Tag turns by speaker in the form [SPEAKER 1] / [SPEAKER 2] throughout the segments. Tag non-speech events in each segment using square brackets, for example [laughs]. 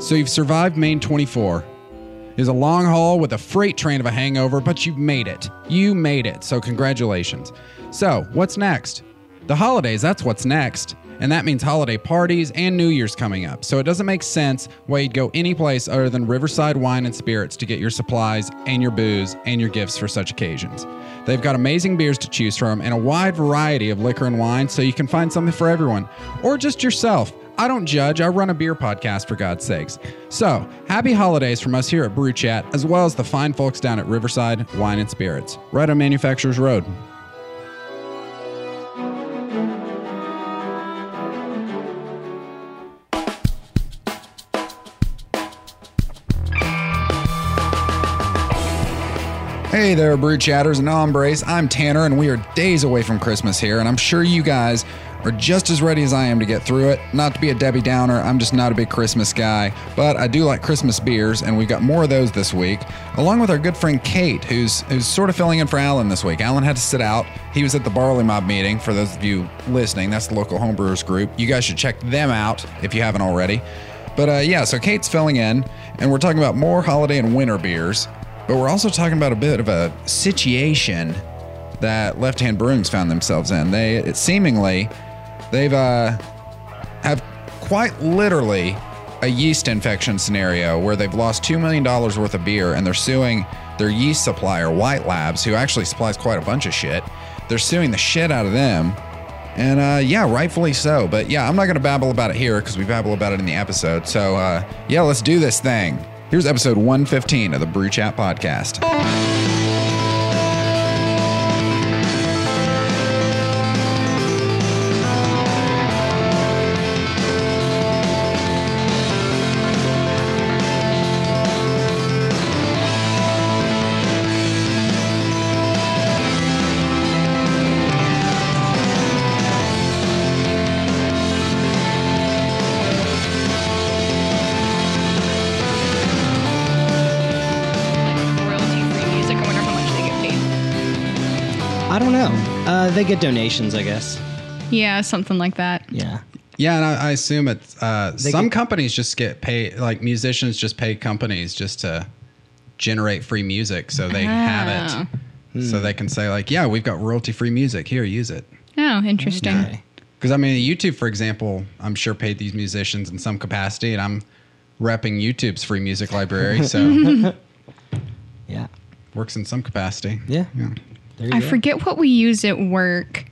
[SPEAKER 1] So you've survived Main 24. It's a long haul with a freight train of a hangover, but you've made it. You made it, so congratulations. So, what's next? The holidays, that's what's next. And that means holiday parties and New Year's coming up. So it doesn't make sense why you'd go any place other than Riverside Wine and Spirits to get your supplies and your booze and your gifts for such occasions. They've got amazing beers to choose from and a wide variety of liquor and wine, so you can find something for everyone or just yourself. I don't judge. I run a beer podcast, for God's sakes. So, happy holidays from us here at Brew Chat, as well as the fine folks down at Riverside Wine and Spirits, right on Manufacturers Road. Hey there, Brew Chatters and Hombres. I'm Tanner, and we are days away from Christmas here, and I'm sure you guys are just as ready as I am to get through it. Not to be a Debbie Downer, I'm just not a big Christmas guy, but I do like Christmas beers, and we've got more of those this week, along with our good friend Kate, who's who's sort of filling in for Alan this week. Alan had to sit out. He was at the Barley Mob meeting. For those of you listening, that's the local homebrewers group. You guys should check them out if you haven't already. But uh, yeah, so Kate's filling in, and we're talking about more holiday and winter beers. But we're also talking about a bit of a situation that Left Hand Brewings found themselves in. They it seemingly they've uh, have quite literally a yeast infection scenario where they've lost two million dollars worth of beer and they're suing their yeast supplier White Labs, who actually supplies quite a bunch of shit. They're suing the shit out of them. And uh, yeah, rightfully so. But yeah, I'm not going to babble about it here because we babble about it in the episode. So uh, yeah, let's do this thing. Here's episode 115 of the Brew Chat Podcast.
[SPEAKER 2] royalty-free music. I wonder how much they get paid.
[SPEAKER 3] I don't know. Uh, they get donations, I guess.
[SPEAKER 2] Yeah, something like that.
[SPEAKER 3] Yeah.
[SPEAKER 1] Yeah, and I, I assume it's uh, some
[SPEAKER 3] could-
[SPEAKER 1] companies just get paid, like musicians just pay companies just to generate free music, so they have it, so they can say like, yeah, we've got royalty free music here, use it.
[SPEAKER 2] Oh, interesting.
[SPEAKER 3] Okay.
[SPEAKER 1] Because I mean, YouTube, for example, I'm sure paid these musicians in some capacity, and I'm repping YouTube's free music library, so
[SPEAKER 3] Yeah.
[SPEAKER 1] works in some capacity.
[SPEAKER 3] Yeah. There you
[SPEAKER 2] I
[SPEAKER 3] go.
[SPEAKER 2] forget what we use at work,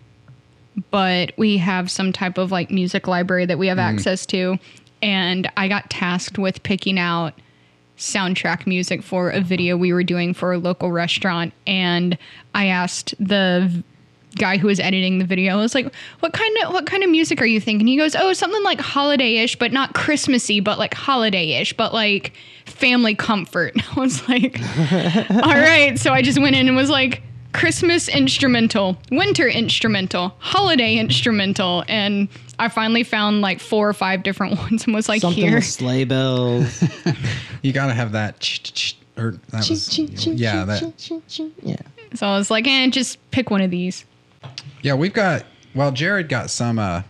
[SPEAKER 2] but we have some type of like music library that we have
[SPEAKER 3] Mm-hmm.
[SPEAKER 2] access to. And I got tasked with picking out soundtrack music for a video we were doing for a local restaurant. And I asked the v- guy who was editing the video, I was like, what kind of what kind of music are you thinking? He goes, Oh, something like holiday-ish, but not Christmassy, but like holiday-ish, but like family comfort. [laughs] I was like, all right. So I just went in and was like, Christmas instrumental, winter instrumental, holiday instrumental. And I finally found like four or five different [laughs] ones and was like,
[SPEAKER 3] Something
[SPEAKER 2] here.
[SPEAKER 3] with
[SPEAKER 2] [laughs]
[SPEAKER 3] sleigh bells.
[SPEAKER 1] You gotta have that. ch- ch- ch- Or that was, yeah, that
[SPEAKER 3] yeah.
[SPEAKER 2] So I was like, eh, just pick one of these.
[SPEAKER 1] Yeah, we've got. Well, Jared got some uh,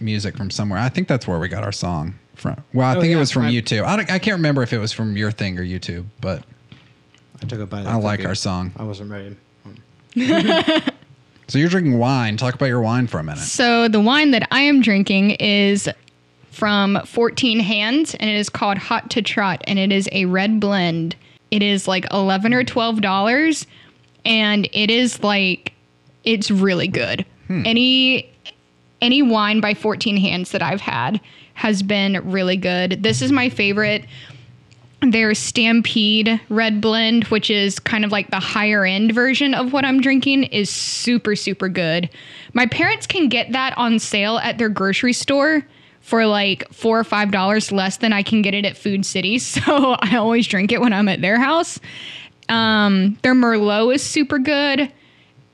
[SPEAKER 1] music from somewhere. I think that's where we got our song from. Well, I think it
[SPEAKER 3] Oh, yeah,
[SPEAKER 1] was from
[SPEAKER 3] I-
[SPEAKER 1] YouTube. I, don't- I can't remember if it was from your thing or YouTube, but
[SPEAKER 3] I took a bite.
[SPEAKER 1] I like our song.
[SPEAKER 3] I wasn't ready.
[SPEAKER 1] So you're drinking wine. Talk about your wine for a minute.
[SPEAKER 2] So the wine that I am drinking is from 14 Hands and it is called Hot to Trot and it is a red blend. It is like 11 or 12 dollars and it is like it's really good. Any any wine by 14 Hands that I've had has been really good. This is my favorite their Stampede Red Blend, which is kind of like the higher end version of what I'm drinking, is super, super good. My parents can get that on sale at their grocery store for like four or five dollars less than I can get it at Food City. [laughs] So I always drink it when I'm at their house. Um, their Merlot is super good.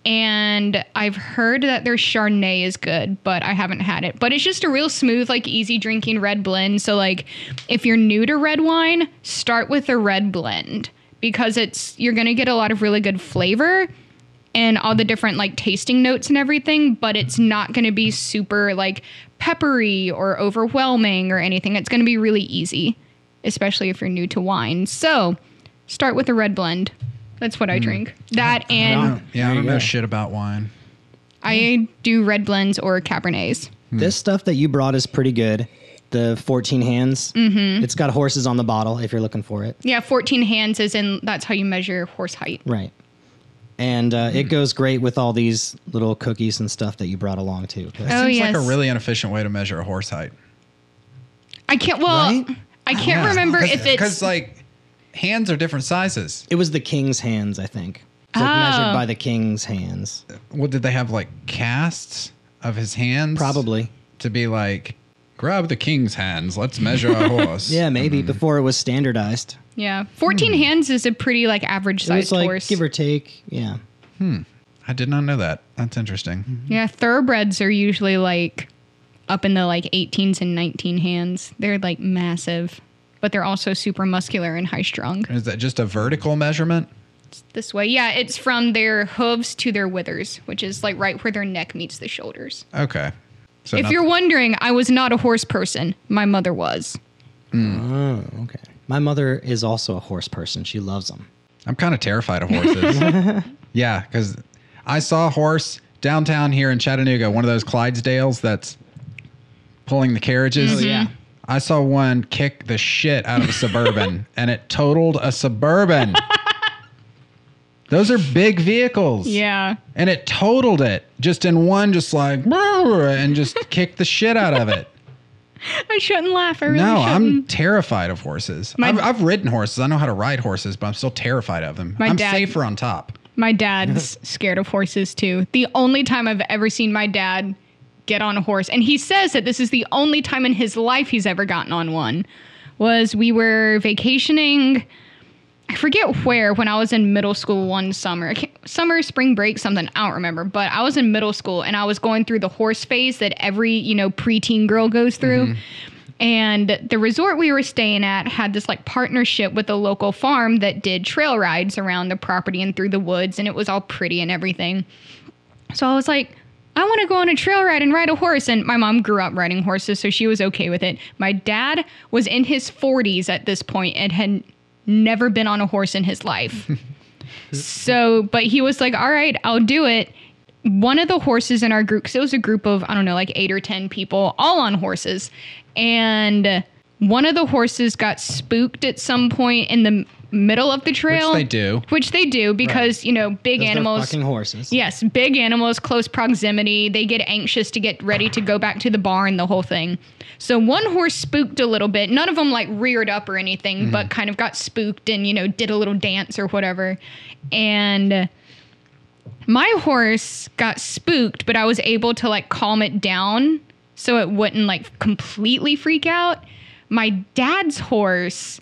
[SPEAKER 2] And I've heard that their Chardonnay is good, but I haven't had it. But it's just a real smooth, like easy drinking red blend. So, like, if you're new to red wine, start with a red blend because it's you're gonna get a lot of really good flavor and all the different like tasting notes and everything, but it's not gonna be super like peppery or overwhelming or anything. It's gonna be really easy especially if you're new to wine. So start with a red blend. That's what I drink. That and
[SPEAKER 1] Yeah, I
[SPEAKER 3] There
[SPEAKER 1] don't
[SPEAKER 3] you
[SPEAKER 1] know
[SPEAKER 3] go.
[SPEAKER 1] shit about wine.
[SPEAKER 2] I do red blends or Cabernets.
[SPEAKER 1] Hmm.
[SPEAKER 3] This stuff that you brought is pretty good. The 14 hands. Mm-hmm. It's got horses on the bottle if you're looking for it.
[SPEAKER 2] Yeah, 14 hands is in, that's how you measure horse height.
[SPEAKER 3] Right. And uh,
[SPEAKER 1] Hmm.
[SPEAKER 3] it goes great with all these little cookies and stuff that you brought along too. But-
[SPEAKER 2] Oh,
[SPEAKER 1] Seems like a
[SPEAKER 2] yes.
[SPEAKER 1] really inefficient way to measure a horse height.
[SPEAKER 2] I can't, well,
[SPEAKER 3] Right?
[SPEAKER 2] I can't remember if
[SPEAKER 1] because
[SPEAKER 2] it's,
[SPEAKER 1] like hands are different sizes.
[SPEAKER 3] It was the king's hands, I think. It's like
[SPEAKER 2] Oh.
[SPEAKER 3] measured by the king's hands.
[SPEAKER 1] Well, did they have like casts of his hands?
[SPEAKER 3] Probably.
[SPEAKER 1] to be like, grab the king's hands. Let's measure
[SPEAKER 3] [laughs]
[SPEAKER 1] a horse.
[SPEAKER 3] Yeah, maybe before it was standardized.
[SPEAKER 2] yeah. 14 hands is a pretty like average
[SPEAKER 3] hmm. It was
[SPEAKER 2] sized
[SPEAKER 3] like
[SPEAKER 2] horse.
[SPEAKER 3] give or take. Yeah.
[SPEAKER 1] I did not know that. That's interesting.
[SPEAKER 3] Mm-hmm.
[SPEAKER 2] Yeah, thoroughbreds are usually like up in the like 18s and 19 hands. They're like massive, but they're also super muscular and high strung.
[SPEAKER 1] Is that just a vertical measurement?
[SPEAKER 2] This way, yeah, it's from their hooves to their withers, which is like right where their neck meets the shoulders.
[SPEAKER 1] Okay. So
[SPEAKER 2] If
[SPEAKER 1] not-
[SPEAKER 2] you're wondering, I was not a horse person. My mother was.
[SPEAKER 3] Oh, okay. My mother is also a horse person. She loves them.
[SPEAKER 1] I'm kind of terrified
[SPEAKER 2] [laughs]
[SPEAKER 1] of horses.
[SPEAKER 3] [laughs]
[SPEAKER 1] yeah, because I saw a horse downtown here in Chattanooga, one of those Clydesdales that's pulling the carriages.
[SPEAKER 2] Mm-hmm.
[SPEAKER 3] yeah.
[SPEAKER 1] I saw one kick the shit out of a suburban, and it totaled a
[SPEAKER 2] [laughs]
[SPEAKER 1] suburban. those are big vehicles.
[SPEAKER 2] Yeah.
[SPEAKER 1] and it totaled it just in one, just like and just
[SPEAKER 2] [laughs]
[SPEAKER 1] kicked the shit out of it.
[SPEAKER 2] I shouldn't laugh. I really
[SPEAKER 1] No,
[SPEAKER 2] shouldn't.
[SPEAKER 1] I'm terrified of horses.
[SPEAKER 2] My-
[SPEAKER 1] I've, I've ridden horses. I know how to ride horses, but I'm still terrified of them.
[SPEAKER 2] My
[SPEAKER 1] I'm
[SPEAKER 2] dad-
[SPEAKER 1] safer on
[SPEAKER 2] [laughs]
[SPEAKER 1] top. [laughs]
[SPEAKER 2] My dad's scared of horses too. The only time I've ever seen my dad get on a horse, and he says that this is the only time in his life he's ever gotten on one, was we were vacationing. I forget where when I was in middle school one summer. I can't, summer, spring break, something. I don't remember. But I was in middle school and I was going through the horse phase that every, you know, preteen girl goes through. And the resort we were staying at had this like partnership with a local farm that did trail rides around the property and through the woods. And it was all pretty and everything. So I was like, I want to go on a trail ride and ride a horse. And my mom grew up riding horses, so she was okay with it. My dad was in his 40s at this point and had never been on a horse in his life. so, but he was like, all right, I'll do it. One of the horses in our group, because it was a group of, I don't know, like eight or 10 people, all on horses. And one of the horses got spooked at some point in the middle of the trail.
[SPEAKER 1] they do.
[SPEAKER 2] Which they do because, you know, big
[SPEAKER 3] Those are
[SPEAKER 2] animals.
[SPEAKER 3] Fucking horses.
[SPEAKER 2] Yes, big animals, close proximity. They get anxious to get ready to go back to the barn, the whole thing. So one horse spooked a little bit. None of them like reared up or anything, but kind of got spooked and, you know, did a little dance or whatever. And my horse got spooked, but I was able to like calm it down so it wouldn't like completely freak out. My dad's horse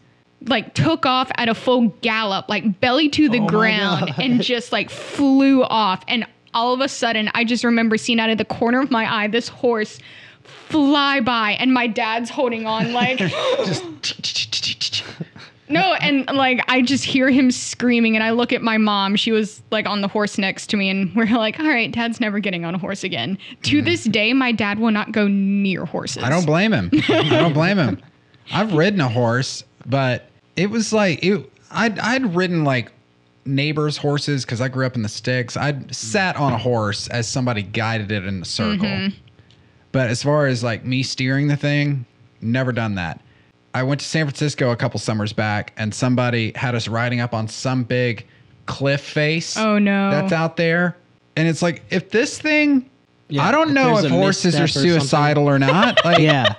[SPEAKER 2] like took off at a full gallop, like belly to
[SPEAKER 1] Oh
[SPEAKER 2] the ground,
[SPEAKER 1] [laughs]
[SPEAKER 2] and just like flew off. And all of a sudden, I just remember seeing out of the corner of my eye this horse fly by, and my dad's holding
[SPEAKER 1] [laughs]
[SPEAKER 2] on like. No, and like I just hear him screaming, and I look at my mom. She was like on the horse next to me, and we're like, "All right, Dad's never getting on a horse again." To this day, my dad will not go near horses.
[SPEAKER 1] Mm. I don't blame him. I don't blame
[SPEAKER 2] [laughs]
[SPEAKER 1] him. I've ridden a horse, but it was like it. I'd I'd ridden like neighbors' horses because I grew up in the sticks. I'd sat on a horse as somebody guided it in a circle.
[SPEAKER 2] Mm-hmm.
[SPEAKER 1] But as far as like me steering the thing, never done that. I went to San Francisco a couple summers back, and somebody had us riding up on some big cliff face.
[SPEAKER 2] Oh, no.
[SPEAKER 1] that's out there, and it's like if this thing.
[SPEAKER 3] Yeah,
[SPEAKER 1] I don't
[SPEAKER 3] if
[SPEAKER 1] know
[SPEAKER 3] there's
[SPEAKER 1] if
[SPEAKER 3] a
[SPEAKER 1] horses are
[SPEAKER 3] misstep or something.
[SPEAKER 1] suicidal or
[SPEAKER 3] [laughs]
[SPEAKER 1] not. Like,
[SPEAKER 3] Yeah.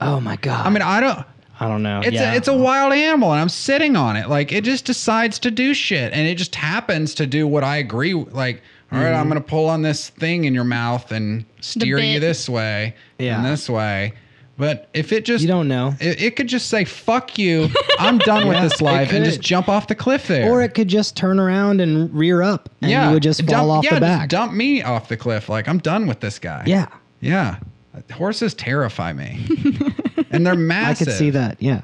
[SPEAKER 3] oh my god.
[SPEAKER 1] I mean, I don't.
[SPEAKER 3] I don't know.
[SPEAKER 1] It's
[SPEAKER 3] yeah.
[SPEAKER 1] a it's a wild animal, and I'm sitting on it. Like it just decides to do shit, and it just happens to do what I agree. with. Like, all right,
[SPEAKER 3] Mm-hmm.
[SPEAKER 1] I'm gonna pull on this thing in your mouth and steer you
[SPEAKER 2] bit.
[SPEAKER 1] this way
[SPEAKER 3] Yeah.
[SPEAKER 1] and this way. But if it just
[SPEAKER 3] You don't know.
[SPEAKER 1] it, it could just say "fuck you," I'm done with
[SPEAKER 3] [laughs] Yeah,
[SPEAKER 1] this
[SPEAKER 3] it
[SPEAKER 1] life, and
[SPEAKER 3] could.
[SPEAKER 1] just jump off the cliff there.
[SPEAKER 3] or it could just turn around and rear up, and you would just fall
[SPEAKER 1] dump,
[SPEAKER 3] off
[SPEAKER 1] yeah,
[SPEAKER 3] the
[SPEAKER 1] Just
[SPEAKER 3] back.
[SPEAKER 1] dump me off the cliff. Like I'm done with this guy.
[SPEAKER 3] yeah,
[SPEAKER 1] yeah. Horses terrify me, [laughs] and they're
[SPEAKER 3] I
[SPEAKER 1] massive.
[SPEAKER 3] could see that. Yeah.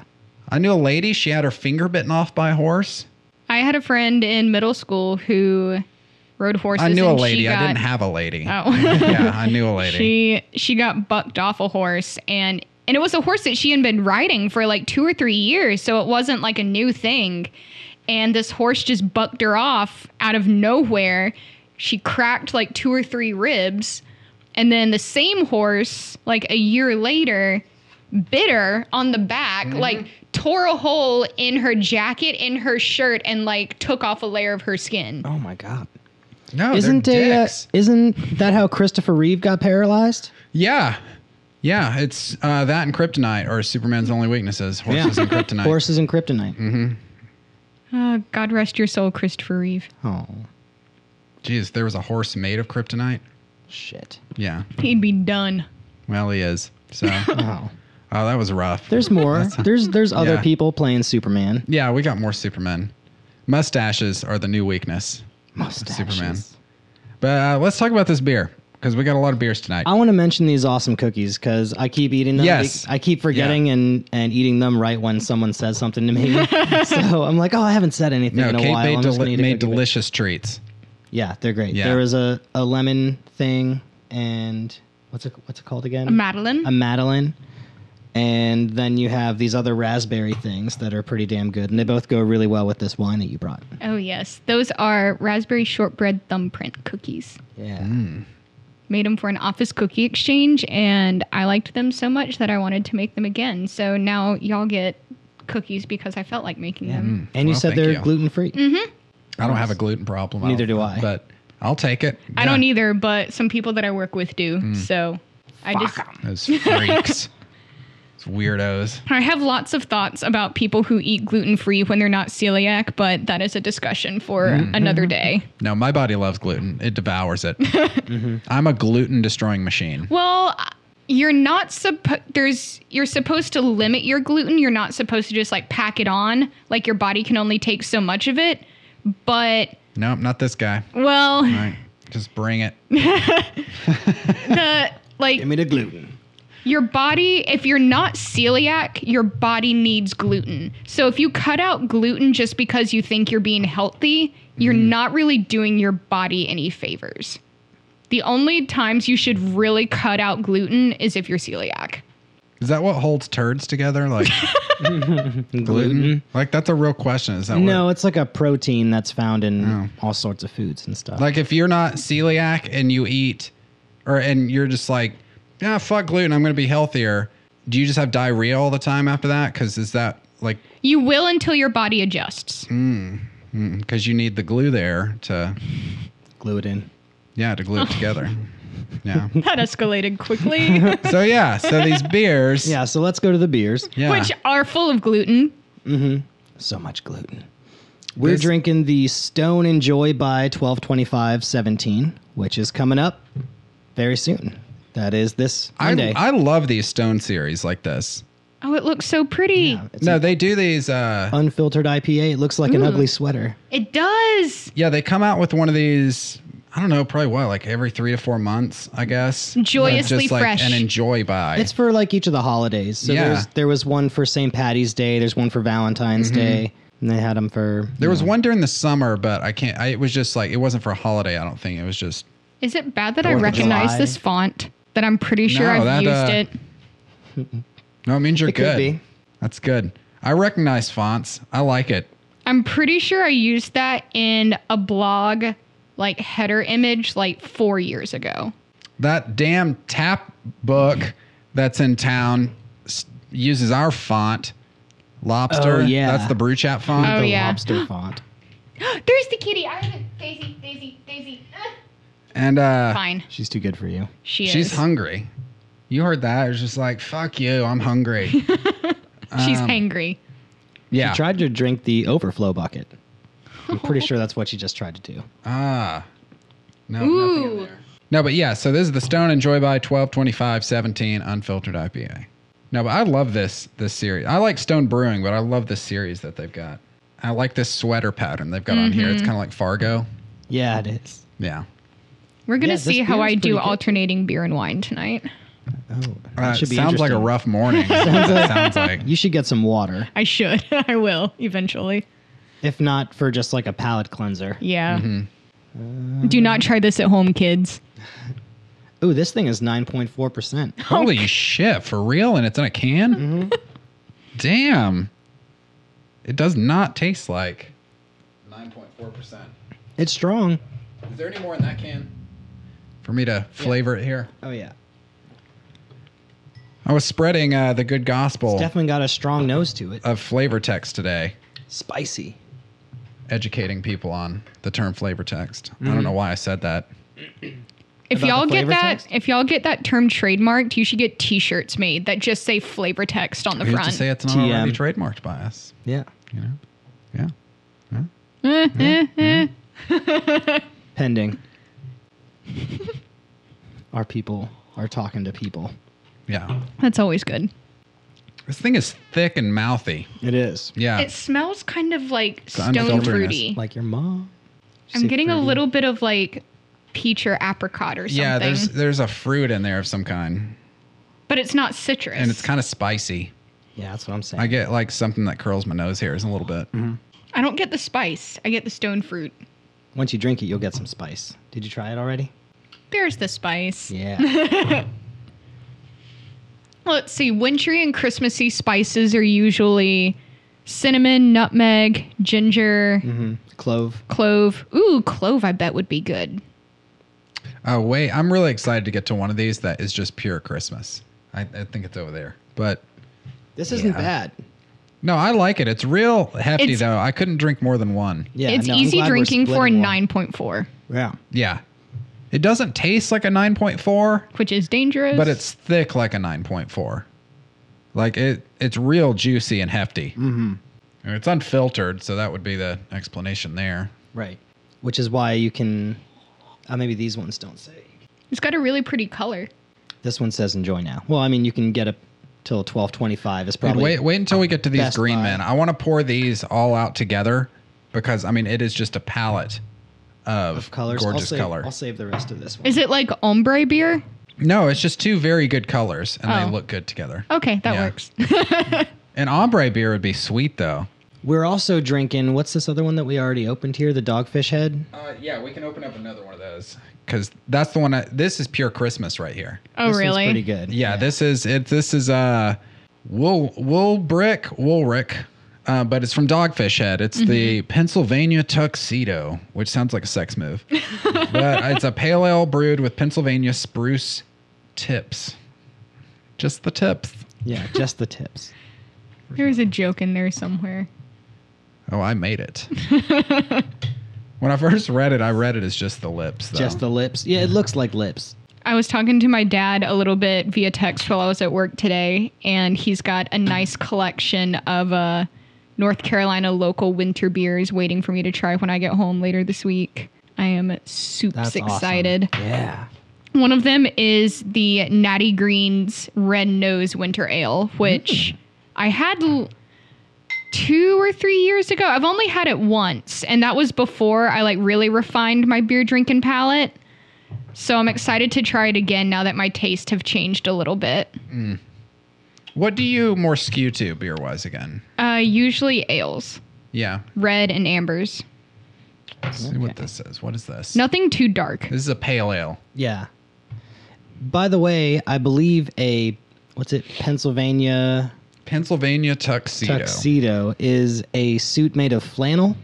[SPEAKER 1] I knew a lady. She had her finger bitten off by a horse.
[SPEAKER 2] I had a friend in middle school who rode horses.
[SPEAKER 1] I knew a
[SPEAKER 2] and she
[SPEAKER 1] lady. I
[SPEAKER 2] got- [laughs]
[SPEAKER 1] didn't have a lady.
[SPEAKER 2] Oh.
[SPEAKER 3] [laughs]
[SPEAKER 1] yeah, I knew a lady.
[SPEAKER 2] she she got bucked off a horse and And it was a horse that she had been riding for like two or three years, so it wasn't like a new thing. And this horse just bucked her off out of nowhere. She cracked like two or three ribs. And then the same horse, like a year later, bit her on the back, like tore a hole in her jacket, in her shirt, and like took off a layer of her skin.
[SPEAKER 3] Oh my god.
[SPEAKER 1] No,
[SPEAKER 3] Isn't
[SPEAKER 1] they're
[SPEAKER 3] a, uh,
[SPEAKER 1] dicks.
[SPEAKER 3] isn't that how Christopher Reeve got paralyzed?
[SPEAKER 1] yeah, yeah. It's uh, that and kryptonite are Superman's only weaknesses. Horses
[SPEAKER 3] Yeah.
[SPEAKER 1] and
[SPEAKER 3] [laughs]
[SPEAKER 1] kryptonite.
[SPEAKER 3] Horses and kryptonite.
[SPEAKER 2] Uh, God rest your soul, Christopher Reeve.
[SPEAKER 3] Oh
[SPEAKER 1] Jeez, there was a horse made of kryptonite.
[SPEAKER 3] shit.
[SPEAKER 1] Yeah.
[SPEAKER 2] He'd be done.
[SPEAKER 1] Well, he is.
[SPEAKER 3] [laughs]
[SPEAKER 1] So, oh,
[SPEAKER 3] Oh.
[SPEAKER 1] that was rough.
[SPEAKER 3] There's more. There's there's other
[SPEAKER 1] Yeah.
[SPEAKER 3] people playing Superman.
[SPEAKER 1] yeah, we got more Supermen. Mustaches are the new weakness.
[SPEAKER 3] Mustaches.
[SPEAKER 1] Superman. But uh, let's talk about this beer because we got a lot of beers tonight.
[SPEAKER 3] I want to mention these awesome cookies because I keep eating them.
[SPEAKER 1] Yes.
[SPEAKER 3] I keep forgetting and, and eating them right when someone says something
[SPEAKER 1] [laughs]
[SPEAKER 3] to me. so I'm like, oh, I haven't said anything
[SPEAKER 1] no,
[SPEAKER 3] in a
[SPEAKER 1] Kate
[SPEAKER 3] while.
[SPEAKER 1] made,
[SPEAKER 3] I'm just gonna
[SPEAKER 1] deli-
[SPEAKER 3] eat a
[SPEAKER 1] made
[SPEAKER 3] cookie, but-
[SPEAKER 1] delicious treats.
[SPEAKER 3] Yeah, they're great.
[SPEAKER 1] Yeah.
[SPEAKER 3] There was a, a lemon thing and what's it what's it called again?
[SPEAKER 2] Madeline?
[SPEAKER 3] a Madeline. And then you have these other raspberry things that are pretty damn good. And they both go really well with this wine that you brought.
[SPEAKER 1] Mm.
[SPEAKER 2] oh, yes. Those are raspberry shortbread thumbprint cookies.
[SPEAKER 3] Yeah.
[SPEAKER 2] Made them for an office cookie exchange, and I liked them so much that I wanted to make them again. So now y'all get cookies because I felt like making them.
[SPEAKER 3] And you
[SPEAKER 1] Well,
[SPEAKER 3] said
[SPEAKER 1] thank
[SPEAKER 3] they're
[SPEAKER 1] you.
[SPEAKER 3] gluten free.
[SPEAKER 1] I don't have a gluten problem.
[SPEAKER 3] Neither do
[SPEAKER 1] don't-
[SPEAKER 3] I.
[SPEAKER 1] But I'll take it.
[SPEAKER 2] I don't either, but some people that I work with do. So I just.
[SPEAKER 1] Those freaks. Those weirdos.
[SPEAKER 2] I have lots of thoughts about people who eat gluten free when they're not celiac, but that is a discussion for another day.
[SPEAKER 1] No, my body loves gluten. It devours it. I'm a gluten destroying machine.
[SPEAKER 2] Well, you're not supposed there's you're supposed to limit your gluten. You're not supposed to just like pack it on. Like your body can only take so much of it. But
[SPEAKER 1] Nope, not this guy.
[SPEAKER 2] well,
[SPEAKER 1] All right, just bring it.
[SPEAKER 2] the [laughs] like
[SPEAKER 3] Give me the gluten.
[SPEAKER 2] your body if you're not celiac your body needs gluten so if you cut out gluten just because you think you're being healthy you're
[SPEAKER 3] Mm-hmm.
[SPEAKER 2] not really doing your body any favors the only times you should really cut out gluten is if you're celiac
[SPEAKER 1] Is that what holds turds together? Like gluten? Like that's a real question. Is that
[SPEAKER 3] No,
[SPEAKER 1] what?
[SPEAKER 3] it's like a protein that's found in all sorts of foods and stuff.
[SPEAKER 1] Oh. Like if you're not celiac and you eat, or and you're just like, yeah, fuck gluten. I'm gonna be healthier. Do you just have diarrhea all the time after that? Because is that like
[SPEAKER 2] you will until your body adjusts
[SPEAKER 1] because you need the glue there to
[SPEAKER 3] gluten.
[SPEAKER 1] yeah to glue it together. Yeah.
[SPEAKER 2] that escalated quickly
[SPEAKER 3] [laughs]
[SPEAKER 1] So yeah. So these beers.
[SPEAKER 3] Yeah, so let's go to the beers.
[SPEAKER 1] Yeah.
[SPEAKER 2] which are full of gluten
[SPEAKER 3] So much gluten. We're
[SPEAKER 1] This-
[SPEAKER 3] drinking the Stone and Joy by 122517, which is coming up very soon. That is this Monday.
[SPEAKER 1] I, I love these stone series like this.
[SPEAKER 2] oh it looks so pretty
[SPEAKER 3] it's
[SPEAKER 1] No,
[SPEAKER 3] an
[SPEAKER 1] they do these. uh
[SPEAKER 3] unfiltered IPA. It looks like
[SPEAKER 1] Mm.
[SPEAKER 3] an ugly sweater.
[SPEAKER 2] it does
[SPEAKER 1] Yeah, they come out with one of these. I don't know, probably what, like every three to four months, I guess.
[SPEAKER 2] Joyously
[SPEAKER 1] Just like
[SPEAKER 2] fresh.
[SPEAKER 1] an enjoy by.
[SPEAKER 3] It's for like each of the holidays. So
[SPEAKER 1] Yeah.
[SPEAKER 3] there's, there was one for St. Patty's Day. There's one for Valentine's
[SPEAKER 1] Mm-hmm.
[SPEAKER 3] Day. And they had them for.
[SPEAKER 1] there was one during the summer, but I can't. I, it was just like it wasn't for a holiday. I don't think it was just.
[SPEAKER 2] is it bad that i
[SPEAKER 3] Fourth of
[SPEAKER 2] recognize
[SPEAKER 3] July.
[SPEAKER 2] this font that i'm pretty sure
[SPEAKER 1] No, that,
[SPEAKER 2] i've used
[SPEAKER 1] uh,
[SPEAKER 2] it
[SPEAKER 1] No, it means you're
[SPEAKER 3] It
[SPEAKER 1] good.
[SPEAKER 3] could be.
[SPEAKER 1] That's good. I recognize fonts. I like it.
[SPEAKER 2] I'm pretty sure I used that in a blog like header image like four years ago. [gasps]
[SPEAKER 1] That damn tap book that's in town s- uses our font. Lobster.
[SPEAKER 3] Oh, yeah.
[SPEAKER 1] That's the brew chat font.
[SPEAKER 2] Oh,
[SPEAKER 3] the
[SPEAKER 2] yeah.
[SPEAKER 3] lobster font.
[SPEAKER 2] There's the kitty. I have it. Daisy, Daisy, Daisy. [gasps] Ah.
[SPEAKER 1] And uh,
[SPEAKER 2] Fine.
[SPEAKER 3] She's too good for you.
[SPEAKER 2] She
[SPEAKER 1] she's
[SPEAKER 2] is.
[SPEAKER 1] hungry. You heard that. It was just like, fuck you. I'm
[SPEAKER 2] [laughs]
[SPEAKER 1] hungry.
[SPEAKER 2] she's
[SPEAKER 3] um,
[SPEAKER 2] hangry.
[SPEAKER 1] Yeah.
[SPEAKER 3] She tried to drink the overflow bucket. I'm
[SPEAKER 2] [laughs]
[SPEAKER 3] pretty sure that's what she just tried to do.
[SPEAKER 1] Ah. No. nothing in
[SPEAKER 2] Ooh.
[SPEAKER 1] there. No, but yeah, so this is the Stone and Joy by 122517 unfiltered IPA. No, but I love this this series. I like Stone Brewing, but I love this series that they've got. I like this sweater pattern they've got on here.
[SPEAKER 2] Mm-hmm.
[SPEAKER 1] It's kind of like Fargo.
[SPEAKER 3] Yeah, it is.
[SPEAKER 1] Yeah.
[SPEAKER 2] We're gonna
[SPEAKER 3] Yeah, this
[SPEAKER 2] see how
[SPEAKER 3] beer
[SPEAKER 2] I
[SPEAKER 3] is
[SPEAKER 2] do
[SPEAKER 3] pretty good.
[SPEAKER 2] alternating beer and wine tonight.
[SPEAKER 3] Oh, that
[SPEAKER 1] Uh,
[SPEAKER 3] should be
[SPEAKER 1] sounds like a
[SPEAKER 3] interesting.
[SPEAKER 1] rough
[SPEAKER 3] [laughs]
[SPEAKER 1] morning. sounds, sounds like.
[SPEAKER 3] You should get some water,
[SPEAKER 2] I should. [laughs] I will eventually.
[SPEAKER 3] if not for just like a palate cleanser. Mm-hmm.
[SPEAKER 2] Yeah. do not try this at home, kids.
[SPEAKER 3] Ooh, this thing is 9.4%.
[SPEAKER 1] Holy shit, for real? And it's in a can?
[SPEAKER 3] Mm-hmm.
[SPEAKER 1] Damn. It does not taste like 9.4%.
[SPEAKER 3] It's strong.
[SPEAKER 1] Is there any more in that can? For me to flavor it here?
[SPEAKER 3] Oh, yeah.
[SPEAKER 1] I was spreading uh, the good gospel
[SPEAKER 3] Definitely got a strong nose to it.
[SPEAKER 1] of flavor text today,
[SPEAKER 3] Spicy.
[SPEAKER 1] educating people on the term flavor text. I
[SPEAKER 3] Mm.
[SPEAKER 1] don't know why I said that.
[SPEAKER 2] If
[SPEAKER 3] About the
[SPEAKER 2] y'all get
[SPEAKER 3] flavor
[SPEAKER 2] that,
[SPEAKER 3] text?
[SPEAKER 2] if y'all get that term trademarked, you should get T-shirts made that just say flavor text on the
[SPEAKER 1] We used
[SPEAKER 2] front.
[SPEAKER 1] to say it's not
[SPEAKER 3] TM.
[SPEAKER 1] already trademarked by us.
[SPEAKER 3] Yeah.
[SPEAKER 1] You know? Yeah.
[SPEAKER 2] Eh, eh, eh.
[SPEAKER 3] Pending. [laughs] Our people are talking to people.
[SPEAKER 1] Yeah.
[SPEAKER 2] That's always good.
[SPEAKER 1] This thing is thick and mouthy.
[SPEAKER 3] It is.
[SPEAKER 1] Yeah.
[SPEAKER 2] It smells kind of like stone
[SPEAKER 1] unfilteredness.
[SPEAKER 2] fruity.
[SPEAKER 3] Like your mom.
[SPEAKER 2] I'm
[SPEAKER 3] Say
[SPEAKER 2] getting a
[SPEAKER 3] fruity.
[SPEAKER 2] little bit of like peach or apricot or something.
[SPEAKER 1] yeah, there's there's a fruit in there of some kind.
[SPEAKER 2] but it's not citrus.
[SPEAKER 1] And it's kind of spicy.
[SPEAKER 3] Yeah, that's what I'm saying.
[SPEAKER 1] I get like something that curls my nose hairs a little bit.
[SPEAKER 2] I don't get the spice. I get the stone fruit.
[SPEAKER 3] Once you drink it, you'll get some spice. Did you try it already?
[SPEAKER 2] There's the spice.
[SPEAKER 3] [laughs] Yeah.
[SPEAKER 2] Let's see. Wintry and Christmassy spices are usually cinnamon, nutmeg, ginger,
[SPEAKER 1] Mm-hmm.
[SPEAKER 3] hmm Clove.
[SPEAKER 2] clove. Ooh, clove. I bet would be good.
[SPEAKER 1] Oh wait, I'm really excited to get to one of these that is just pure Christmas. I, I think it's over there, but
[SPEAKER 3] This isn't
[SPEAKER 1] Yeah.
[SPEAKER 3] bad.
[SPEAKER 1] no, I like it. It's real hefty
[SPEAKER 2] It's-
[SPEAKER 1] though. I couldn't drink more than one.
[SPEAKER 3] Yeah.
[SPEAKER 2] it's
[SPEAKER 3] no, I'm
[SPEAKER 2] easy
[SPEAKER 3] glad we're
[SPEAKER 2] drinking for
[SPEAKER 3] splitting one.
[SPEAKER 2] 9.4,
[SPEAKER 3] Yeah.
[SPEAKER 1] Yeah, it doesn't taste like a 9.4,
[SPEAKER 2] which is dangerous.
[SPEAKER 1] but it's thick like a 9.4. Like it, it's real juicy and hefty. Mm-hmm. And it's unfiltered, so that would be the explanation there.
[SPEAKER 3] Right. Which is why you can. Uh, maybe these ones don't say.
[SPEAKER 2] it's got a really pretty color.
[SPEAKER 3] This one says enjoy now. Well, I mean, you can get it till twelve twenty-five. Is
[SPEAKER 1] Dude,
[SPEAKER 3] probably
[SPEAKER 1] wait, wait until we get to these
[SPEAKER 3] Best
[SPEAKER 1] green
[SPEAKER 3] Buy.
[SPEAKER 1] men. I want to pour these all out together because I mean it is just a palette of,
[SPEAKER 3] of colors. I'll
[SPEAKER 1] gorgeous
[SPEAKER 3] save,
[SPEAKER 1] color.
[SPEAKER 3] I'll save the rest of this one.
[SPEAKER 2] Is it like ombre beer?
[SPEAKER 1] No, it's just two very good colors and
[SPEAKER 2] Oh.
[SPEAKER 1] they look good together.
[SPEAKER 2] Okay, that
[SPEAKER 1] Yeah.
[SPEAKER 2] works.
[SPEAKER 3] [laughs]
[SPEAKER 1] An ombre beer would be sweet though.
[SPEAKER 3] We're also drinking. What's this other one that we already opened here? The Dogfish Head.
[SPEAKER 2] Oh,
[SPEAKER 1] Uh, yeah, we can open up another one of those because that's the one. I, this is pure Christmas right here.
[SPEAKER 2] Oh,
[SPEAKER 3] this
[SPEAKER 2] really?
[SPEAKER 3] One's pretty good.
[SPEAKER 1] Yeah, this is it. This is uh, wool wool brick woolrick. Uh, but it's from Dogfish Head. It's the Pennsylvania Tuxedo, which sounds like a sex move. but it's a pale ale brewed with Pennsylvania spruce tips. Just the tips.
[SPEAKER 3] Yeah. Just the tips.
[SPEAKER 1] [laughs]
[SPEAKER 2] There's a joke in there somewhere.
[SPEAKER 1] Oh, I made it. when I first read it, I read it as just the lips. Though.
[SPEAKER 3] Just the lips. Yeah, it looks like lips.
[SPEAKER 2] I was talking to my dad a little bit via text while I was at work today, and he's got a nice collection of uh, North Carolina local winter beers waiting for me to try when I get home later this week. I am super
[SPEAKER 3] That's awesome.
[SPEAKER 2] excited.
[SPEAKER 3] Yeah.
[SPEAKER 2] One of them is the Natty Greens Red Nose Winter Ale, which I had l- two or three years ago. I've only had it once, and that was before I like really refined my beer drinking palate. So I'm excited to try it again now that my tastes have changed a little bit.
[SPEAKER 1] What do you more skew to beer wise again?
[SPEAKER 2] Uh, usually ales,
[SPEAKER 1] Yeah.
[SPEAKER 2] red and ambers.
[SPEAKER 1] Let's see what this is. What is this?
[SPEAKER 2] Nothing too dark.
[SPEAKER 1] This is a pale ale.
[SPEAKER 3] Yeah. By the way, I believe a what's it? Pennsylvania
[SPEAKER 1] Pennsylvania tuxedo.
[SPEAKER 3] tuxedo is a suit made of flannel.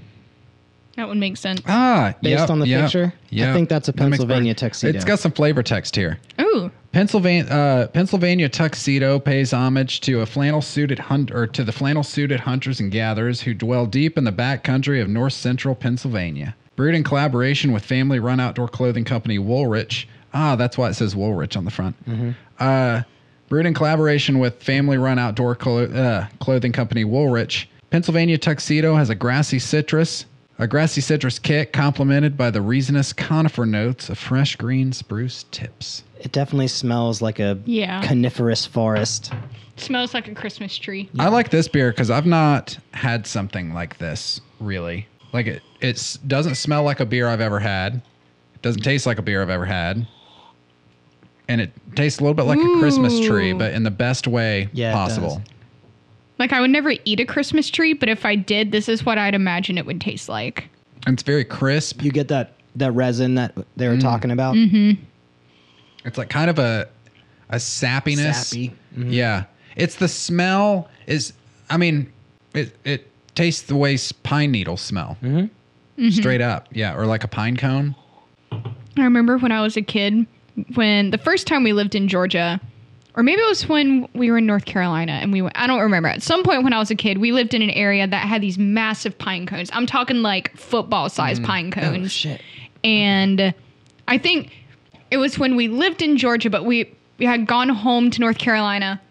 [SPEAKER 2] That would make sense.
[SPEAKER 1] Ah,
[SPEAKER 3] Based
[SPEAKER 1] yep,
[SPEAKER 3] on the
[SPEAKER 1] yep,
[SPEAKER 3] picture, I
[SPEAKER 1] yep.
[SPEAKER 3] think that's a
[SPEAKER 1] That makes
[SPEAKER 3] Pennsylvania
[SPEAKER 1] perfect-
[SPEAKER 3] tuxedo.
[SPEAKER 1] It's got some flavor text here.
[SPEAKER 2] Ooh,
[SPEAKER 1] Pennsylvania uh, Pennsylvania tuxedo pays homage to a flannel suited hunt or to the flannel suited hunters and gatherers who dwell deep in the backcountry of north central Pennsylvania. Brewed in collaboration with family run outdoor clothing company Woolrich. Ah, that's why it says Woolrich on the front. Uh, brewed in collaboration with family run outdoor clo- uh, clothing company Woolrich. Pennsylvania tuxedo has a grassy citrus. A grassy citrus kick complemented by the reasonous conifer notes of fresh green spruce tips.
[SPEAKER 3] It definitely smells like a
[SPEAKER 2] Yeah.
[SPEAKER 3] coniferous forest.
[SPEAKER 2] smells like a Christmas tree.
[SPEAKER 1] I like this beer because I've not had something like this really. Like it, it doesn't smell like a beer I've ever had. It doesn't taste like a beer I've ever had, and it tastes a little bit like a Christmas tree,
[SPEAKER 2] Ooh.
[SPEAKER 1] but in the best way
[SPEAKER 3] Yeah, it
[SPEAKER 1] possible.
[SPEAKER 2] Like I would never eat a Christmas tree, but if I did, this is what I'd imagine it would taste like.
[SPEAKER 1] And it's very crisp. Mm.
[SPEAKER 2] Mm-hmm.
[SPEAKER 3] You get that that resin that they were talking about.
[SPEAKER 1] It's like kind of a a sappiness.
[SPEAKER 3] Sappy. Mm-hmm.
[SPEAKER 1] Yeah. It's the smell is I mean, it it tastes the way s- pine needles smell.
[SPEAKER 3] Mm-hmm.
[SPEAKER 1] Straight up. Yeah, or like a pine cone.
[SPEAKER 2] I remember when I was a kid, when the first time we lived in Georgia, or maybe it was when we were in North Carolina, and we went, I don't remember. At some point when I was a kid, we lived in an area that had these massive pine cones. I'm talking like football sized pine cones.
[SPEAKER 3] Oh shit.
[SPEAKER 2] And I think it was when we lived in Georgia, but we, we had gone home to North Carolina,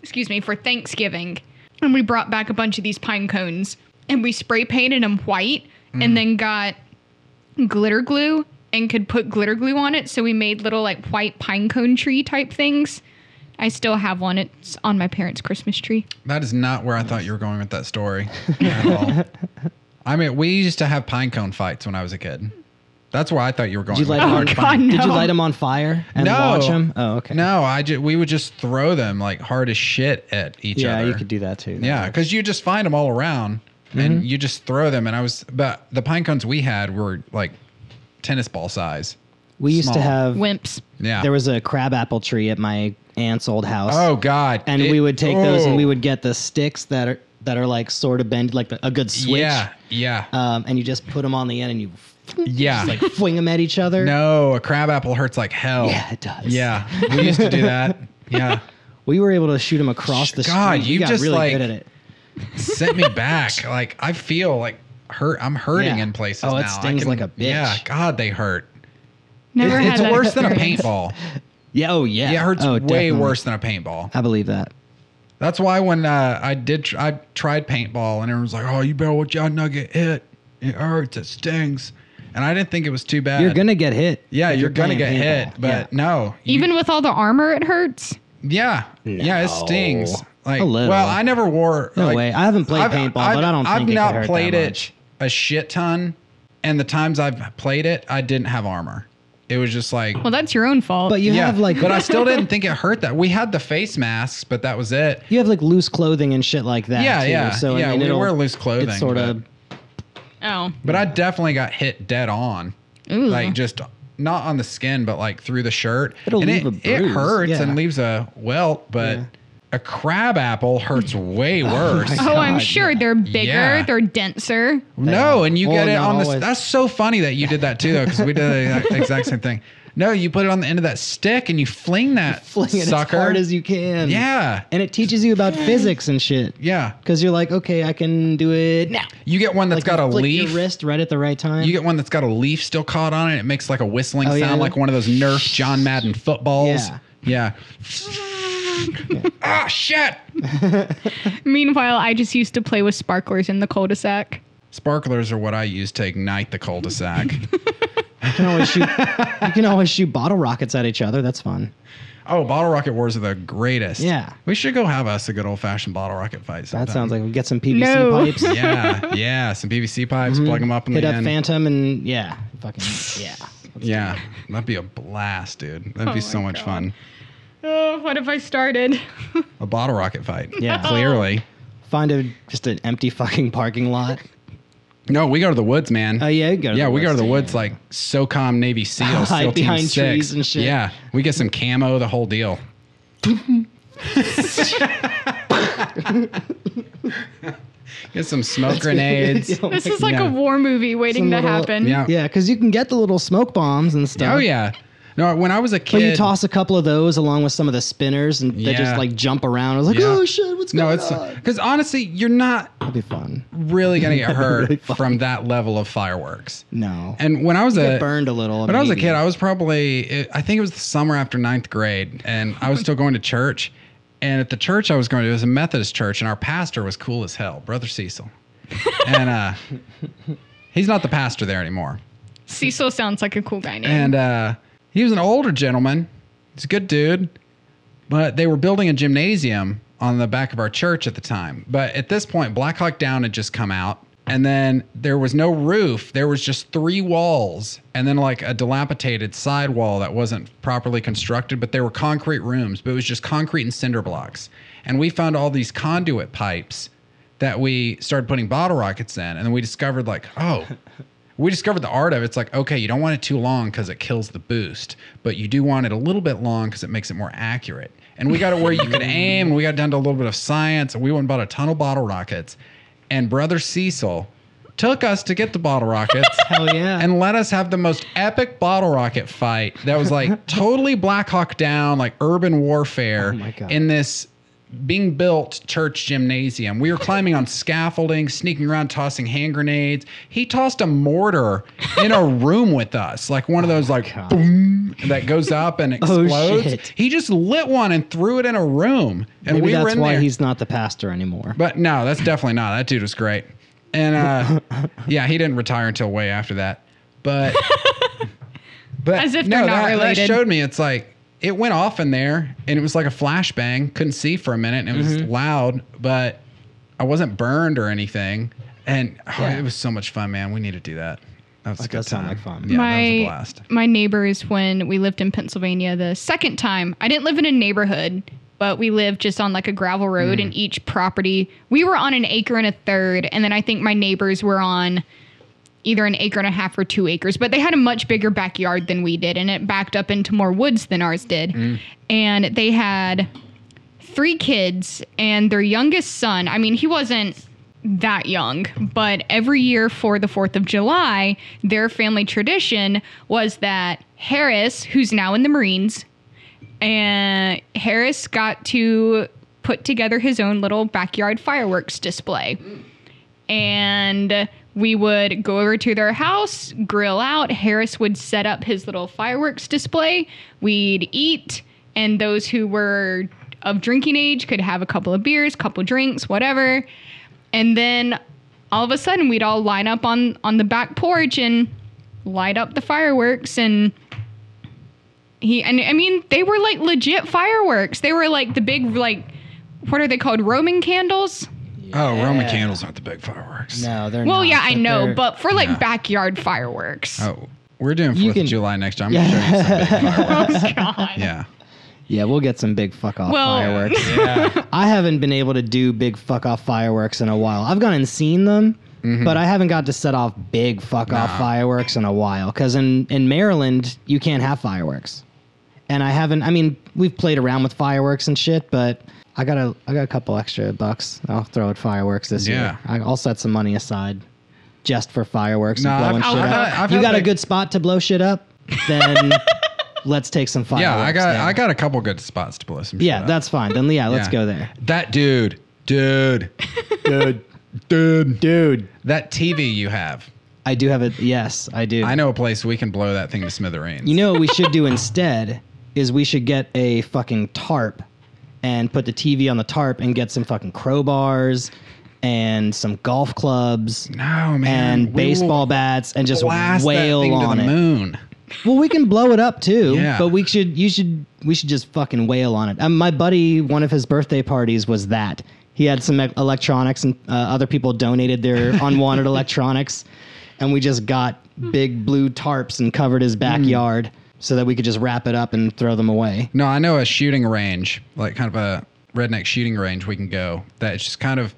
[SPEAKER 2] excuse me, for Thanksgiving. And we brought back a bunch of these pine cones and we spray painted them white
[SPEAKER 3] Mm.
[SPEAKER 2] and then got glitter glue and could put glitter glue on it. So we made little like white pine cone tree type things. I still have one. It's on my parents' Christmas tree.
[SPEAKER 1] That is not where I thought you were going with that story at all. I mean, we used to have pine cone fights when I was a kid. That's where I thought you were going.
[SPEAKER 3] Did you
[SPEAKER 1] with
[SPEAKER 3] light
[SPEAKER 1] that.
[SPEAKER 3] them
[SPEAKER 2] [laughs] Oh,
[SPEAKER 3] on
[SPEAKER 2] God,
[SPEAKER 3] fire? Did you
[SPEAKER 2] no.
[SPEAKER 3] light them on fire and
[SPEAKER 1] No.
[SPEAKER 3] launch them? Oh, okay.
[SPEAKER 1] No, I ju- we would just throw them like hard as shit at each
[SPEAKER 3] Yeah,
[SPEAKER 1] other.
[SPEAKER 3] you could do that Mm-hmm. too.
[SPEAKER 1] Yeah, because you just find them all around and you just throw them. And I was, but the pine cones we had were like tennis ball size.
[SPEAKER 3] We used to
[SPEAKER 1] Small.
[SPEAKER 3] have.
[SPEAKER 2] Wimps.
[SPEAKER 1] Yeah.
[SPEAKER 3] There was a crabapple tree at my aunt's old house.
[SPEAKER 1] oh God.
[SPEAKER 3] and
[SPEAKER 1] It-
[SPEAKER 3] we would take those
[SPEAKER 1] oh.
[SPEAKER 3] and we would get the sticks that are that are like sort of bended, like the, a good switch.
[SPEAKER 1] Yeah, yeah,
[SPEAKER 3] Um, and you just put them on the end and you [laughs]
[SPEAKER 1] yeah.
[SPEAKER 3] like fling them at each other.
[SPEAKER 1] no, a crab apple hurts like hell.
[SPEAKER 3] Yeah, it does.
[SPEAKER 1] Yeah, we used to do that. Yeah,
[SPEAKER 3] We were able to shoot them across the
[SPEAKER 1] God,
[SPEAKER 3] street. We
[SPEAKER 1] you
[SPEAKER 3] got
[SPEAKER 1] just,
[SPEAKER 3] really
[SPEAKER 1] like-
[SPEAKER 3] good at it.
[SPEAKER 1] sent me back. Like I feel like hurt. I'm hurting
[SPEAKER 3] Yeah.
[SPEAKER 1] in places
[SPEAKER 3] Oh, it
[SPEAKER 1] now. I
[SPEAKER 3] stings like a bitch.
[SPEAKER 1] Yeah, God, they hurt.
[SPEAKER 2] Never had
[SPEAKER 1] It's
[SPEAKER 2] that
[SPEAKER 1] worse than a
[SPEAKER 2] experience.
[SPEAKER 1] paintball.
[SPEAKER 3] Yeah. Oh yeah.
[SPEAKER 1] Yeah, it hurts
[SPEAKER 3] oh,
[SPEAKER 1] way
[SPEAKER 3] definitely.
[SPEAKER 1] worse than a paintball.
[SPEAKER 3] I believe that.
[SPEAKER 1] That's why when uh, I did, tr- I tried paintball, and everyone's like, "Oh, you better watch out, not get hit. It hurts. It stings." And I didn't think it was too bad.
[SPEAKER 3] You're gonna get hit.
[SPEAKER 1] yeah,
[SPEAKER 3] if
[SPEAKER 1] you're, gonna get
[SPEAKER 3] playing
[SPEAKER 1] hit,
[SPEAKER 3] paintball.
[SPEAKER 1] but no, you-
[SPEAKER 2] Even with all the armor, it hurts.
[SPEAKER 1] yeah, yeah, it
[SPEAKER 3] No.
[SPEAKER 1] stings. Like,
[SPEAKER 3] A little.
[SPEAKER 1] well, I never wore.
[SPEAKER 3] No
[SPEAKER 1] like,
[SPEAKER 3] way. I haven't played paintball, but I don't
[SPEAKER 1] I've
[SPEAKER 3] think it could
[SPEAKER 1] not
[SPEAKER 3] hurt that
[SPEAKER 1] played
[SPEAKER 3] much.
[SPEAKER 1] it a shit ton, and the times I've played it, I didn't have armor. It was just like.
[SPEAKER 2] Well, that's your own fault.
[SPEAKER 3] but you
[SPEAKER 1] yeah,
[SPEAKER 3] have like
[SPEAKER 1] but
[SPEAKER 3] [laughs]
[SPEAKER 1] I still didn't think it hurt that. We had the face masks, but that was it.
[SPEAKER 3] you have like loose clothing and shit like that.
[SPEAKER 1] Yeah,
[SPEAKER 3] too.
[SPEAKER 1] yeah,
[SPEAKER 3] So
[SPEAKER 1] yeah.
[SPEAKER 3] I mean,
[SPEAKER 1] we
[SPEAKER 3] it'll-
[SPEAKER 1] wear loose clothing.
[SPEAKER 3] It's sort
[SPEAKER 1] but-
[SPEAKER 3] of
[SPEAKER 2] oh.
[SPEAKER 1] But I definitely got hit dead on.
[SPEAKER 2] Ooh.
[SPEAKER 1] Like just not on the skin, but like through the shirt.
[SPEAKER 3] It'll
[SPEAKER 1] and
[SPEAKER 3] leave
[SPEAKER 1] it,
[SPEAKER 3] a
[SPEAKER 1] It
[SPEAKER 3] bruise,
[SPEAKER 1] hurts
[SPEAKER 3] yeah.
[SPEAKER 1] and leaves a welt, but
[SPEAKER 3] Yeah.
[SPEAKER 1] a crab apple hurts
[SPEAKER 3] [laughs]
[SPEAKER 1] way worse.
[SPEAKER 3] my
[SPEAKER 2] Oh, I'm
[SPEAKER 3] God,
[SPEAKER 2] sure they're bigger,
[SPEAKER 1] Yeah.
[SPEAKER 2] they're denser.
[SPEAKER 1] no, and you
[SPEAKER 3] Well,
[SPEAKER 1] get it
[SPEAKER 3] not
[SPEAKER 1] on the.
[SPEAKER 3] always.
[SPEAKER 1] That's so funny that you did that too, though, because we did
[SPEAKER 3] [laughs]
[SPEAKER 1] the exact- exact same thing. No, you put it on the end of that stick and you fling that
[SPEAKER 3] [laughs] fling it
[SPEAKER 1] sucker
[SPEAKER 3] as hard as you can.
[SPEAKER 1] Yeah,
[SPEAKER 3] And it teaches you about physics and shit.
[SPEAKER 1] yeah.
[SPEAKER 3] Because you're like, okay, I can do it now.
[SPEAKER 1] You get one that's
[SPEAKER 3] Like
[SPEAKER 1] got
[SPEAKER 3] you
[SPEAKER 1] a
[SPEAKER 3] flick
[SPEAKER 1] leaf.
[SPEAKER 3] Your wrist right at the right time.
[SPEAKER 1] You get one that's got a leaf still caught on it. It makes like a whistling
[SPEAKER 3] Oh,
[SPEAKER 1] sound,
[SPEAKER 3] yeah.
[SPEAKER 1] like one of those Nerf John Madden footballs.
[SPEAKER 3] Yeah. [laughs]
[SPEAKER 1] Yeah. ah, shit!
[SPEAKER 2] Meanwhile, I just used to play with sparklers in the cul-de-sac.
[SPEAKER 1] Sparklers are what I use to ignite the
[SPEAKER 3] [laughs]
[SPEAKER 1] cul-de-sac.
[SPEAKER 3] You can always shoot. you can always shoot bottle rockets at each other. That's fun.
[SPEAKER 1] oh, bottle rocket wars are the greatest.
[SPEAKER 3] Yeah.
[SPEAKER 1] We should go have us a good old-fashioned bottle rocket fight.
[SPEAKER 3] That
[SPEAKER 1] sometime.
[SPEAKER 3] sounds like we get some PVC
[SPEAKER 2] No.
[SPEAKER 1] [laughs]
[SPEAKER 3] pipes.
[SPEAKER 1] yeah, yeah. Some PVC pipes, plug 'em plug them up in
[SPEAKER 3] Mm-hmm. Hit
[SPEAKER 1] the
[SPEAKER 3] up
[SPEAKER 1] end.
[SPEAKER 3] Phantom and yeah, fucking yeah.
[SPEAKER 1] yeah, that'd be a blast, dude. That'd
[SPEAKER 2] my
[SPEAKER 1] be so much
[SPEAKER 2] God.
[SPEAKER 1] fun.
[SPEAKER 2] Oh, what have I started?
[SPEAKER 1] A bottle rocket fight.
[SPEAKER 3] Yeah.
[SPEAKER 1] clearly.
[SPEAKER 3] Find a just an empty fucking parking lot.
[SPEAKER 1] No, we go to the woods, man.
[SPEAKER 3] Oh yeah, you go. To
[SPEAKER 1] Yeah,
[SPEAKER 3] the
[SPEAKER 1] we go to
[SPEAKER 3] woods,
[SPEAKER 1] the
[SPEAKER 3] too.
[SPEAKER 1] woods like SOCOM
[SPEAKER 3] [laughs]
[SPEAKER 1] Navy SEALs,
[SPEAKER 3] Hide
[SPEAKER 1] SEAL Team
[SPEAKER 3] behind
[SPEAKER 1] Six.
[SPEAKER 3] trees and shit.
[SPEAKER 1] Yeah, we get some camo, the whole
[SPEAKER 3] [laughs]
[SPEAKER 1] deal. get some smoke grenades.
[SPEAKER 3] Oh,
[SPEAKER 2] This
[SPEAKER 3] my-
[SPEAKER 2] is like
[SPEAKER 1] Yeah.
[SPEAKER 2] a war movie waiting
[SPEAKER 3] Some
[SPEAKER 2] to
[SPEAKER 3] little-
[SPEAKER 2] happen.
[SPEAKER 1] Yeah.
[SPEAKER 3] [laughs] yeah, because you can get the little smoke bombs and stuff.
[SPEAKER 1] Oh yeah. No, when I was a kid,
[SPEAKER 3] But you toss a couple of those along with some of the spinners, and
[SPEAKER 1] Yeah.
[SPEAKER 3] they just like jump around. I was like,
[SPEAKER 1] Yeah.
[SPEAKER 3] oh shit, what's
[SPEAKER 1] No,
[SPEAKER 3] going
[SPEAKER 1] it's
[SPEAKER 3] on?
[SPEAKER 1] because honestly, you're not
[SPEAKER 3] That'd be fun.
[SPEAKER 1] really gonna get hurt
[SPEAKER 3] really fun.
[SPEAKER 1] from that level of fireworks.
[SPEAKER 3] No,
[SPEAKER 1] And when I was a
[SPEAKER 3] get burned a little.
[SPEAKER 1] When I was a
[SPEAKER 3] maybe.
[SPEAKER 1] kid, I was probably, it- I think it was the summer after ninth grade, and I was still going to church. And at the church I was going to, it was a Methodist church, and our pastor was cool as hell, Brother Cecil. and uh, [laughs] he's not the pastor there anymore.
[SPEAKER 2] Cecil sounds like a cool guy name.
[SPEAKER 1] And uh, he was an older gentleman. He's a good dude. But they were building a gymnasium on the back of our church at the time. But at this point, Black Hawk Down had just come out. And then there was no roof. There was just three walls and then like a dilapidated sidewall that wasn't properly constructed, but they were concrete rooms, but it was just concrete and cinder blocks. And we found all these conduit pipes that we started putting bottle rockets in. And then we discovered, like, oh, we discovered the art of it. it's like okay, you don't want it too long because it kills the boost, but you do want it a little bit long because it makes it more accurate. And we got it where you
[SPEAKER 3] [laughs]
[SPEAKER 1] could aim. And we got down to a little bit of science, and we went and bought a ton of bottle rockets. And brother Cecil took us to get the bottle rockets.
[SPEAKER 3] [laughs] Hell yeah.
[SPEAKER 1] and let us have the most epic bottle rocket fight that was
[SPEAKER 3] [laughs]
[SPEAKER 1] like totally Black Hawk Down, like urban warfare
[SPEAKER 3] Oh my God.
[SPEAKER 1] in this being built church gymnasium. We were climbing on scaffolding, sneaking around, tossing hand grenades. He tossed a mortar in
[SPEAKER 3] [laughs]
[SPEAKER 1] a room with us, like one of those like
[SPEAKER 3] Oh God.
[SPEAKER 1] boom that goes up and
[SPEAKER 3] [laughs] Oh,
[SPEAKER 1] explodes.
[SPEAKER 3] shit.
[SPEAKER 1] He just lit one and threw it in a room, and
[SPEAKER 3] Maybe
[SPEAKER 1] we were
[SPEAKER 3] that's
[SPEAKER 1] in
[SPEAKER 3] why
[SPEAKER 1] there.
[SPEAKER 3] he's not the pastor anymore.
[SPEAKER 1] But no, that's definitely not. That dude was great. And uh, yeah, he didn't retire until way after that. But but
[SPEAKER 2] As if they're not
[SPEAKER 1] that,
[SPEAKER 2] related.
[SPEAKER 1] that showed me it's like it went off in there and it was like a flashbang. Couldn't see for a minute and it was loud, but I wasn't burned or anything. And oh,
[SPEAKER 3] Yeah.
[SPEAKER 1] it was so much fun, man. We need to do that. That was a good
[SPEAKER 3] does sound
[SPEAKER 1] time.
[SPEAKER 3] like fun.
[SPEAKER 1] Yeah, that was
[SPEAKER 2] my
[SPEAKER 1] a blast.
[SPEAKER 2] my neighbors when we lived in Pennsylvania the second time. I didn't live in a neighborhood, but we lived just on like a gravel road
[SPEAKER 1] Mm.
[SPEAKER 2] and each property we were on an acre and a third and then I think my neighbors were on either an acre and a half or 2 acres, but they had a much bigger backyard than we did and it backed up into more woods than ours did.
[SPEAKER 1] Mm.
[SPEAKER 2] And they had three kids and their youngest son i mean he wasn't that young but every year for the 4th of july their family tradition was that harris who's now in the marines and harris got to put together his own little backyard fireworks display and we would go over to their house, grill out. Harris would set up his little fireworks display. We'd eat, and those who were of drinking age could have a couple of beers, couple drinks, whatever. And then all of a sudden, we'd all line up on on the back porch and light up the fireworks and he and I mean they were like legit fireworks. They were like the big like what are they called? Roman candles?
[SPEAKER 1] Oh, Roman
[SPEAKER 3] Yeah.
[SPEAKER 1] candles aren't the big fireworks.
[SPEAKER 3] No, they're
[SPEAKER 2] Well,
[SPEAKER 3] not,
[SPEAKER 2] yeah, I know,
[SPEAKER 3] they're-
[SPEAKER 2] but for like
[SPEAKER 1] Yeah.
[SPEAKER 2] backyard fireworks.
[SPEAKER 1] Oh, we're doing
[SPEAKER 3] You
[SPEAKER 1] Fourth
[SPEAKER 3] can-
[SPEAKER 1] of July next time. I'm gonna show you some big fireworks.
[SPEAKER 2] God.
[SPEAKER 1] Yeah.
[SPEAKER 3] yeah, we'll get some big fuck off
[SPEAKER 2] Well-
[SPEAKER 3] fireworks.
[SPEAKER 1] Yeah.
[SPEAKER 3] I haven't been able to do big fuck off fireworks in a while. I've gone and seen them, but I haven't got to set off big fuck off
[SPEAKER 1] Mm-hmm. Nah.
[SPEAKER 3] fireworks in a while. Because in, in Maryland, you can't have fireworks. And I haven't, I mean, we've played around with fireworks and shit, but I got a, I got a couple extra bucks. I'll throw at fireworks this
[SPEAKER 1] Yeah.
[SPEAKER 3] year. I- I'll set some money aside just for fireworks
[SPEAKER 1] Nah, I've-
[SPEAKER 3] and blowing
[SPEAKER 1] I've
[SPEAKER 3] shit
[SPEAKER 1] had- [laughs]
[SPEAKER 3] up.
[SPEAKER 1] I've
[SPEAKER 3] you
[SPEAKER 1] had
[SPEAKER 3] got a
[SPEAKER 1] like-
[SPEAKER 3] good spot to blow shit up?
[SPEAKER 1] [laughs]
[SPEAKER 3] Then let's take some fireworks.
[SPEAKER 1] Yeah, I got
[SPEAKER 3] then.
[SPEAKER 1] I got a couple good spots to blow some shit
[SPEAKER 3] Yeah,
[SPEAKER 1] up.
[SPEAKER 3] that's fine. Then, yeah, let's
[SPEAKER 1] Yeah.
[SPEAKER 3] go there.
[SPEAKER 1] that dude, dude,
[SPEAKER 3] [laughs] Dude,
[SPEAKER 1] dude.
[SPEAKER 3] dude.
[SPEAKER 1] That TV you have,
[SPEAKER 3] I do have a yes, I do.
[SPEAKER 1] I know a place we can blow that thing to smithereens.
[SPEAKER 3] You know what we should do instead is we should get a fucking tarp and put the TV on the tarp and get some fucking crowbars and some golf clubs
[SPEAKER 1] no man, we
[SPEAKER 3] and
[SPEAKER 1] will
[SPEAKER 3] baseball bats and just
[SPEAKER 1] blast
[SPEAKER 3] wail
[SPEAKER 1] that thing
[SPEAKER 3] on
[SPEAKER 1] to the
[SPEAKER 3] it.
[SPEAKER 1] moon.
[SPEAKER 3] Well, we can blow it up too,
[SPEAKER 1] Yeah.
[SPEAKER 3] but we should you should we should just fucking wail on it. Um, my buddy, one of his birthday parties was that. He had some e- electronics and uh, other people
[SPEAKER 1] [laughs]
[SPEAKER 3] donated their unwanted electronics and we just got big blue tarps and covered
[SPEAKER 1] Hmm.
[SPEAKER 3] his backyard so that we could just wrap it up and throw them away.
[SPEAKER 1] No, I know a shooting range, like kind of a redneck shooting range we can go. That it's just kind of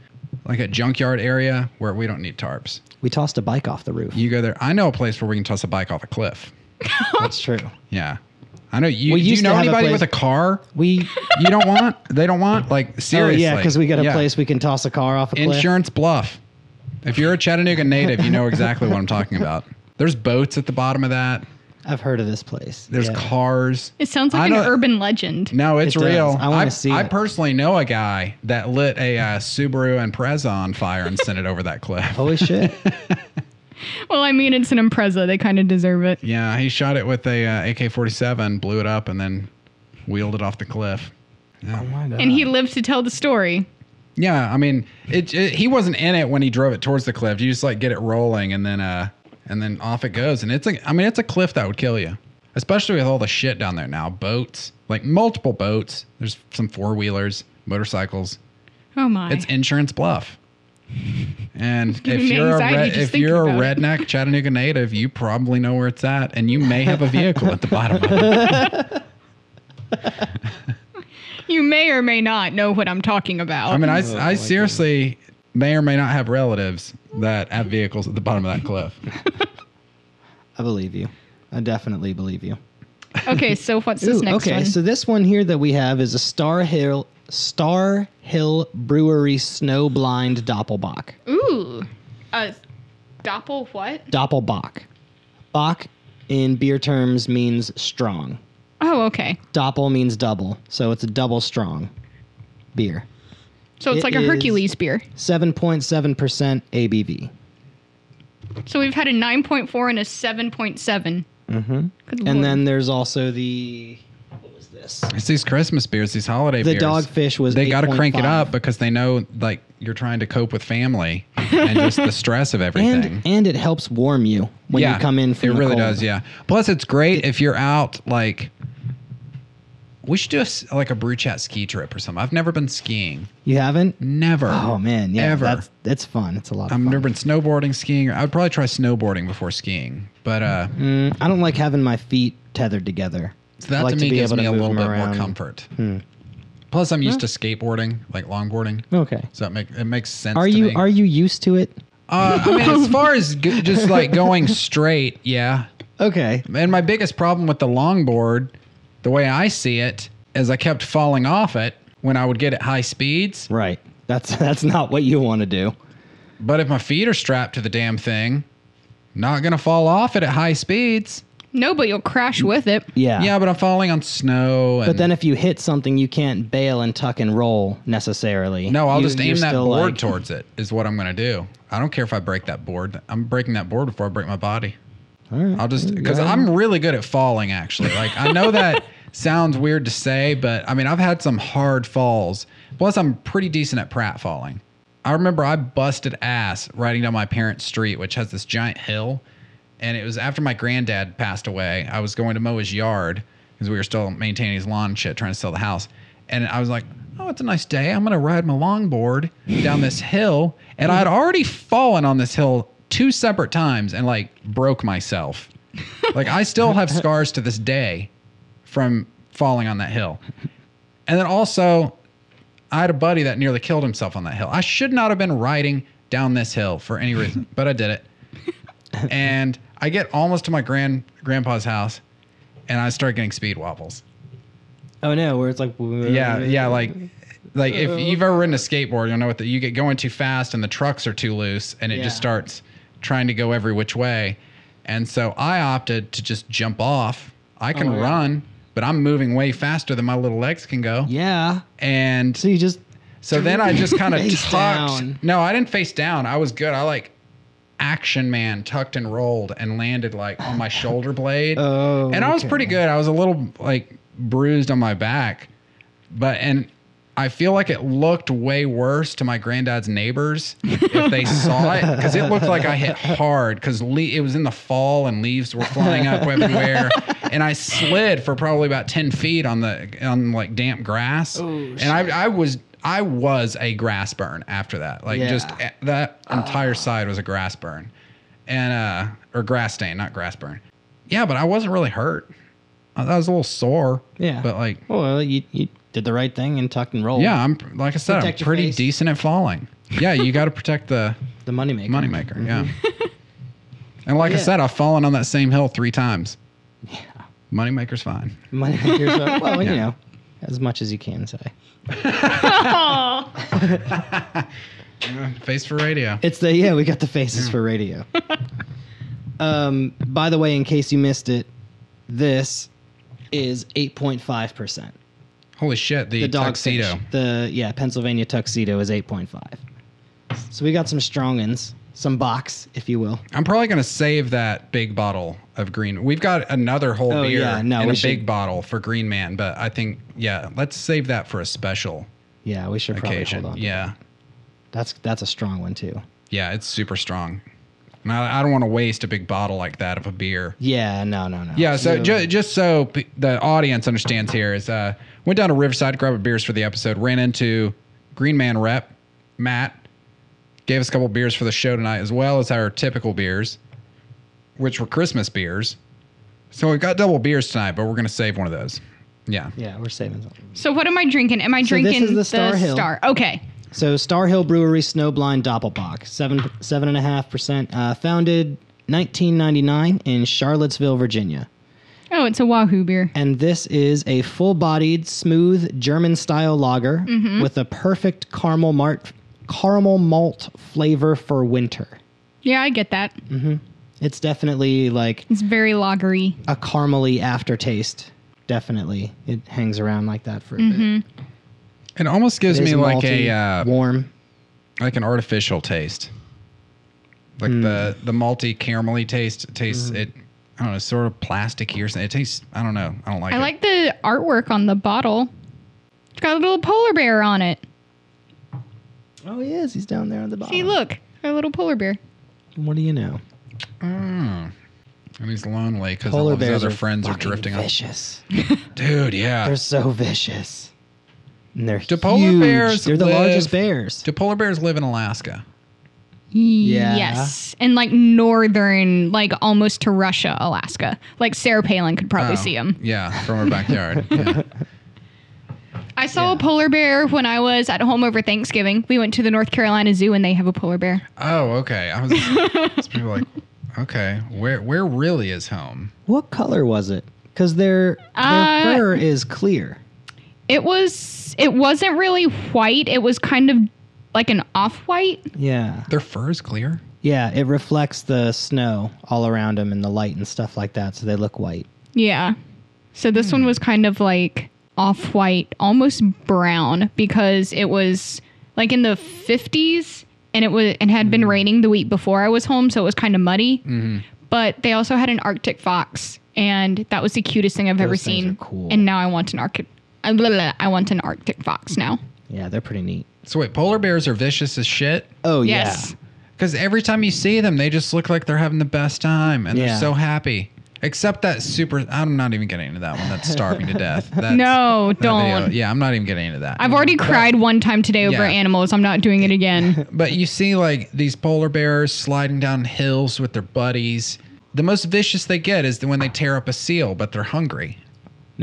[SPEAKER 1] like a junkyard area where we don't need tarps.
[SPEAKER 3] We tossed a bike off the roof.
[SPEAKER 1] You go there. I know a place where we can toss a bike off a cliff. [laughs]
[SPEAKER 3] That's true.
[SPEAKER 1] Yeah. I know you.
[SPEAKER 3] We
[SPEAKER 1] do
[SPEAKER 3] used
[SPEAKER 1] you
[SPEAKER 3] to
[SPEAKER 1] know
[SPEAKER 3] have a
[SPEAKER 1] anybody
[SPEAKER 3] place-
[SPEAKER 1] with a car?
[SPEAKER 3] We
[SPEAKER 1] You don't want? They don't want? Like
[SPEAKER 3] Oh
[SPEAKER 1] seriously?
[SPEAKER 3] yeah, cuz we got a
[SPEAKER 1] Yeah.
[SPEAKER 3] place we can toss a car off a cliff.
[SPEAKER 1] Insurance Bluff. If you're a Chattanooga native, you know exactly what I'm talking about. There's boats at the bottom of that.
[SPEAKER 3] I've heard of this place.
[SPEAKER 1] There's
[SPEAKER 3] Yeah.
[SPEAKER 1] cars.
[SPEAKER 2] It sounds like
[SPEAKER 1] I
[SPEAKER 2] an
[SPEAKER 1] don't-
[SPEAKER 2] urban legend.
[SPEAKER 1] No, it's
[SPEAKER 3] It does.
[SPEAKER 1] real.
[SPEAKER 3] I wanna
[SPEAKER 1] I-
[SPEAKER 3] see
[SPEAKER 1] I
[SPEAKER 3] it.
[SPEAKER 1] personally know a guy that lit a uh, Subaru and Impreza on fire and sent it over that cliff. [laughs]
[SPEAKER 3] Holy shit.
[SPEAKER 2] Well, I mean, it's an Impreza. They kind of deserve it.
[SPEAKER 1] Yeah, he shot it with a uh, AK-47, blew it up, and then wheeled it off the cliff.
[SPEAKER 3] oh my god.
[SPEAKER 2] And he lived to tell the story.
[SPEAKER 1] Yeah, I mean, it, it- He wasn't in it when he drove it towards the cliff. You just like get it rolling, and then uh, and then off it goes. And it's like, I mean, it's a cliff that would kill you, especially with all the shit down there now. Boats, like multiple boats. There's some four wheelers, motorcycles.
[SPEAKER 2] Oh my!
[SPEAKER 1] It's insurance bluff.
[SPEAKER 2] [laughs]
[SPEAKER 1] And if
[SPEAKER 2] me
[SPEAKER 1] you're a
[SPEAKER 2] anxiety
[SPEAKER 1] red,
[SPEAKER 2] just
[SPEAKER 1] if
[SPEAKER 2] thinking
[SPEAKER 1] you're a
[SPEAKER 2] about it.
[SPEAKER 1] redneck Chattanooga native, you probably know where it's at, and you may have a vehicle at the bottom of it.
[SPEAKER 2] you may or may not know what I'm talking about.
[SPEAKER 1] I mean, I, I seriously may or may not have relatives that have vehicles at the bottom of that cliff.
[SPEAKER 3] I believe you. I definitely believe you.
[SPEAKER 2] Okay, so what's this
[SPEAKER 3] Ooh,
[SPEAKER 2] next
[SPEAKER 3] okay,
[SPEAKER 2] one?
[SPEAKER 3] so this one here that we have is a Star Hill Star Hill Brewery Snow Blind Doppelbock.
[SPEAKER 2] Ooh, a doppel what?
[SPEAKER 3] Doppelbock. Bock in beer terms means strong.
[SPEAKER 2] Oh, okay.
[SPEAKER 3] Doppel means double, so it's a double strong beer.
[SPEAKER 2] So it's
[SPEAKER 3] It
[SPEAKER 2] like a
[SPEAKER 3] is-
[SPEAKER 2] Hercules beer.
[SPEAKER 3] 7.7% ABV.
[SPEAKER 2] So we've had a 9.4 and a 7.7.
[SPEAKER 3] Mm-hmm.
[SPEAKER 2] Good
[SPEAKER 3] And
[SPEAKER 2] lord.
[SPEAKER 3] then there's also the what was this?
[SPEAKER 1] It's these Christmas beers, these holiday
[SPEAKER 3] The
[SPEAKER 1] beers.
[SPEAKER 3] dogfish was
[SPEAKER 1] They got to crank it
[SPEAKER 3] 8.5.
[SPEAKER 1] up because they know like you're trying to cope with family and just the stress of everything.
[SPEAKER 3] [laughs] And and it helps warm you when you come in from
[SPEAKER 1] it
[SPEAKER 3] the
[SPEAKER 1] really
[SPEAKER 3] cold.
[SPEAKER 1] does yeah plus it's great if you're out like we should do a s like a brew chat ski trip or something i've never been skiing
[SPEAKER 3] You haven't?
[SPEAKER 1] never
[SPEAKER 3] Oh man, yeah.
[SPEAKER 1] ever
[SPEAKER 3] That's that's fun. It's a lot of
[SPEAKER 1] i've
[SPEAKER 3] fun.
[SPEAKER 1] never been snowboarding skiing or i'd probably try snowboarding before skiing but uh
[SPEAKER 3] Mm, I don't like having my feet tethered together.
[SPEAKER 1] so that
[SPEAKER 3] I like
[SPEAKER 1] to me
[SPEAKER 3] be
[SPEAKER 1] gives
[SPEAKER 3] able to
[SPEAKER 1] me a
[SPEAKER 3] move
[SPEAKER 1] little bit
[SPEAKER 3] them
[SPEAKER 1] more
[SPEAKER 3] around. Hmm.
[SPEAKER 1] comfort plus i'm used to skateboarding like longboarding
[SPEAKER 3] Okay.
[SPEAKER 1] so that make it makes sense
[SPEAKER 3] Are
[SPEAKER 1] to
[SPEAKER 3] you
[SPEAKER 1] me.
[SPEAKER 3] are you used to it?
[SPEAKER 1] uh, i mean as far as g- just like going straight yeah
[SPEAKER 3] Okay.
[SPEAKER 1] And my biggest problem with the longboard, the way I see it, is I kept falling off it when I would get at high speeds.
[SPEAKER 3] Right. That's [laughs] that's not what you want to do.
[SPEAKER 1] But if my feet are strapped to the damn thing, not gonna fall off it at high speeds.
[SPEAKER 2] no, but you'll crash with it.
[SPEAKER 3] Yeah.
[SPEAKER 1] Yeah, but I'm falling on snow. And
[SPEAKER 3] But then if you hit something, you can't bail and tuck and roll necessarily.
[SPEAKER 1] no, I'll
[SPEAKER 3] You-
[SPEAKER 1] just
[SPEAKER 3] you're
[SPEAKER 1] aim that
[SPEAKER 3] still,
[SPEAKER 1] board
[SPEAKER 3] like-
[SPEAKER 1] towards it. Is what I'm gonna do. I don't care if I break that board. I'm breaking that board before I break my body.
[SPEAKER 3] All right.
[SPEAKER 1] I'll just because I'm really good at falling. Actually, like I know
[SPEAKER 3] [laughs]
[SPEAKER 1] that sounds weird to say, but I mean I've had some hard falls. Plus, I'm pretty decent at prat falling. I remember I busted ass riding down my parents' street, which has this giant hill, and it was after my granddad passed away. I was going to mow his yard because we were still maintaining his lawn and shit, trying to sell the house, and I was like. Oh, it's a nice day. I'm gonna ride my longboard down this hill, and I'd already fallen on this hill two separate times and like broke myself. Like I still have scars to this day from falling on that hill. And then also I had a buddy that nearly killed himself on that hill. I should not have been riding down this hill for any reason, but I did it. And I get almost to my grand grandpa's house and I start getting speed wobbles.
[SPEAKER 3] Oh no, where it's like.
[SPEAKER 1] Yeah, yeah, like like if you've ever ridden a skateboard, you'll know what the, you get going too fast and the trucks are too loose and it just
[SPEAKER 3] Yeah.
[SPEAKER 1] starts trying to go every which way. And so I opted to just jump off. I can
[SPEAKER 3] my God.
[SPEAKER 1] run, but I'm moving way faster than my little legs can go.
[SPEAKER 3] Yeah.
[SPEAKER 1] And
[SPEAKER 3] So you just.
[SPEAKER 1] so then I just kind of
[SPEAKER 3] [laughs] Face
[SPEAKER 1] tucked.
[SPEAKER 3] down.
[SPEAKER 1] No, I didn't face down. I was good. I like action man tucked and rolled and landed like on my shoulder blade.
[SPEAKER 3] Oh,
[SPEAKER 1] and I was
[SPEAKER 3] okay.
[SPEAKER 1] pretty good. I was a little like bruised on my back, but and I feel like it looked way worse to my granddad's neighbors if they saw it because it looked like I hit hard because le- it was in the fall and leaves were flying
[SPEAKER 3] [laughs]
[SPEAKER 1] up everywhere, and I slid for probably about ten feet on the on like damp grass, and I, I was. I was a grass burn after that. Like
[SPEAKER 3] Yeah. Ah.
[SPEAKER 1] just a- that entire side was a grass burn. And uh or grass stain, not grass burn. Yeah, but I wasn't really hurt. I I was a little sore.
[SPEAKER 3] Yeah.
[SPEAKER 1] But like
[SPEAKER 3] oh, Well, you you did the right thing and tucked and rolled.
[SPEAKER 1] yeah, I'm like I said,
[SPEAKER 3] Protect
[SPEAKER 1] I'm
[SPEAKER 3] your
[SPEAKER 1] pretty
[SPEAKER 3] face.
[SPEAKER 1] decent at falling. Yeah, you gotta protect the
[SPEAKER 3] [laughs] The moneymaker.
[SPEAKER 1] moneymaker. Yeah.
[SPEAKER 3] [laughs]
[SPEAKER 1] and like I
[SPEAKER 3] Yeah.
[SPEAKER 1] said, I've fallen on that same hill three times. Yeah. Moneymaker's fine.
[SPEAKER 3] Moneymaker's like, well,
[SPEAKER 1] [laughs] Yeah.
[SPEAKER 3] you know, as much as you can say.
[SPEAKER 2] Oh,
[SPEAKER 1] Face for radio.
[SPEAKER 3] It's the yeah, we got the
[SPEAKER 1] Mm.
[SPEAKER 3] faces for radio. um, by the way, in case you missed it, this is eight point five percent.
[SPEAKER 1] Holy shit, the,
[SPEAKER 3] The dog
[SPEAKER 1] tuxedo.
[SPEAKER 3] The yeah, Pennsylvania tuxedo is eight point five. So we got some strong ins, some box, if you will.
[SPEAKER 1] I'm probably gonna save that big bottle of green. We've got another whole
[SPEAKER 3] Oh,
[SPEAKER 1] beer
[SPEAKER 3] yeah, no,
[SPEAKER 1] in
[SPEAKER 3] we
[SPEAKER 1] a
[SPEAKER 3] should-
[SPEAKER 1] big bottle for Green Man, but I think yeah, let's save that for a special
[SPEAKER 3] Yeah, we should probably
[SPEAKER 1] occasion.
[SPEAKER 3] hold on. to that.
[SPEAKER 1] Yeah,
[SPEAKER 3] that's that's a strong one too.
[SPEAKER 1] yeah, it's super strong. And I, I don't want to waste a big bottle like that of a beer.
[SPEAKER 3] Yeah, no, no, no.
[SPEAKER 1] Yeah, so
[SPEAKER 3] No.
[SPEAKER 1] ju- just so p- the audience understands here is uh went down to Riverside to grab a beers for the episode, ran into Green Man rep, Matt, gave us a couple beers for the show tonight as well as our typical beers, which were Christmas beers. So we've got double beers tonight, but we're going to save one of those. Yeah.
[SPEAKER 3] yeah, we're saving something.
[SPEAKER 2] so what am I drinking? Am I
[SPEAKER 3] this
[SPEAKER 2] drinking
[SPEAKER 3] is the Star Hill.
[SPEAKER 2] Star? Okay.
[SPEAKER 3] So Star Hill Brewery Snowblind Doppelbock, seven seven and a half percent, uh, founded 1999 in Charlottesville, Virginia.
[SPEAKER 2] Oh, it's a Wahoo beer.
[SPEAKER 3] And this is a full bodied, smooth German style lager
[SPEAKER 2] Mm-hmm.
[SPEAKER 3] with a perfect caramel malt, caramel malt flavor for winter.
[SPEAKER 2] Yeah, I get that.
[SPEAKER 3] Mm. It's definitely like
[SPEAKER 2] It's very lagery.
[SPEAKER 3] a caramely aftertaste. Definitely. It hangs around like that for a
[SPEAKER 2] Mm-hmm.
[SPEAKER 3] bit.
[SPEAKER 1] It almost gives
[SPEAKER 3] It is
[SPEAKER 1] me like a
[SPEAKER 3] malty,
[SPEAKER 1] uh,
[SPEAKER 3] warm.
[SPEAKER 1] like an artificial taste. Like the the malty caramelly taste tastes it. I don't know, sort of plasticky or something. It tastes. I don't know. I don't like.
[SPEAKER 2] I
[SPEAKER 1] it.
[SPEAKER 2] like the artwork on the bottle. It's got a little polar bear on it.
[SPEAKER 3] Oh, he is. He's down there on the bottom.
[SPEAKER 2] See, look, a little polar bear.
[SPEAKER 3] What do you know?
[SPEAKER 1] And he's lonely because all
[SPEAKER 3] Polar
[SPEAKER 1] of his
[SPEAKER 3] bears
[SPEAKER 1] other
[SPEAKER 3] are
[SPEAKER 1] friends are
[SPEAKER 3] fucking
[SPEAKER 1] drifting off.
[SPEAKER 3] vicious.
[SPEAKER 1] Dude, yeah.
[SPEAKER 3] They're so vicious. And they're
[SPEAKER 1] Do polar
[SPEAKER 3] huge.
[SPEAKER 1] bears
[SPEAKER 3] They're the
[SPEAKER 1] live-
[SPEAKER 3] largest bears.
[SPEAKER 1] Do polar bears live in Alaska?
[SPEAKER 3] Yeah.
[SPEAKER 2] Yes. And like northern, like almost to Russia, Alaska. Like Sarah Palin could probably
[SPEAKER 1] Oh,
[SPEAKER 2] see them.
[SPEAKER 1] Yeah, from her
[SPEAKER 3] [laughs]
[SPEAKER 1] backyard. yeah.
[SPEAKER 2] I saw a polar bear when I was at home over Thanksgiving. We went to the North Carolina Zoo and they have a polar bear.
[SPEAKER 1] Oh, okay. I was. It's people like, okay, where where really is home?
[SPEAKER 3] What color was it? Because their, their
[SPEAKER 2] Uh,
[SPEAKER 3] fur is clear.
[SPEAKER 2] It was it wasn't really white. It was kind of like an off-white.
[SPEAKER 3] Yeah.
[SPEAKER 1] Their fur is clear.
[SPEAKER 3] Yeah, it reflects the snow all around them and the light and stuff like that, so they look white.
[SPEAKER 2] Yeah. So this
[SPEAKER 1] Hmm.
[SPEAKER 2] one was kind of like off white, almost brown, because it was like in the 50s and it was and had been
[SPEAKER 1] Hmm.
[SPEAKER 2] raining the week before I was home, so it was kind of muddy.
[SPEAKER 1] Mm-hmm.
[SPEAKER 2] But they also had an Arctic fox, and that was the cutest thing I've ever
[SPEAKER 3] Those things
[SPEAKER 2] seen.
[SPEAKER 3] are cool.
[SPEAKER 2] And now I want an Arctic. uh, blah, blah, blah, I want an Arctic fox now.
[SPEAKER 3] Yeah, they're pretty neat.
[SPEAKER 1] So wait, polar bears are vicious as shit.
[SPEAKER 3] Oh
[SPEAKER 2] Yes.
[SPEAKER 1] Because every time you see them, they just look like they're having the best time and they're
[SPEAKER 3] Yeah.
[SPEAKER 1] so happy. Except that super. I'm not even getting into that one. That's starving to death. That's,
[SPEAKER 2] [laughs] No,
[SPEAKER 1] that video-
[SPEAKER 2] don't.
[SPEAKER 1] Yeah, I'm not even getting into that.
[SPEAKER 2] I've already cried one time today over
[SPEAKER 1] Yeah.
[SPEAKER 2] animals. I'm not doing
[SPEAKER 1] [laughs]
[SPEAKER 2] it again.
[SPEAKER 1] But you see, like these polar bears sliding down hills with their buddies. The most vicious they get is when they tear up a seal, but they're hungry.
[SPEAKER 3] yeah.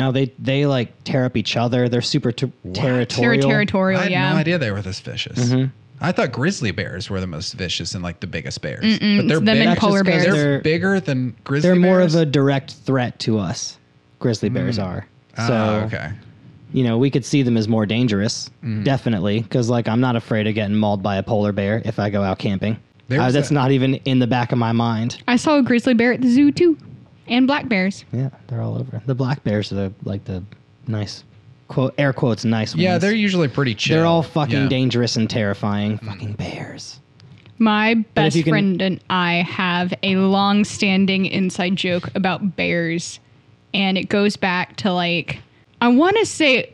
[SPEAKER 3] Now they they like tear up each other. They're super ter-
[SPEAKER 2] They're
[SPEAKER 3] territorial.
[SPEAKER 1] I
[SPEAKER 2] territorial,
[SPEAKER 1] had
[SPEAKER 2] yeah.
[SPEAKER 1] no idea they were this vicious.
[SPEAKER 3] Mm-hmm.
[SPEAKER 1] I thought grizzly bears were the most vicious and like the biggest bears, but they're
[SPEAKER 2] it's them and
[SPEAKER 1] big- they're
[SPEAKER 2] polar bears.
[SPEAKER 3] They're-
[SPEAKER 1] bigger than grizzly.
[SPEAKER 3] They're more
[SPEAKER 1] bears?
[SPEAKER 3] of a direct threat to us. Grizzly bears are. So
[SPEAKER 1] Oh, okay. Mm-hmm.
[SPEAKER 3] you know we could see them as more dangerous, definitely. Because like I'm not afraid of getting mauled by a polar bear if I go out camping.
[SPEAKER 1] There
[SPEAKER 3] Uh,
[SPEAKER 1] was
[SPEAKER 3] that's
[SPEAKER 1] a-
[SPEAKER 3] not even in the back of my mind.
[SPEAKER 2] I saw a grizzly bear at the zoo too, and black bears.
[SPEAKER 3] Yeah, they're all over. The black bears are the like the nice quote air quotes nice ones.
[SPEAKER 1] Yeah, they're usually pretty chill.
[SPEAKER 3] They're all fucking
[SPEAKER 1] Yeah.
[SPEAKER 3] dangerous and terrifying. Fucking bears.
[SPEAKER 2] My
[SPEAKER 3] But if
[SPEAKER 2] best
[SPEAKER 3] you can-
[SPEAKER 2] friend and I have a long standing inside joke about bears. And it goes back to like, I want to say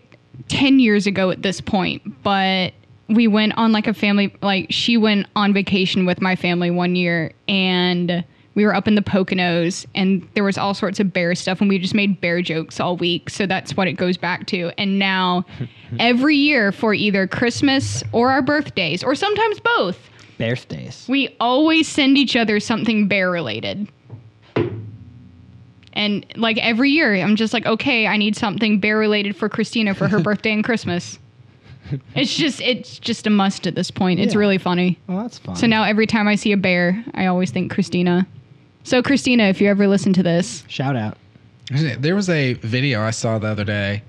[SPEAKER 2] 10 years ago at this point, but we went on like a family, like, she went on vacation with my family one year and we were up in the Poconos and there was all sorts of bear stuff and we just made bear jokes all week. So that's what it goes back to. And
[SPEAKER 3] [laughs]
[SPEAKER 2] now every year for either Christmas or our birthdays or sometimes both,
[SPEAKER 3] Birthdays.
[SPEAKER 2] we always send each other something bear related. And like every year, I'm just like, okay, I need something bear related for Christina for her
[SPEAKER 3] [laughs]
[SPEAKER 2] birthday and Christmas. It's just, it's just a must at this point. It's
[SPEAKER 3] Yeah.
[SPEAKER 2] really funny.
[SPEAKER 3] Well, that's fun.
[SPEAKER 2] So now every time I see a bear, I always think Christina. So Christina, if you ever listen to this,
[SPEAKER 3] shout out.
[SPEAKER 1] There was a video I saw the other day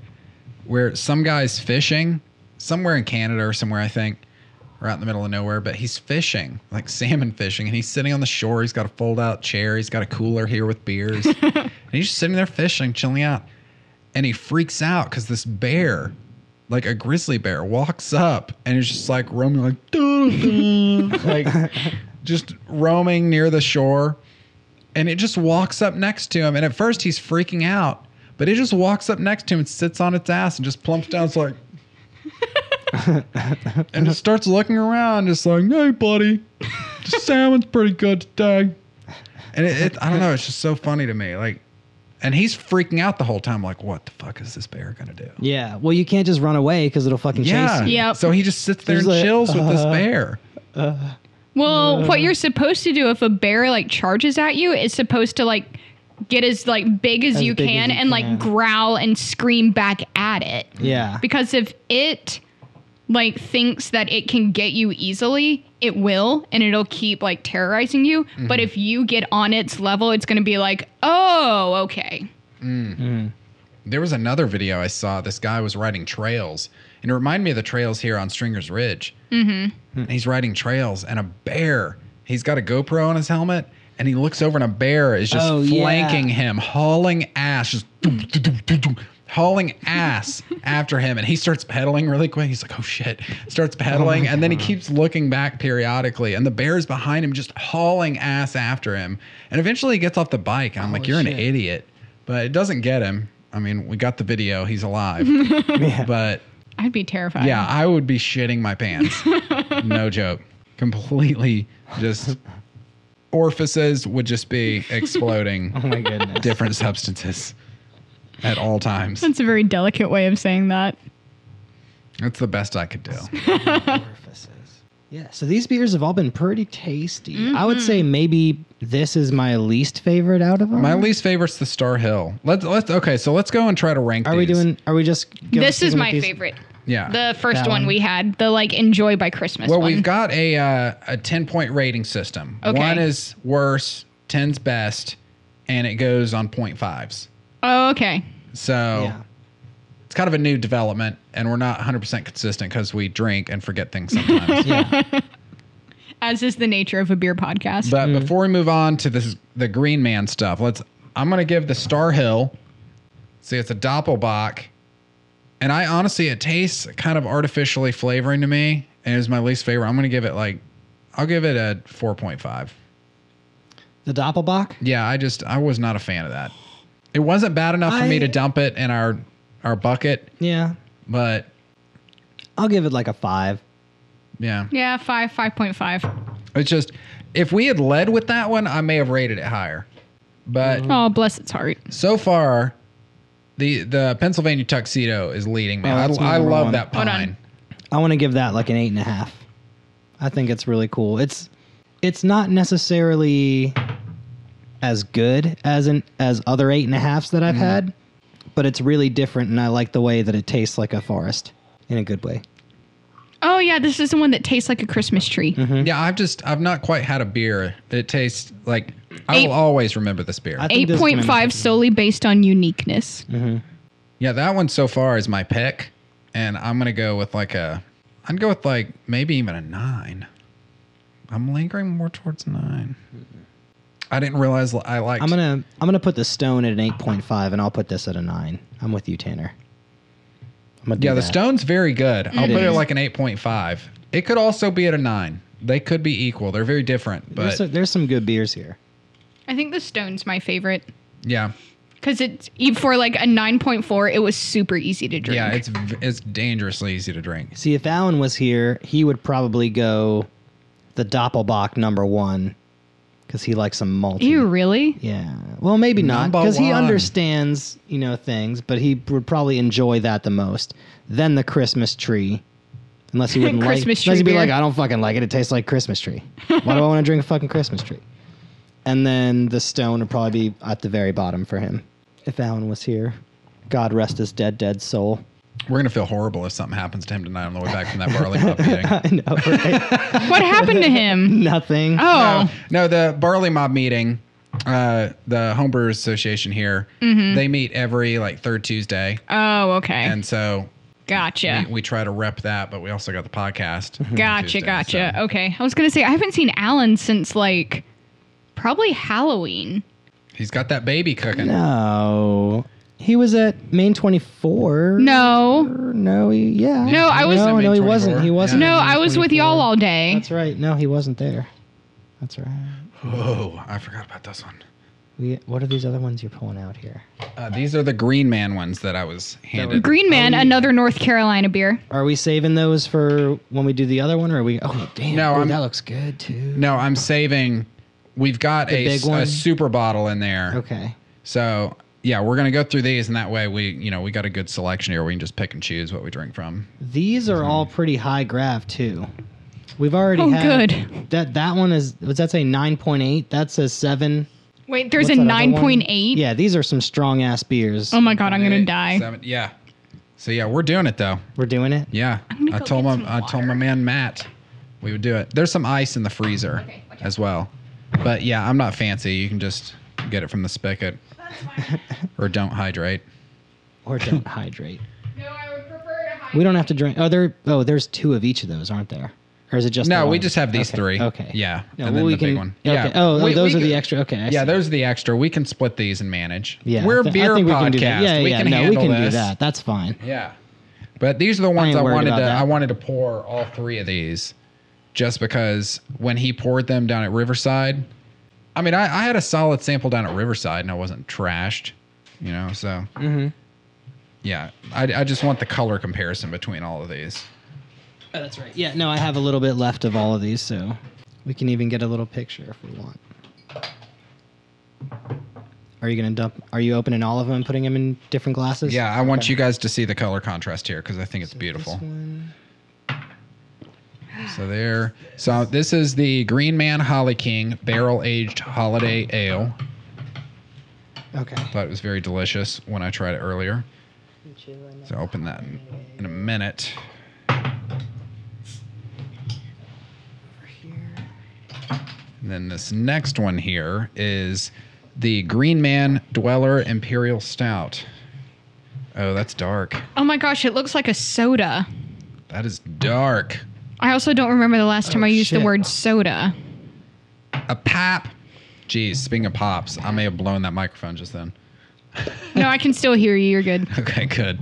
[SPEAKER 1] where some guy's fishing somewhere in Canada or somewhere, I think, or out in the middle of nowhere, but he's fishing, like salmon fishing, and he's sitting on the shore. He's got a fold out chair, he's got a cooler here with beers, and he's just sitting there fishing, chilling out. And he freaks out because this bear, like a grizzly bear, walks up and is just like roaming, like, "Doo, doo," like [laughs] just roaming near the shore and it just walks up next to him. And at first he's freaking out, but it just walks up next to him and sits on its ass and just plumps down. It's like, [laughs] and just starts looking around, just like, hey, buddy, the salmon's pretty good today. And it, it, I don't know, it's just so funny to me. Like, and he's freaking out the whole time, like, what the fuck is this bear gonna do?
[SPEAKER 3] Yeah. Well, you can't just run away because it'll fucking
[SPEAKER 1] Yeah.
[SPEAKER 3] chase you.
[SPEAKER 2] Yep.
[SPEAKER 1] So he just sits there
[SPEAKER 3] He's
[SPEAKER 1] and
[SPEAKER 3] like,
[SPEAKER 1] chills with this
[SPEAKER 3] uh,
[SPEAKER 1] bear.
[SPEAKER 2] well, what you're supposed to do if a bear like charges at you is supposed to like get as like big as,
[SPEAKER 3] As
[SPEAKER 2] you
[SPEAKER 3] big as
[SPEAKER 2] can
[SPEAKER 3] you
[SPEAKER 2] and
[SPEAKER 3] can.
[SPEAKER 2] like growl and scream back at it.
[SPEAKER 3] Yeah.
[SPEAKER 2] because if it like thinks that it can get you easily, it will and it'll keep like terrorizing you.
[SPEAKER 1] Mm-hmm.
[SPEAKER 2] But if you get on its level, it's going to be like, "Oh, okay."
[SPEAKER 1] There was another video I saw. This guy was riding trails, and it reminded me of the trails here on Stringer's Ridge. Mm-hmm. He's riding trails, and a bear. He's got a GoPro on his helmet, and he looks over, and a bear is just
[SPEAKER 3] Oh, yeah.
[SPEAKER 1] flanking him, hauling ass, just doom, doom, doom, doom, doom, hauling
[SPEAKER 3] [laughs]
[SPEAKER 1] ass after him. And he starts pedaling really quick. He's like, "Oh shit!" Starts pedaling, and then he keeps looking back periodically, and the bear's behind him, just hauling ass after him. And eventually, he gets off the bike. and I'm like,
[SPEAKER 3] Holy
[SPEAKER 1] "You're an
[SPEAKER 3] Oh, shit.
[SPEAKER 1] idiot," but it doesn't get him. I mean, we got the video. He's alive.
[SPEAKER 3] [laughs] Yeah.
[SPEAKER 1] But
[SPEAKER 2] I'd be terrified.
[SPEAKER 1] yeah, I would be shitting my
[SPEAKER 2] [laughs]
[SPEAKER 1] pants. no joke. Completely just orifices would just be
[SPEAKER 2] [laughs]
[SPEAKER 1] exploding
[SPEAKER 3] oh my
[SPEAKER 1] [laughs]
[SPEAKER 3] goodness.
[SPEAKER 1] different substances at all times.
[SPEAKER 2] That's a very delicate way of saying that.
[SPEAKER 1] That's the best I could do.
[SPEAKER 3] orifices. Yeah, so these beers have all been pretty tasty. I
[SPEAKER 2] Mm-hmm.
[SPEAKER 3] would say maybe this is my least favorite out of them.
[SPEAKER 1] My least favorite's the Star Hill. Let's let's okay, so let's go and try to rank
[SPEAKER 3] are we
[SPEAKER 1] these.
[SPEAKER 3] doing? Are we just? going
[SPEAKER 2] this is
[SPEAKER 3] sticking with
[SPEAKER 2] my
[SPEAKER 3] these?
[SPEAKER 2] favorite.
[SPEAKER 1] Yeah.
[SPEAKER 2] The first
[SPEAKER 3] That
[SPEAKER 2] one,
[SPEAKER 3] one.
[SPEAKER 2] we had, the like enjoy by Christmas
[SPEAKER 1] well,
[SPEAKER 2] one.
[SPEAKER 1] we've got a uh, a 10 point rating system.
[SPEAKER 2] Okay.
[SPEAKER 1] One is worse, 10's best, and it goes on point fives.
[SPEAKER 2] oh, okay.
[SPEAKER 1] So
[SPEAKER 3] Yeah.
[SPEAKER 1] it's kind of a new development, and we're not 100% consistent because we drink and forget things sometimes.
[SPEAKER 3] Yeah.
[SPEAKER 2] As is the nature of a beer podcast.
[SPEAKER 1] but before we move on to this, the Green Man stuff, let's. I'm gonna give the Star Hill. See, it's a Doppelbock, and I honestly, it tastes kind of artificially flavoring to me, and it's my least favorite. I'm gonna give it like, I'll give it a 4.5.
[SPEAKER 3] the Doppelbock.
[SPEAKER 1] Yeah, I just I was not a fan of that. It wasn't bad enough for me
[SPEAKER 3] I-
[SPEAKER 1] to dump it in our our bucket,
[SPEAKER 3] Yeah,
[SPEAKER 1] but
[SPEAKER 3] I'll give it like a five.
[SPEAKER 1] yeah.
[SPEAKER 2] yeah, 5 5.5.
[SPEAKER 1] It's just if we had led with that one, I may have rated it higher. But
[SPEAKER 3] Mm-hmm.
[SPEAKER 2] Oh, bless its heart.
[SPEAKER 1] so far, the the Pennsylvania tuxedo is leading me.
[SPEAKER 3] Oh,
[SPEAKER 1] I,
[SPEAKER 3] that's my
[SPEAKER 1] I
[SPEAKER 3] number
[SPEAKER 1] love
[SPEAKER 3] one.
[SPEAKER 1] that
[SPEAKER 2] Hold on.
[SPEAKER 1] pine.
[SPEAKER 3] I want to give that like an eight and a half. I think it's really cool. It's it's not necessarily as good as an as other eight and a halfs that I've had, but it's really different, and I like the way that it tastes like a forest in a good way.
[SPEAKER 2] Oh, yeah, this is the one that tastes like a Christmas tree.
[SPEAKER 3] Mm-hmm.
[SPEAKER 1] Yeah, I've just I've not quite had a beer that tastes like I
[SPEAKER 2] Eight-
[SPEAKER 1] will always remember this beer.
[SPEAKER 3] I think this is gonna be
[SPEAKER 2] 8.5 solely based on uniqueness.
[SPEAKER 1] yeah, that one so far is my pick, and I'm gonna go with like a I'd go with like maybe even a nine. I'm lingering more towards nine. I didn't realize I liked.
[SPEAKER 3] I'm gonna I'm gonna put the stone at an eight point five, and I'll put this at a nine. I'm with you, Tanner. I'm gonna do
[SPEAKER 1] Yeah, the
[SPEAKER 3] that.
[SPEAKER 1] stone's very good. I'll
[SPEAKER 3] It
[SPEAKER 1] put it
[SPEAKER 3] is.
[SPEAKER 1] like an 8.5. It could also be at a 9. They could be equal. They're very different,
[SPEAKER 3] There's,
[SPEAKER 1] but
[SPEAKER 3] some- there's some good beers here.
[SPEAKER 2] I think the stone's my favorite
[SPEAKER 1] yeah.
[SPEAKER 2] because it's e- for like a 9.4, it was super easy to drink.
[SPEAKER 1] Yeah, it's v- it's dangerously easy to drink.
[SPEAKER 3] See, if Alan was here, he would probably go the Doppelbock number one because he likes some malty.
[SPEAKER 2] Ew, really?
[SPEAKER 3] Yeah. Well, maybe not
[SPEAKER 1] Number
[SPEAKER 3] because he
[SPEAKER 1] one.
[SPEAKER 3] understands you know things, but he would probably enjoy that the most. Then the Christmas tree.
[SPEAKER 2] [laughs]
[SPEAKER 3] Unless he wouldn't like,
[SPEAKER 2] Christmas tree
[SPEAKER 3] unless he'd be
[SPEAKER 2] beer.
[SPEAKER 3] like, I don't fucking like it. It tastes like Christmas tree. Why do I want to drink a fucking Christmas tree? And then the stone would probably be at the very bottom for him. If Alan was here, God rest his dead, dead soul. [laughs]
[SPEAKER 1] We're going to feel horrible if something happens to him tonight on the way back from that barley
[SPEAKER 3] [laughs]
[SPEAKER 1] mop meeting.
[SPEAKER 3] I know, right? [laughs]
[SPEAKER 2] What happened to him?
[SPEAKER 3] Nothing.
[SPEAKER 2] Oh,
[SPEAKER 1] [laughs] No, the barley mob meeting, uh, the homebrewers association here,
[SPEAKER 3] Mm-hmm.
[SPEAKER 1] they meet every like third Tuesday.
[SPEAKER 2] oh, okay.
[SPEAKER 1] And so
[SPEAKER 2] gotcha.
[SPEAKER 1] we try to rep that, but we also got the podcast.
[SPEAKER 3] Mm-hmm.
[SPEAKER 1] on
[SPEAKER 2] Gotcha,
[SPEAKER 1] Tuesday,
[SPEAKER 2] gotcha. Okay. I was going to say, I haven't seen Alan since like probably Halloween.
[SPEAKER 1] so he's got that baby cooking.
[SPEAKER 3] No. He was at Main 24.
[SPEAKER 2] No.
[SPEAKER 3] No, he, yeah.
[SPEAKER 2] No, I was-
[SPEAKER 3] No,
[SPEAKER 1] Main
[SPEAKER 3] no, he
[SPEAKER 1] 24,
[SPEAKER 3] wasn't. He wasn't.
[SPEAKER 1] yeah.
[SPEAKER 2] No, I was with
[SPEAKER 3] 24.
[SPEAKER 2] y'all all day.
[SPEAKER 3] That's right. No, he wasn't there. That's right.
[SPEAKER 1] Whoa, I forgot about this one.
[SPEAKER 3] We, what are these other ones you're pulling out here?
[SPEAKER 1] Uh, these are the Green Man ones that I was handed.
[SPEAKER 2] Green Man, another North Carolina beer.
[SPEAKER 3] Are we saving those for when we do the other one, or are we? Oh, damn!
[SPEAKER 1] No,
[SPEAKER 3] ooh,
[SPEAKER 1] I'm-
[SPEAKER 3] that looks good too.
[SPEAKER 1] No, I'm saving. We've got a,
[SPEAKER 3] big
[SPEAKER 1] s- a
[SPEAKER 3] one?
[SPEAKER 1] super bottle in there.
[SPEAKER 3] Okay.
[SPEAKER 1] So yeah, we're gonna go through these, and that way we, you know, we got a good selection here. We can just pick and choose what we drink from.
[SPEAKER 3] These are all pretty high graph too. We've already
[SPEAKER 2] Oh,
[SPEAKER 3] had
[SPEAKER 2] good.
[SPEAKER 3] that. That one is. Was that say nine point eight? That says seven.
[SPEAKER 2] Wait, there's
[SPEAKER 3] What's
[SPEAKER 2] a
[SPEAKER 3] that other one?
[SPEAKER 2] 9.8.
[SPEAKER 3] Yeah, these are some strong ass beers.
[SPEAKER 2] Oh my God, I'm going
[SPEAKER 1] Eight,
[SPEAKER 2] to die.
[SPEAKER 1] seven- yeah, So yeah, we're doing it though.
[SPEAKER 3] We're doing it.
[SPEAKER 1] Yeah,
[SPEAKER 2] gonna
[SPEAKER 1] I
[SPEAKER 2] go
[SPEAKER 1] told
[SPEAKER 2] get
[SPEAKER 1] my
[SPEAKER 2] some
[SPEAKER 1] I told my
[SPEAKER 2] water.
[SPEAKER 1] man Matt we would do it. There's some ice in the freezer
[SPEAKER 2] Okay, watch out.
[SPEAKER 1] as well, but yeah, I'm not fancy. You can just get it from the
[SPEAKER 3] [laughs]
[SPEAKER 1] spigot or don't hydrate. [laughs]
[SPEAKER 3] Or don't hydrate.
[SPEAKER 2] No, I would prefer to hide.
[SPEAKER 3] We don't have to drink. Oh, there. Oh, there's two of each of those, aren't there? Or is it just?
[SPEAKER 1] No,
[SPEAKER 3] the
[SPEAKER 1] we
[SPEAKER 3] one?
[SPEAKER 1] just have these
[SPEAKER 3] Okay,
[SPEAKER 1] three.
[SPEAKER 3] Okay.
[SPEAKER 1] Yeah,
[SPEAKER 3] No,
[SPEAKER 1] and
[SPEAKER 3] well,
[SPEAKER 1] then
[SPEAKER 3] we
[SPEAKER 1] the big
[SPEAKER 3] can-
[SPEAKER 1] one.
[SPEAKER 3] Okay.
[SPEAKER 1] Yeah.
[SPEAKER 3] Oh, oh,
[SPEAKER 1] We-
[SPEAKER 3] those
[SPEAKER 1] we
[SPEAKER 3] are the
[SPEAKER 1] could-
[SPEAKER 3] extra. Okay. I
[SPEAKER 1] Yeah,
[SPEAKER 3] see.
[SPEAKER 1] there's the extra. We can split these and manage.
[SPEAKER 3] Yeah,
[SPEAKER 1] we're
[SPEAKER 3] I
[SPEAKER 1] a
[SPEAKER 3] thi- I
[SPEAKER 1] beer
[SPEAKER 3] think we
[SPEAKER 1] podcast.
[SPEAKER 3] can
[SPEAKER 1] We
[SPEAKER 3] do that.
[SPEAKER 1] can,
[SPEAKER 3] Yeah, yeah. no,
[SPEAKER 1] handle
[SPEAKER 3] we can
[SPEAKER 1] this.
[SPEAKER 3] do that.
[SPEAKER 1] [laughs]
[SPEAKER 3] That's fine. Oh,
[SPEAKER 1] Yeah, but these are the ones I,
[SPEAKER 3] worried
[SPEAKER 1] wanted to.
[SPEAKER 3] about that.
[SPEAKER 1] I wanted to pour all three of these, just because when he poured them down at Riverside, I mean, I, I had a solid sample down at Riverside and I wasn't trashed, you know. So
[SPEAKER 3] Mm-hmm.
[SPEAKER 1] yeah, I, I just want the color comparison between all of these.
[SPEAKER 3] Oh, that's right. Yeah. No, I have a little bit left of all of these, so we can even get a little picture if we want. Are you gonna dump? Are you opening all of them and putting them in different glasses?
[SPEAKER 1] Yeah, I want you guys to see the color contrast here because I think it's
[SPEAKER 3] So
[SPEAKER 1] beautiful.
[SPEAKER 3] This one.
[SPEAKER 1] So there. So this is the Green Man Holly King barrel aged holiday ale.
[SPEAKER 3] Okay.
[SPEAKER 1] Thought it was very delicious when I tried it earlier. So I'll open that in, in a minute. And then this next one here is the Green Man Dweller Imperial Stout. Oh, that's dark.
[SPEAKER 2] Oh my gosh, it looks like a soda.
[SPEAKER 1] That is dark.
[SPEAKER 2] I also don't remember the last time I used
[SPEAKER 3] Oh, shit.
[SPEAKER 2] the word soda.
[SPEAKER 1] A pop. Geez, speaking of pops, I may have blown that microphone just then.
[SPEAKER 2] No, I can still hear you. You're good.
[SPEAKER 1] [laughs] Okay, good.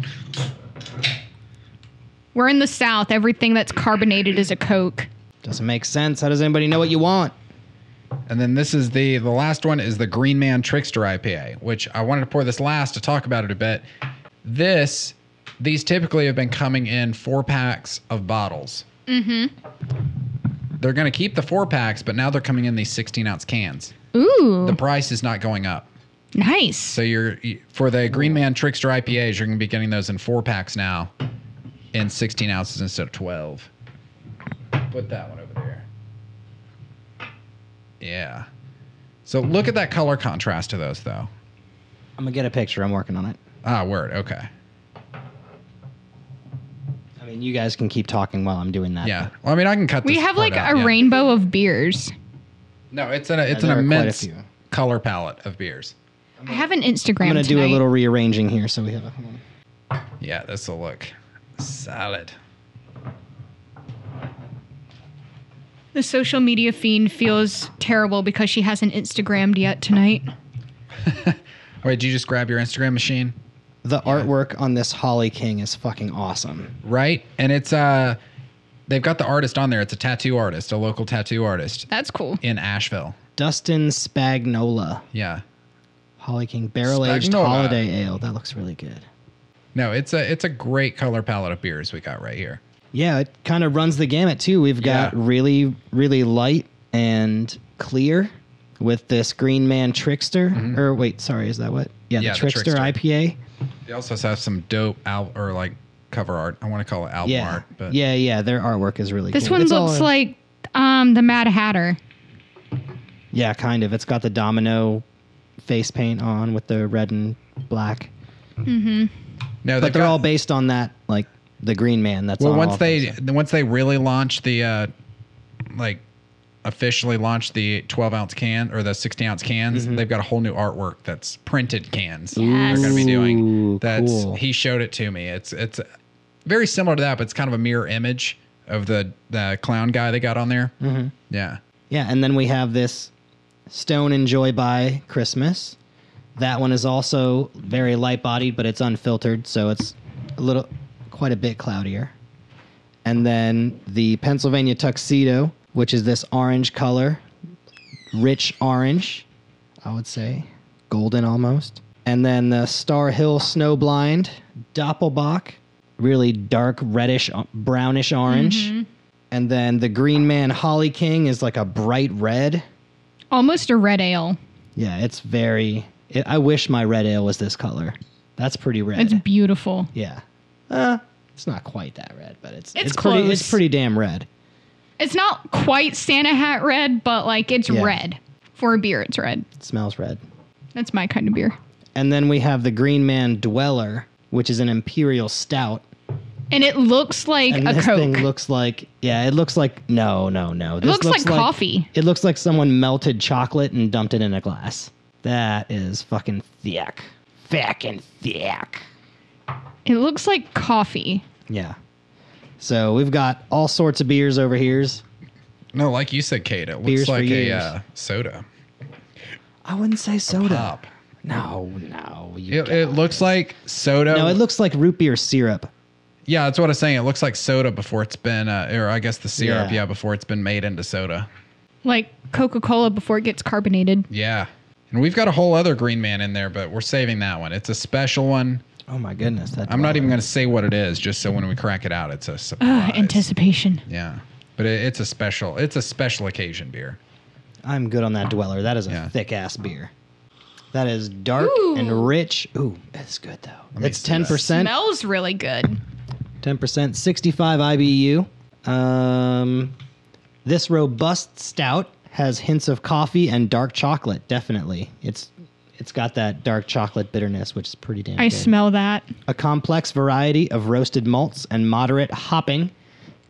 [SPEAKER 2] We're in the South. Everything that's carbonated is a Coke.
[SPEAKER 3] Doesn't make sense. How does anybody know what you want?
[SPEAKER 1] And then this is the the last one is the Green Man Trickster IPA, which I wanted to pour this last to talk about it a bit. This these typically have been coming in four packs of bottles. Mm-hmm. They're going to keep the four packs, but now they're coming in these 16 ounce cans.
[SPEAKER 2] Ooh,
[SPEAKER 1] The price is not going up.
[SPEAKER 2] nice.
[SPEAKER 1] So you're for the Green Man Trickster IPAs, you're going to be getting those in four packs now, in 16 ounces instead of 12. Put that one over there. Yeah. So look at that color contrast to those, though.
[SPEAKER 3] I'm gonna get a picture. I'm working on it.
[SPEAKER 1] Ah, word. Okay.
[SPEAKER 3] I mean, you guys can keep talking while I'm doing that.
[SPEAKER 1] Yeah. Well, I mean, I can cut.
[SPEAKER 2] We
[SPEAKER 1] this
[SPEAKER 2] have
[SPEAKER 1] part
[SPEAKER 2] like
[SPEAKER 1] out,
[SPEAKER 2] a
[SPEAKER 1] yeah.
[SPEAKER 2] rainbow of beers.
[SPEAKER 1] No, it's an it's an
[SPEAKER 3] there are quite a
[SPEAKER 1] immense
[SPEAKER 3] few.
[SPEAKER 1] color palette of beers.
[SPEAKER 2] I have an Instagram.
[SPEAKER 3] I'm gonna do a
[SPEAKER 2] tonight.
[SPEAKER 3] little rearranging here, so we have a.
[SPEAKER 1] Yeah, this will look solid.
[SPEAKER 2] The social media fiend feels terrible because she hasn't Instagrammed yet tonight.
[SPEAKER 1] Wait, did you just grab your Instagram machine?
[SPEAKER 3] The artwork on this Holly King is fucking awesome.
[SPEAKER 1] right? And it's uh they've got the artist on there. It's a tattoo artist, a local tattoo artist
[SPEAKER 2] That's cool.
[SPEAKER 1] in Asheville.
[SPEAKER 3] Dustin Spagnola,
[SPEAKER 1] Yeah.
[SPEAKER 3] Holly King barrel aged
[SPEAKER 1] Spagnola.
[SPEAKER 3] holiday ale. That looks really good.
[SPEAKER 1] No, it's a it's a great color palette of beers we got right here.
[SPEAKER 3] Yeah, it kind of runs the gamut too. We've got
[SPEAKER 1] Yeah.
[SPEAKER 3] really, really light and clear with this Green Man Trickster. Or wait, sorry, is that what? Yeah,
[SPEAKER 1] Mm-hmm. Yeah,
[SPEAKER 3] the,
[SPEAKER 1] the
[SPEAKER 3] Trickster,
[SPEAKER 1] Trickster.
[SPEAKER 3] IPA.
[SPEAKER 1] They also have some dope al or like cover art. I want to call it album
[SPEAKER 3] Yeah,
[SPEAKER 1] art, but
[SPEAKER 3] yeah, yeah. Their artwork is really.
[SPEAKER 2] This
[SPEAKER 3] cool.
[SPEAKER 2] one
[SPEAKER 3] It's all-
[SPEAKER 2] looks like um, the Mad Hatter.
[SPEAKER 3] Yeah, kind of. It's got the domino face paint on with the red and black.
[SPEAKER 1] no,
[SPEAKER 3] But
[SPEAKER 1] they've
[SPEAKER 3] they're
[SPEAKER 1] got-
[SPEAKER 3] all based on that, like the Green Man. That's
[SPEAKER 1] Well,
[SPEAKER 3] on
[SPEAKER 1] once
[SPEAKER 3] all of
[SPEAKER 1] they
[SPEAKER 3] those.
[SPEAKER 1] once they really launch the uh like officially launch the 12 ounce can or the 16 ounce cans
[SPEAKER 3] Mm-hmm.
[SPEAKER 1] they've got a whole new artwork that's printed cans
[SPEAKER 2] Yes.
[SPEAKER 1] they're going to be doing
[SPEAKER 3] Ooh,
[SPEAKER 1] that's
[SPEAKER 3] cool.
[SPEAKER 1] he showed it to me it's it's very similar to that but it's kind of a mirror image of the the clown guy they got on there mm-hmm. yeah
[SPEAKER 3] Yeah, and then we have this Stone and Joy by Christmas. That one is also very light bodied, but it's unfiltered, so it's a little, quite a bit cloudier. And then the Pennsylvania Tuxedo, which is this orange color, rich orange, I would say, golden almost. And then the Star Hill Snowblind Doppelbach, really dark reddish, uh, brownish orange. And then the Green Man Holly King is like a bright red.
[SPEAKER 2] Almost a red ale.
[SPEAKER 3] Yeah, it's very. It, I wish my red ale was this color. That's pretty red.
[SPEAKER 2] It's beautiful.
[SPEAKER 3] yeah. Uh, it's not quite that red, but it's
[SPEAKER 2] It's
[SPEAKER 3] pretty it's
[SPEAKER 2] close.
[SPEAKER 3] pretty damn red.
[SPEAKER 2] It's not quite Santa hat red, but like it's
[SPEAKER 3] Yeah.
[SPEAKER 2] red. For a beer, it's red.
[SPEAKER 3] It smells red.
[SPEAKER 2] That's my kind of beer.
[SPEAKER 3] And then we have the Green Man Dweller, which is an imperial stout.
[SPEAKER 2] And it looks like
[SPEAKER 3] And
[SPEAKER 2] a
[SPEAKER 3] this
[SPEAKER 2] Coke.
[SPEAKER 3] thing looks like yeah, it looks like no, no, no. This
[SPEAKER 2] looks like coffee.
[SPEAKER 3] It looks like someone melted chocolate and dumped it in a glass. That is fucking thick, fucking thick.
[SPEAKER 2] it looks like coffee.
[SPEAKER 3] Yeah. So we've got all sorts of beers over here's.
[SPEAKER 1] No, like you said, Kate, it looks
[SPEAKER 3] Beers for
[SPEAKER 1] like a
[SPEAKER 3] years.
[SPEAKER 1] uh, soda
[SPEAKER 3] I wouldn't say soda.
[SPEAKER 1] pop.
[SPEAKER 3] No, no. You
[SPEAKER 1] It, it looks like soda.
[SPEAKER 3] no, it looks like root beer syrup.
[SPEAKER 1] yeah, that's what I was saying. It looks like soda before it's been, uh, or I guess the syrup,
[SPEAKER 3] Yeah.
[SPEAKER 1] yeah, before it's been made into soda.
[SPEAKER 2] Like Coca Cola before it gets carbonated.
[SPEAKER 1] Yeah. And we've got a whole other Green Man in there, but we're saving that one. It's a special one.
[SPEAKER 3] Oh my goodness, that
[SPEAKER 1] I'm not even going to say what it is, just so when we crack it out, it's
[SPEAKER 3] [sighs] Ah,
[SPEAKER 1] a surprise.
[SPEAKER 2] Ugh, anticipation.
[SPEAKER 1] yeah, but it, it's a special. It's a special occasion beer.
[SPEAKER 3] I'm good on that dweller. That is a
[SPEAKER 1] e- Yeah.
[SPEAKER 3] thick ass beer. That is dark
[SPEAKER 2] Ooh.
[SPEAKER 3] and rich. Ooh, that's good though.
[SPEAKER 1] me
[SPEAKER 3] It's
[SPEAKER 1] see that.
[SPEAKER 3] ten percent.
[SPEAKER 2] Smells really good.
[SPEAKER 3] Ten percent. Sixty-five IBU. Um, this robust stout has hints of coffee and dark chocolate. Definitely, it's it's got that dark chocolate bitterness, which is pretty damn.
[SPEAKER 2] I
[SPEAKER 3] good.
[SPEAKER 2] smell that.
[SPEAKER 3] A complex variety of roasted malts and moderate hopping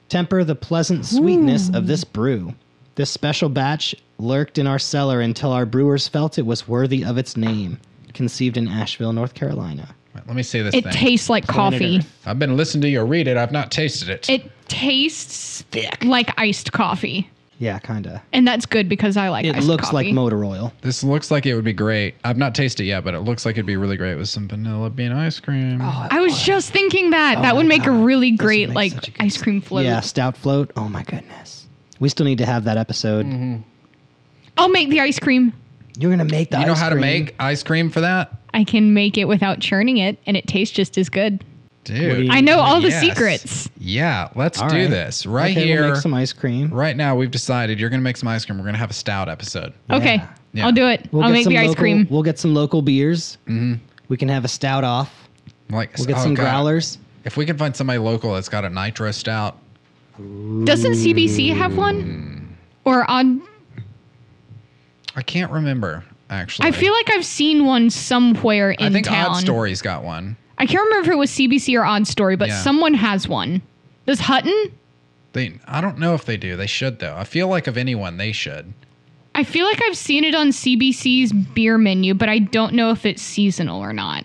[SPEAKER 3] temper the pleasant sweetness of
[SPEAKER 1] Hmm.
[SPEAKER 3] this brew. This special batch lurked in our cellar until our brewers felt it was worthy of its name. Conceived in Asheville, North Carolina.
[SPEAKER 1] Wait, Let me say this
[SPEAKER 2] It
[SPEAKER 1] thing.
[SPEAKER 2] tastes like coffee.
[SPEAKER 3] Earth.
[SPEAKER 1] I've been listening to you read it. I've not tasted it.
[SPEAKER 2] It tastes like iced coffee.
[SPEAKER 3] Yeah, kinda.
[SPEAKER 2] And that's good because I like
[SPEAKER 3] It
[SPEAKER 2] iced
[SPEAKER 3] looks
[SPEAKER 2] coffee.
[SPEAKER 3] like motor oil.
[SPEAKER 1] this looks like it would be great. I've not tasted it yet, but it looks like it'd be really great with some vanilla bean ice cream.
[SPEAKER 3] Oh,
[SPEAKER 2] I was just thinking that. that would make a really great
[SPEAKER 3] make
[SPEAKER 2] like
[SPEAKER 3] such a good
[SPEAKER 2] ice cream float.
[SPEAKER 3] Yeah, stout float. Oh my goodness. We still need to have that episode.
[SPEAKER 1] Mm-hmm.
[SPEAKER 2] I'll make the ice cream.
[SPEAKER 3] You're gonna make the
[SPEAKER 1] you know
[SPEAKER 3] ice
[SPEAKER 1] how to
[SPEAKER 3] cream.
[SPEAKER 1] make ice cream for that,
[SPEAKER 2] I can make it without churning it and it tastes just as good.
[SPEAKER 1] dude?
[SPEAKER 3] you-
[SPEAKER 2] I know all the
[SPEAKER 1] Mm, Yes.
[SPEAKER 2] secrets.
[SPEAKER 1] Yeah, let's
[SPEAKER 3] All
[SPEAKER 1] do
[SPEAKER 3] right.
[SPEAKER 1] this right
[SPEAKER 3] Okay,
[SPEAKER 1] here.
[SPEAKER 3] We'll make some ice cream.
[SPEAKER 1] right now, we've decided you're gonna make some ice cream. We're gonna have a stout episode.
[SPEAKER 2] Okay.
[SPEAKER 1] Yeah.
[SPEAKER 2] I'll do it.
[SPEAKER 3] We'll
[SPEAKER 2] I'll
[SPEAKER 3] get
[SPEAKER 2] make
[SPEAKER 3] some
[SPEAKER 2] the ice
[SPEAKER 3] local-
[SPEAKER 2] cream.
[SPEAKER 3] We'll get some local beers.
[SPEAKER 1] Mm-hmm.
[SPEAKER 3] We can have a stout off.
[SPEAKER 1] Like
[SPEAKER 3] We'll get
[SPEAKER 1] oh,
[SPEAKER 3] some
[SPEAKER 1] God.
[SPEAKER 3] growlers.
[SPEAKER 1] If we can find somebody local that's got a nitro stout,
[SPEAKER 2] Doesn't CBC have
[SPEAKER 1] Hmm.
[SPEAKER 2] one? Or on
[SPEAKER 1] I can't remember actually.
[SPEAKER 2] I feel like I've seen one somewhere in
[SPEAKER 1] I think
[SPEAKER 2] town.
[SPEAKER 1] Odd Story's got one.
[SPEAKER 2] I can't remember if it was CBC or Odd Story, but
[SPEAKER 1] Yeah.
[SPEAKER 2] someone has one. Does Hutton?
[SPEAKER 1] They, I don't know if they do. They should though. I feel like of anyone, they should.
[SPEAKER 2] I feel like I've seen it on CBC's beer menu, but I don't know if it's seasonal or not.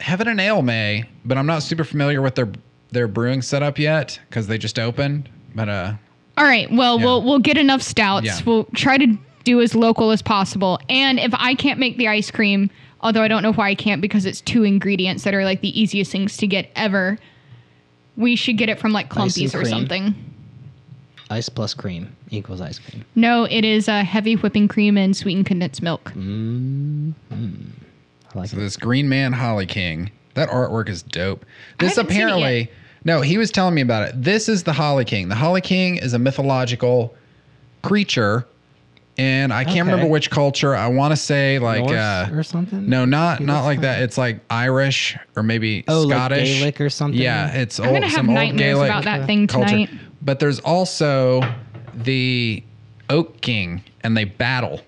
[SPEAKER 1] Heaven and Ale may, but I'm not super familiar with their their brewing setup yet because they just opened. But uh,
[SPEAKER 2] All right. Well,
[SPEAKER 1] Yeah.
[SPEAKER 2] we'll we'll get enough stouts.
[SPEAKER 1] Yeah.
[SPEAKER 2] We'll try to do as local as possible. And if I can't make the ice cream, although I don't know why I can't because it's two ingredients that are like the easiest things to get ever, we should get it from like
[SPEAKER 3] and
[SPEAKER 2] Clumpies or
[SPEAKER 3] cream.
[SPEAKER 2] something.
[SPEAKER 3] Ice plus cream equals ice cream.
[SPEAKER 2] No, it is a heavy whipping cream and sweetened condensed milk.
[SPEAKER 1] Mm-hmm.
[SPEAKER 3] I like
[SPEAKER 1] so
[SPEAKER 3] it.
[SPEAKER 1] this Green Man Holly King, that artwork is dope. This
[SPEAKER 2] haven't seen it
[SPEAKER 1] apparently,
[SPEAKER 2] yet.
[SPEAKER 1] no, he was telling me about it. This is the Holly King. The Holly King is a mythological creature, and I can't
[SPEAKER 3] Okay.
[SPEAKER 1] remember which culture. I want to say like
[SPEAKER 3] Norse
[SPEAKER 1] uh,
[SPEAKER 3] or something?
[SPEAKER 1] No, not not
[SPEAKER 3] that's
[SPEAKER 1] like that. It's like Irish or maybe
[SPEAKER 3] Oh, like
[SPEAKER 1] Scottish,
[SPEAKER 3] Gaelic or something?
[SPEAKER 1] Yeah, it's
[SPEAKER 2] I'm
[SPEAKER 1] old,
[SPEAKER 2] gonna have
[SPEAKER 1] some old
[SPEAKER 2] nightmares
[SPEAKER 1] Gaelic
[SPEAKER 2] about that thing
[SPEAKER 1] culture.
[SPEAKER 2] tonight.
[SPEAKER 1] But there's also the Oak King, and they battle
[SPEAKER 3] Oh,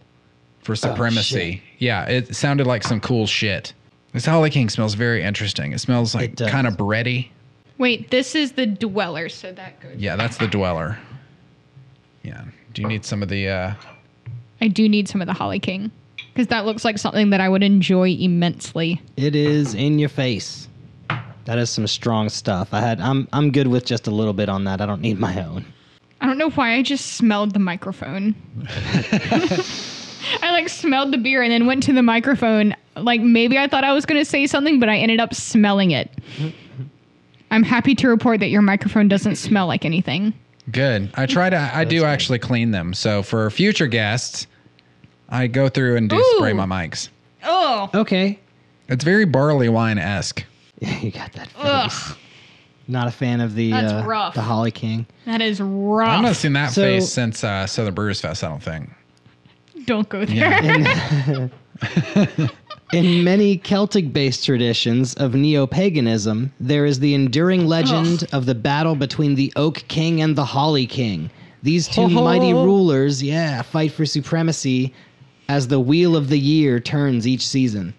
[SPEAKER 1] for supremacy. yeah, it sounded like some cool shit. This Holly King smells very interesting. It smells like
[SPEAKER 3] It does.
[SPEAKER 1] kind of bready.
[SPEAKER 2] Wait, this is the dweller, so that goes.
[SPEAKER 1] Yeah, that's the Dweller. Yeah. Do you need some of the? uh
[SPEAKER 2] I do need some of the Holly King because that looks like something that I would enjoy immensely.
[SPEAKER 3] It is in your face. That is some strong stuff. I had I'm I'm good with just a little bit on that. I don't need my own.
[SPEAKER 2] I don't know why I just smelled the
[SPEAKER 3] [laughs]
[SPEAKER 2] microphone. I like smelled the beer and then went to the microphone. Like maybe I thought I was going to say something, but I ended up smelling it. I'm happy to report that your microphone doesn't smell like anything.
[SPEAKER 1] Good. I try to. I do actually clean them. So for future guests, I go through and do spray
[SPEAKER 2] Ooh.
[SPEAKER 1] my mics.
[SPEAKER 2] Oh,
[SPEAKER 3] Okay. [laughs]
[SPEAKER 1] It's very barley wine esque.
[SPEAKER 3] you got that face.
[SPEAKER 2] Ugh.
[SPEAKER 3] Not a fan of the
[SPEAKER 2] That's
[SPEAKER 3] uh,
[SPEAKER 2] rough.
[SPEAKER 3] the Holly King.
[SPEAKER 2] that is
[SPEAKER 1] I've not
[SPEAKER 2] rough.
[SPEAKER 1] seen that
[SPEAKER 3] Ah. So-
[SPEAKER 1] face since uh, Southern Brewers Fest. I don't think.
[SPEAKER 2] Don't go there. [laughs]
[SPEAKER 3] In many Celtic based traditions of neo paganism, there is the enduring legend of the battle between the Oak King and the Holly King. These two mighty rulers, yeah, fight for supremacy as the wheel of the year turns each season.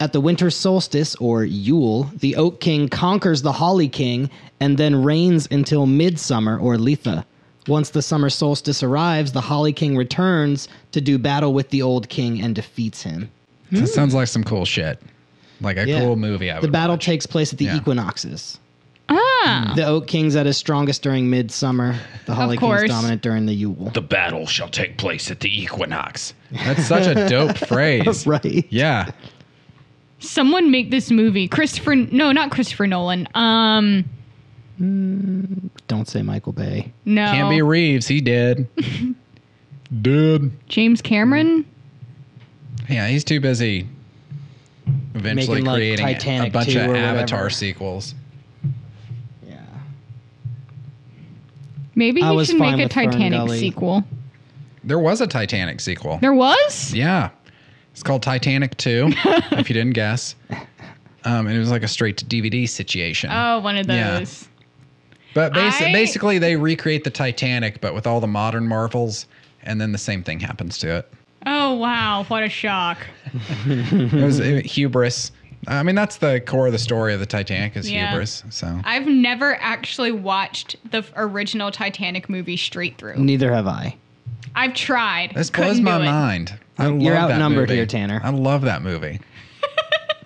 [SPEAKER 3] At the winter solstice, or Yule, the Oak King conquers the Holly King and then reigns until midsummer, or Letha. Once the summer solstice arrives, the Holly King returns to do battle with the Old King and defeats him.
[SPEAKER 1] That sounds like some cool shit. Like a
[SPEAKER 3] Hmm. Yeah.
[SPEAKER 1] cool movie. I would
[SPEAKER 3] The battle takes place at the
[SPEAKER 1] Yeah.
[SPEAKER 3] equinoxes. Mm.
[SPEAKER 2] Ah,
[SPEAKER 3] The Oak King's at his strongest during midsummer. The Holly King's
[SPEAKER 2] course.
[SPEAKER 3] dominant during the Yule.
[SPEAKER 1] The battle shall take place at the equinox. That's such a
[SPEAKER 3] [laughs]
[SPEAKER 1] dope phrase.
[SPEAKER 3] [laughs] right.
[SPEAKER 1] Yeah.
[SPEAKER 2] someone make this movie. Christopher, no, not Christopher Nolan. Um,
[SPEAKER 3] Don't say Michael Bay.
[SPEAKER 2] no,
[SPEAKER 1] Can't
[SPEAKER 3] Oh.
[SPEAKER 1] be Reeves. He did.
[SPEAKER 3] [laughs]
[SPEAKER 1] Dude.
[SPEAKER 2] James Cameron.
[SPEAKER 1] Yeah, he's too busy eventually
[SPEAKER 3] Making, like,
[SPEAKER 1] creating a- a
[SPEAKER 3] Titanic
[SPEAKER 1] bunch
[SPEAKER 3] 2
[SPEAKER 1] of
[SPEAKER 3] or whatever.
[SPEAKER 1] Avatar sequels.
[SPEAKER 3] Yeah.
[SPEAKER 2] Maybe
[SPEAKER 3] I
[SPEAKER 2] he
[SPEAKER 3] was
[SPEAKER 2] should
[SPEAKER 3] fine
[SPEAKER 2] make a
[SPEAKER 3] with Fern
[SPEAKER 2] Titanic
[SPEAKER 3] Gully.
[SPEAKER 2] sequel.
[SPEAKER 1] There was a Titanic sequel.
[SPEAKER 2] There was.
[SPEAKER 1] Yeah. It's called Titanic
[SPEAKER 2] [laughs]
[SPEAKER 1] 2, if you didn't guess. Um, and it was like a straight to DVD situation.
[SPEAKER 2] Oh, one of
[SPEAKER 1] Yeah.
[SPEAKER 2] those.
[SPEAKER 1] But basi-
[SPEAKER 2] I-
[SPEAKER 1] basically, they recreate the Titanic, but with all the modern marvels, and then the same thing happens to it.
[SPEAKER 2] Oh wow, what a shock!
[SPEAKER 1] It was
[SPEAKER 2] [laughs]
[SPEAKER 1] uh, hubris. I mean, that's the core of the story of the Titanic is
[SPEAKER 2] Yeah.
[SPEAKER 1] hubris. So
[SPEAKER 2] I've never actually watched the f- original Titanic movie straight through.
[SPEAKER 3] Neither have I.
[SPEAKER 2] I've tried.
[SPEAKER 1] this
[SPEAKER 2] Couldn't
[SPEAKER 1] blows
[SPEAKER 2] do
[SPEAKER 1] my
[SPEAKER 2] it.
[SPEAKER 1] mind. I love
[SPEAKER 3] You're
[SPEAKER 1] that
[SPEAKER 3] outnumbered
[SPEAKER 1] movie.
[SPEAKER 3] here, Tanner.
[SPEAKER 1] I love that
[SPEAKER 2] [laughs]
[SPEAKER 1] movie.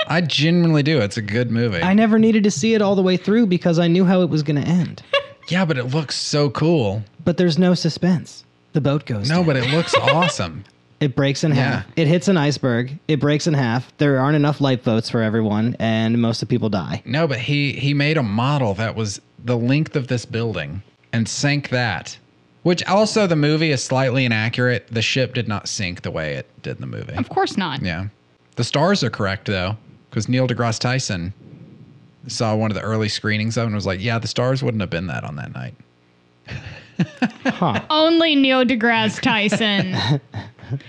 [SPEAKER 1] I genuinely do. It's a good movie.
[SPEAKER 3] I never needed to see it all the way through because I knew how it was going to end.
[SPEAKER 2] [laughs]
[SPEAKER 1] yeah, but it looks so cool.
[SPEAKER 3] But there's no suspense. The boat goes.
[SPEAKER 1] No,
[SPEAKER 3] down.
[SPEAKER 1] but it
[SPEAKER 2] [laughs]
[SPEAKER 1] looks awesome.
[SPEAKER 3] it breaks in half.
[SPEAKER 1] Yeah.
[SPEAKER 3] It hits an iceberg. It breaks in half. There aren't enough lifeboats for everyone, and most of the people die.
[SPEAKER 1] No, but he he made a model that was the length of this building and sank that. Which also the movie is slightly inaccurate. The ship did not sink the way it did in the movie.
[SPEAKER 2] Of course not.
[SPEAKER 1] Yeah. The stars are correct though, because Neil deGrasse Tyson saw one of the early screenings of it and was like, Yeah, the stars wouldn't have been that on that night.
[SPEAKER 3] Huh.
[SPEAKER 2] Only Neil
[SPEAKER 1] [laughs]
[SPEAKER 2] deGrasse Tyson.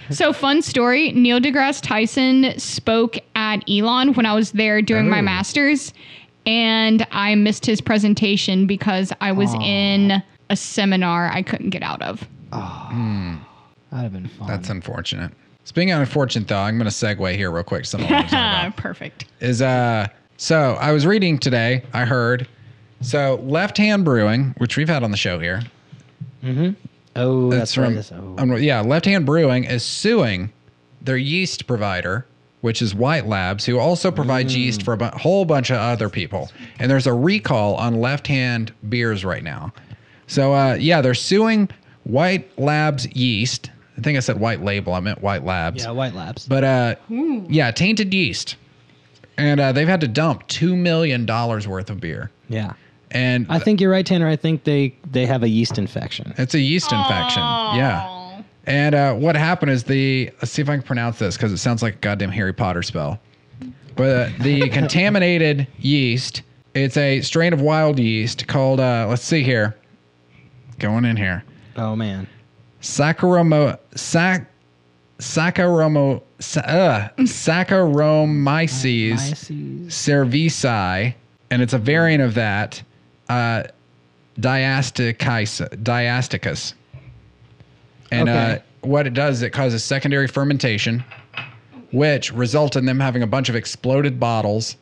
[SPEAKER 2] so, fun story Neil deGrasse Tyson spoke at Elon when I was there doing my
[SPEAKER 1] Oh.
[SPEAKER 2] master's, and I missed his presentation because I was in a seminar I couldn't get out of.
[SPEAKER 3] That'd have been fun.
[SPEAKER 1] That's
[SPEAKER 2] Um.
[SPEAKER 1] unfortunate. Speaking of unfortunate though, I'm gonna segue here real quick. Something I wanted to
[SPEAKER 2] [laughs]
[SPEAKER 1] talk about.
[SPEAKER 2] Ah, perfect.
[SPEAKER 1] is uh so I was reading today, I heard. So left hand brewing, which we've had on the show here,
[SPEAKER 3] oh, that's,
[SPEAKER 1] It's
[SPEAKER 3] right.
[SPEAKER 1] from-
[SPEAKER 3] That's- oh.
[SPEAKER 1] um, yeah, Left Hand Brewing is suing their yeast provider, which is White Labs, who also
[SPEAKER 3] Mm.
[SPEAKER 1] provides yeast for a bu- whole bunch of other people. And there's a recall on Left Hand beers right now. So uh, yeah, they're suing White Labs yeast. I think I said White Label. I meant White Labs.
[SPEAKER 3] yeah, Hmm. White Labs.
[SPEAKER 1] But uh, yeah, tainted yeast, and uh, they've had to dump two million dollars worth of beer.
[SPEAKER 3] yeah.
[SPEAKER 1] And
[SPEAKER 3] I think you're right, Tanner. I think they they have a yeast infection.
[SPEAKER 1] It's a yeast infection. Yeah. And uh, what happened is the let's see if I can pronounce this because it sounds like a goddamn Harry Potter spell. But uh, the contaminated yeast, it's a strain of wild yeast called uh, let's see here, going in here,
[SPEAKER 3] Oh man.
[SPEAKER 1] Saccharomo sac Saccharomo sa- uh, Saccharomyces
[SPEAKER 3] Myces.
[SPEAKER 1] cerevisiae, and it's a variant of that, uh, diasticus. diasticus. And
[SPEAKER 3] Okay.
[SPEAKER 1] uh, what it does, is it causes secondary fermentation, which result in them having a bunch of exploded bottles.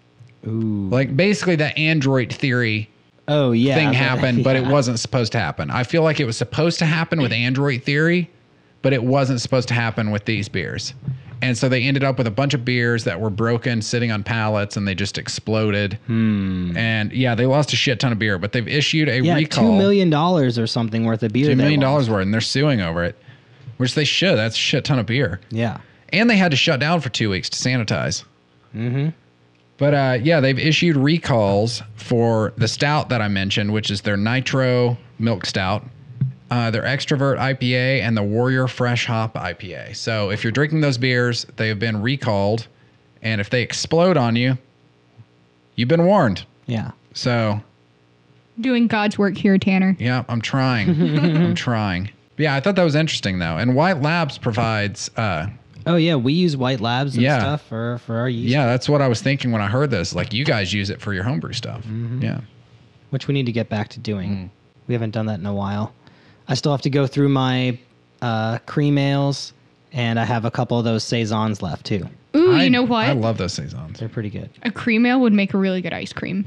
[SPEAKER 3] Ooh.
[SPEAKER 1] Like basically, the android theory
[SPEAKER 3] Oh yeah.
[SPEAKER 1] thing
[SPEAKER 3] but- [laughs]
[SPEAKER 1] happened, but it
[SPEAKER 3] yeah.
[SPEAKER 1] wasn't supposed to happen. I feel like it was supposed to happen with Android Theory, but it wasn't supposed to happen with these beers. And so they ended up with a bunch of beers that were broken, sitting on pallets, and they just exploded. And yeah, they lost a shit ton of beer, but they've issued a
[SPEAKER 3] Hmm. Yeah,
[SPEAKER 1] recall.
[SPEAKER 3] two million dollars or something worth of beer.
[SPEAKER 1] $2
[SPEAKER 3] they
[SPEAKER 1] million
[SPEAKER 3] lost.
[SPEAKER 1] dollars worth, and they're suing over it, which they should. That's a shit ton of beer.
[SPEAKER 3] Yeah.
[SPEAKER 1] And they had to shut down for two weeks to sanitize. Mm-hmm. But uh, yeah, they've issued recalls for the stout that I mentioned, which is their Nitro Milk Stout, uh, their Extrovert IPA, and the Warrior Fresh Hop IPA. So if you're drinking those beers, they have been recalled. And if they explode on you, you've been warned.
[SPEAKER 3] Yeah.
[SPEAKER 1] So
[SPEAKER 2] Doing God's work here, Tanner.
[SPEAKER 1] yeah, I'm trying. I'm trying. Yeah, I thought that was interesting though. And White Labs provides uh,
[SPEAKER 3] Oh yeah, we use white labs and
[SPEAKER 1] Yeah.
[SPEAKER 3] stuff for for our yeast,
[SPEAKER 1] Yeah, that's what I was thinking when I heard this. Like you guys use it for your homebrew stuff.
[SPEAKER 3] Mm-hmm.
[SPEAKER 1] Yeah.
[SPEAKER 3] which we need to get back to doing.
[SPEAKER 1] Mm.
[SPEAKER 3] We haven't done that in a while. I still have to go through my uh, cream ales and I have a couple of those saisons left too.
[SPEAKER 2] Ooh,
[SPEAKER 1] I-
[SPEAKER 2] you know what?
[SPEAKER 1] I love those saisons.
[SPEAKER 3] They're pretty good.
[SPEAKER 2] a cream ale would make a really good ice cream.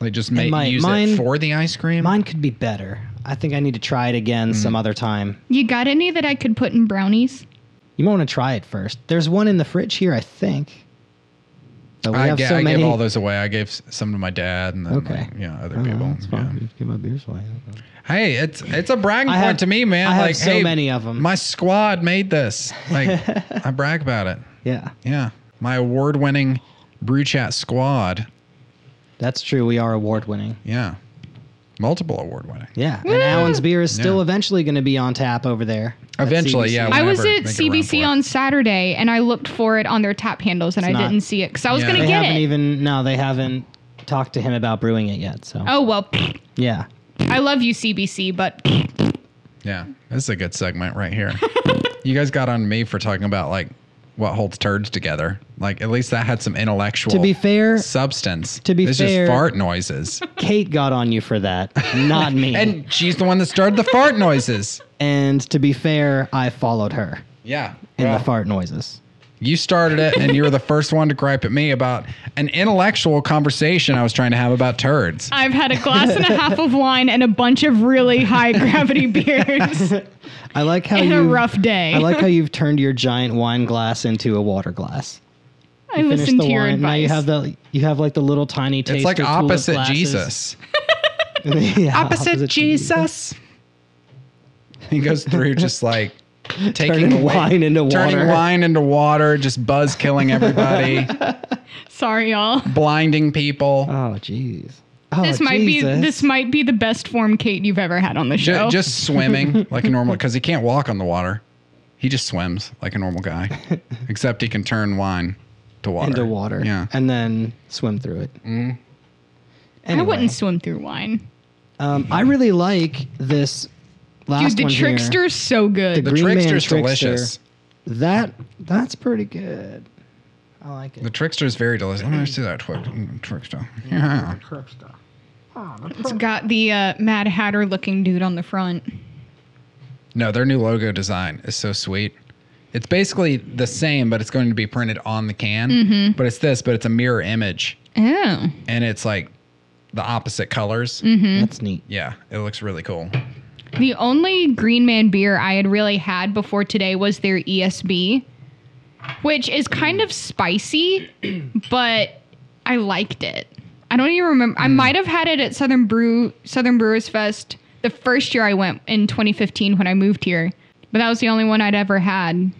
[SPEAKER 1] They just make
[SPEAKER 3] my-
[SPEAKER 1] use it
[SPEAKER 3] mine-
[SPEAKER 1] for the ice cream.
[SPEAKER 3] Mine could be better. I think I need to try it again
[SPEAKER 1] Mm.
[SPEAKER 3] some other time.
[SPEAKER 2] You got any that I could put in brownies?
[SPEAKER 3] You might want to try it first. There's one in the fridge here, I think. But we
[SPEAKER 1] I,
[SPEAKER 3] have
[SPEAKER 1] ga-
[SPEAKER 3] so
[SPEAKER 1] I
[SPEAKER 3] many.
[SPEAKER 1] gave all those away. I gave s- some to my dad and then
[SPEAKER 3] Okay.
[SPEAKER 1] like, yeah, other
[SPEAKER 3] Oh,
[SPEAKER 1] people.
[SPEAKER 3] that's
[SPEAKER 1] Yeah.
[SPEAKER 3] fine. Just give my beers away.
[SPEAKER 1] Hey, it's it's a bragging
[SPEAKER 3] I
[SPEAKER 1] point
[SPEAKER 3] have-
[SPEAKER 1] to me, man.
[SPEAKER 3] I have
[SPEAKER 1] like
[SPEAKER 3] so
[SPEAKER 1] hey,
[SPEAKER 3] many of 'em.
[SPEAKER 1] My squad made this.
[SPEAKER 3] [laughs]
[SPEAKER 1] Like I brag about it.
[SPEAKER 3] [laughs] Yeah,
[SPEAKER 1] Yeah. My award winning brew chat squad.
[SPEAKER 3] that's true. We are award winning.
[SPEAKER 1] Yeah. Multiple award winning.
[SPEAKER 3] Yeah, and Allen's beer is still
[SPEAKER 1] Yeah.
[SPEAKER 3] eventually going to be on tap over there. at
[SPEAKER 1] Eventually,
[SPEAKER 3] CBC.
[SPEAKER 1] yeah,
[SPEAKER 2] I
[SPEAKER 1] Whenever,
[SPEAKER 2] was
[SPEAKER 1] make
[SPEAKER 2] at
[SPEAKER 1] a run
[SPEAKER 2] CBC
[SPEAKER 1] for it.
[SPEAKER 2] on Saturday and I looked for it on their tap handles and I
[SPEAKER 3] not-
[SPEAKER 2] didn't see it because I was
[SPEAKER 1] Yeah.
[SPEAKER 2] going
[SPEAKER 3] they
[SPEAKER 2] to get
[SPEAKER 3] haven't
[SPEAKER 2] it.
[SPEAKER 3] even no, they haven't talked to him about brewing it yet. So
[SPEAKER 2] oh, well, pfft.
[SPEAKER 3] yeah,
[SPEAKER 2] I love you, CBC, but pfft,
[SPEAKER 1] Yeah. This is a good segment right here. [laughs] you guys got on me for talking about like what holds turds together. Like at least that had some intellectual
[SPEAKER 3] To be fair-
[SPEAKER 1] substance.
[SPEAKER 3] to be
[SPEAKER 1] it's
[SPEAKER 3] fair-
[SPEAKER 1] just fart noises. [laughs]
[SPEAKER 3] Kate got on you for that, not me. and,
[SPEAKER 1] and she's the one that started the fart noises.
[SPEAKER 3] to be fair, I followed her
[SPEAKER 1] Yeah.
[SPEAKER 3] in
[SPEAKER 1] Well,
[SPEAKER 3] the fart noises.
[SPEAKER 1] You started it, and you were the first one to gripe at me about an intellectual conversation I was trying to have about turds.
[SPEAKER 2] I've had a glass and a half of wine and a bunch of really high
[SPEAKER 3] [laughs]
[SPEAKER 2] gravity beers
[SPEAKER 3] I like how
[SPEAKER 2] in a
[SPEAKER 3] you.
[SPEAKER 2] rough day.
[SPEAKER 3] I like
[SPEAKER 2] [laughs]
[SPEAKER 3] how you've turned your giant wine glass into a water glass.
[SPEAKER 2] I
[SPEAKER 3] Finish
[SPEAKER 2] listened
[SPEAKER 3] the
[SPEAKER 2] to your
[SPEAKER 3] wine. Now you
[SPEAKER 2] advice.
[SPEAKER 3] have the you have like the little tiny taste.
[SPEAKER 1] It's like opposite
[SPEAKER 3] [laughs]
[SPEAKER 1] Jesus.
[SPEAKER 3] opposite
[SPEAKER 1] [laughs] He goes through just
[SPEAKER 3] [laughs]
[SPEAKER 1] like taking
[SPEAKER 3] Turning
[SPEAKER 1] away-
[SPEAKER 3] wine into
[SPEAKER 1] turning
[SPEAKER 3] water.
[SPEAKER 1] wine into water, just buzz killing
[SPEAKER 3] [laughs]
[SPEAKER 1] everybody,
[SPEAKER 2] Sorry, y'all.
[SPEAKER 1] blinding people.
[SPEAKER 3] Oh jeez. Oh,
[SPEAKER 2] This might be
[SPEAKER 3] Jesus.
[SPEAKER 2] this might be the best form Kate you've ever had on the
[SPEAKER 1] Ju-
[SPEAKER 2] show.
[SPEAKER 1] just
[SPEAKER 3] [laughs]
[SPEAKER 1] swimming like a normal because he can't walk on the water. He just swims like a normal
[SPEAKER 3] [laughs]
[SPEAKER 1] guy, except he can turn wine to water.
[SPEAKER 3] into water.
[SPEAKER 1] Yeah. Mm-hmm.
[SPEAKER 3] And then swim through it.
[SPEAKER 2] I
[SPEAKER 3] Anyway.
[SPEAKER 2] wouldn't swim through wine.
[SPEAKER 3] Um, I really like this last
[SPEAKER 2] Dude, the
[SPEAKER 3] one here.
[SPEAKER 2] trickster's so good.
[SPEAKER 1] the
[SPEAKER 3] Green Man
[SPEAKER 1] trickster's
[SPEAKER 3] Trickster.
[SPEAKER 1] delicious.
[SPEAKER 3] That that's pretty good. I like it.
[SPEAKER 1] The trickster is very delicious. Let me see that twi- mm, trickster. Yeah.
[SPEAKER 2] it's got the uh, Mad Hatter looking dude on the front.
[SPEAKER 1] No, their new logo design is so sweet. It's basically the same, but it's going to be printed on the can.
[SPEAKER 2] Mm-hmm.
[SPEAKER 1] But it's this, but it's a mirror image,
[SPEAKER 2] Oh.
[SPEAKER 1] and it's like the opposite colors.
[SPEAKER 2] Mm-hmm.
[SPEAKER 3] That's neat.
[SPEAKER 1] Yeah, it looks really cool.
[SPEAKER 2] The only Green Man beer I had really had before today was their ESB, which is kind of
[SPEAKER 3] [clears throat]
[SPEAKER 2] spicy, but I liked it. I don't even remember.
[SPEAKER 3] Hmm.
[SPEAKER 2] I might have had it at Southern Brew Southern Brewers Fest the first year I went in 2015 when I moved here, but that was the only one I'd ever had.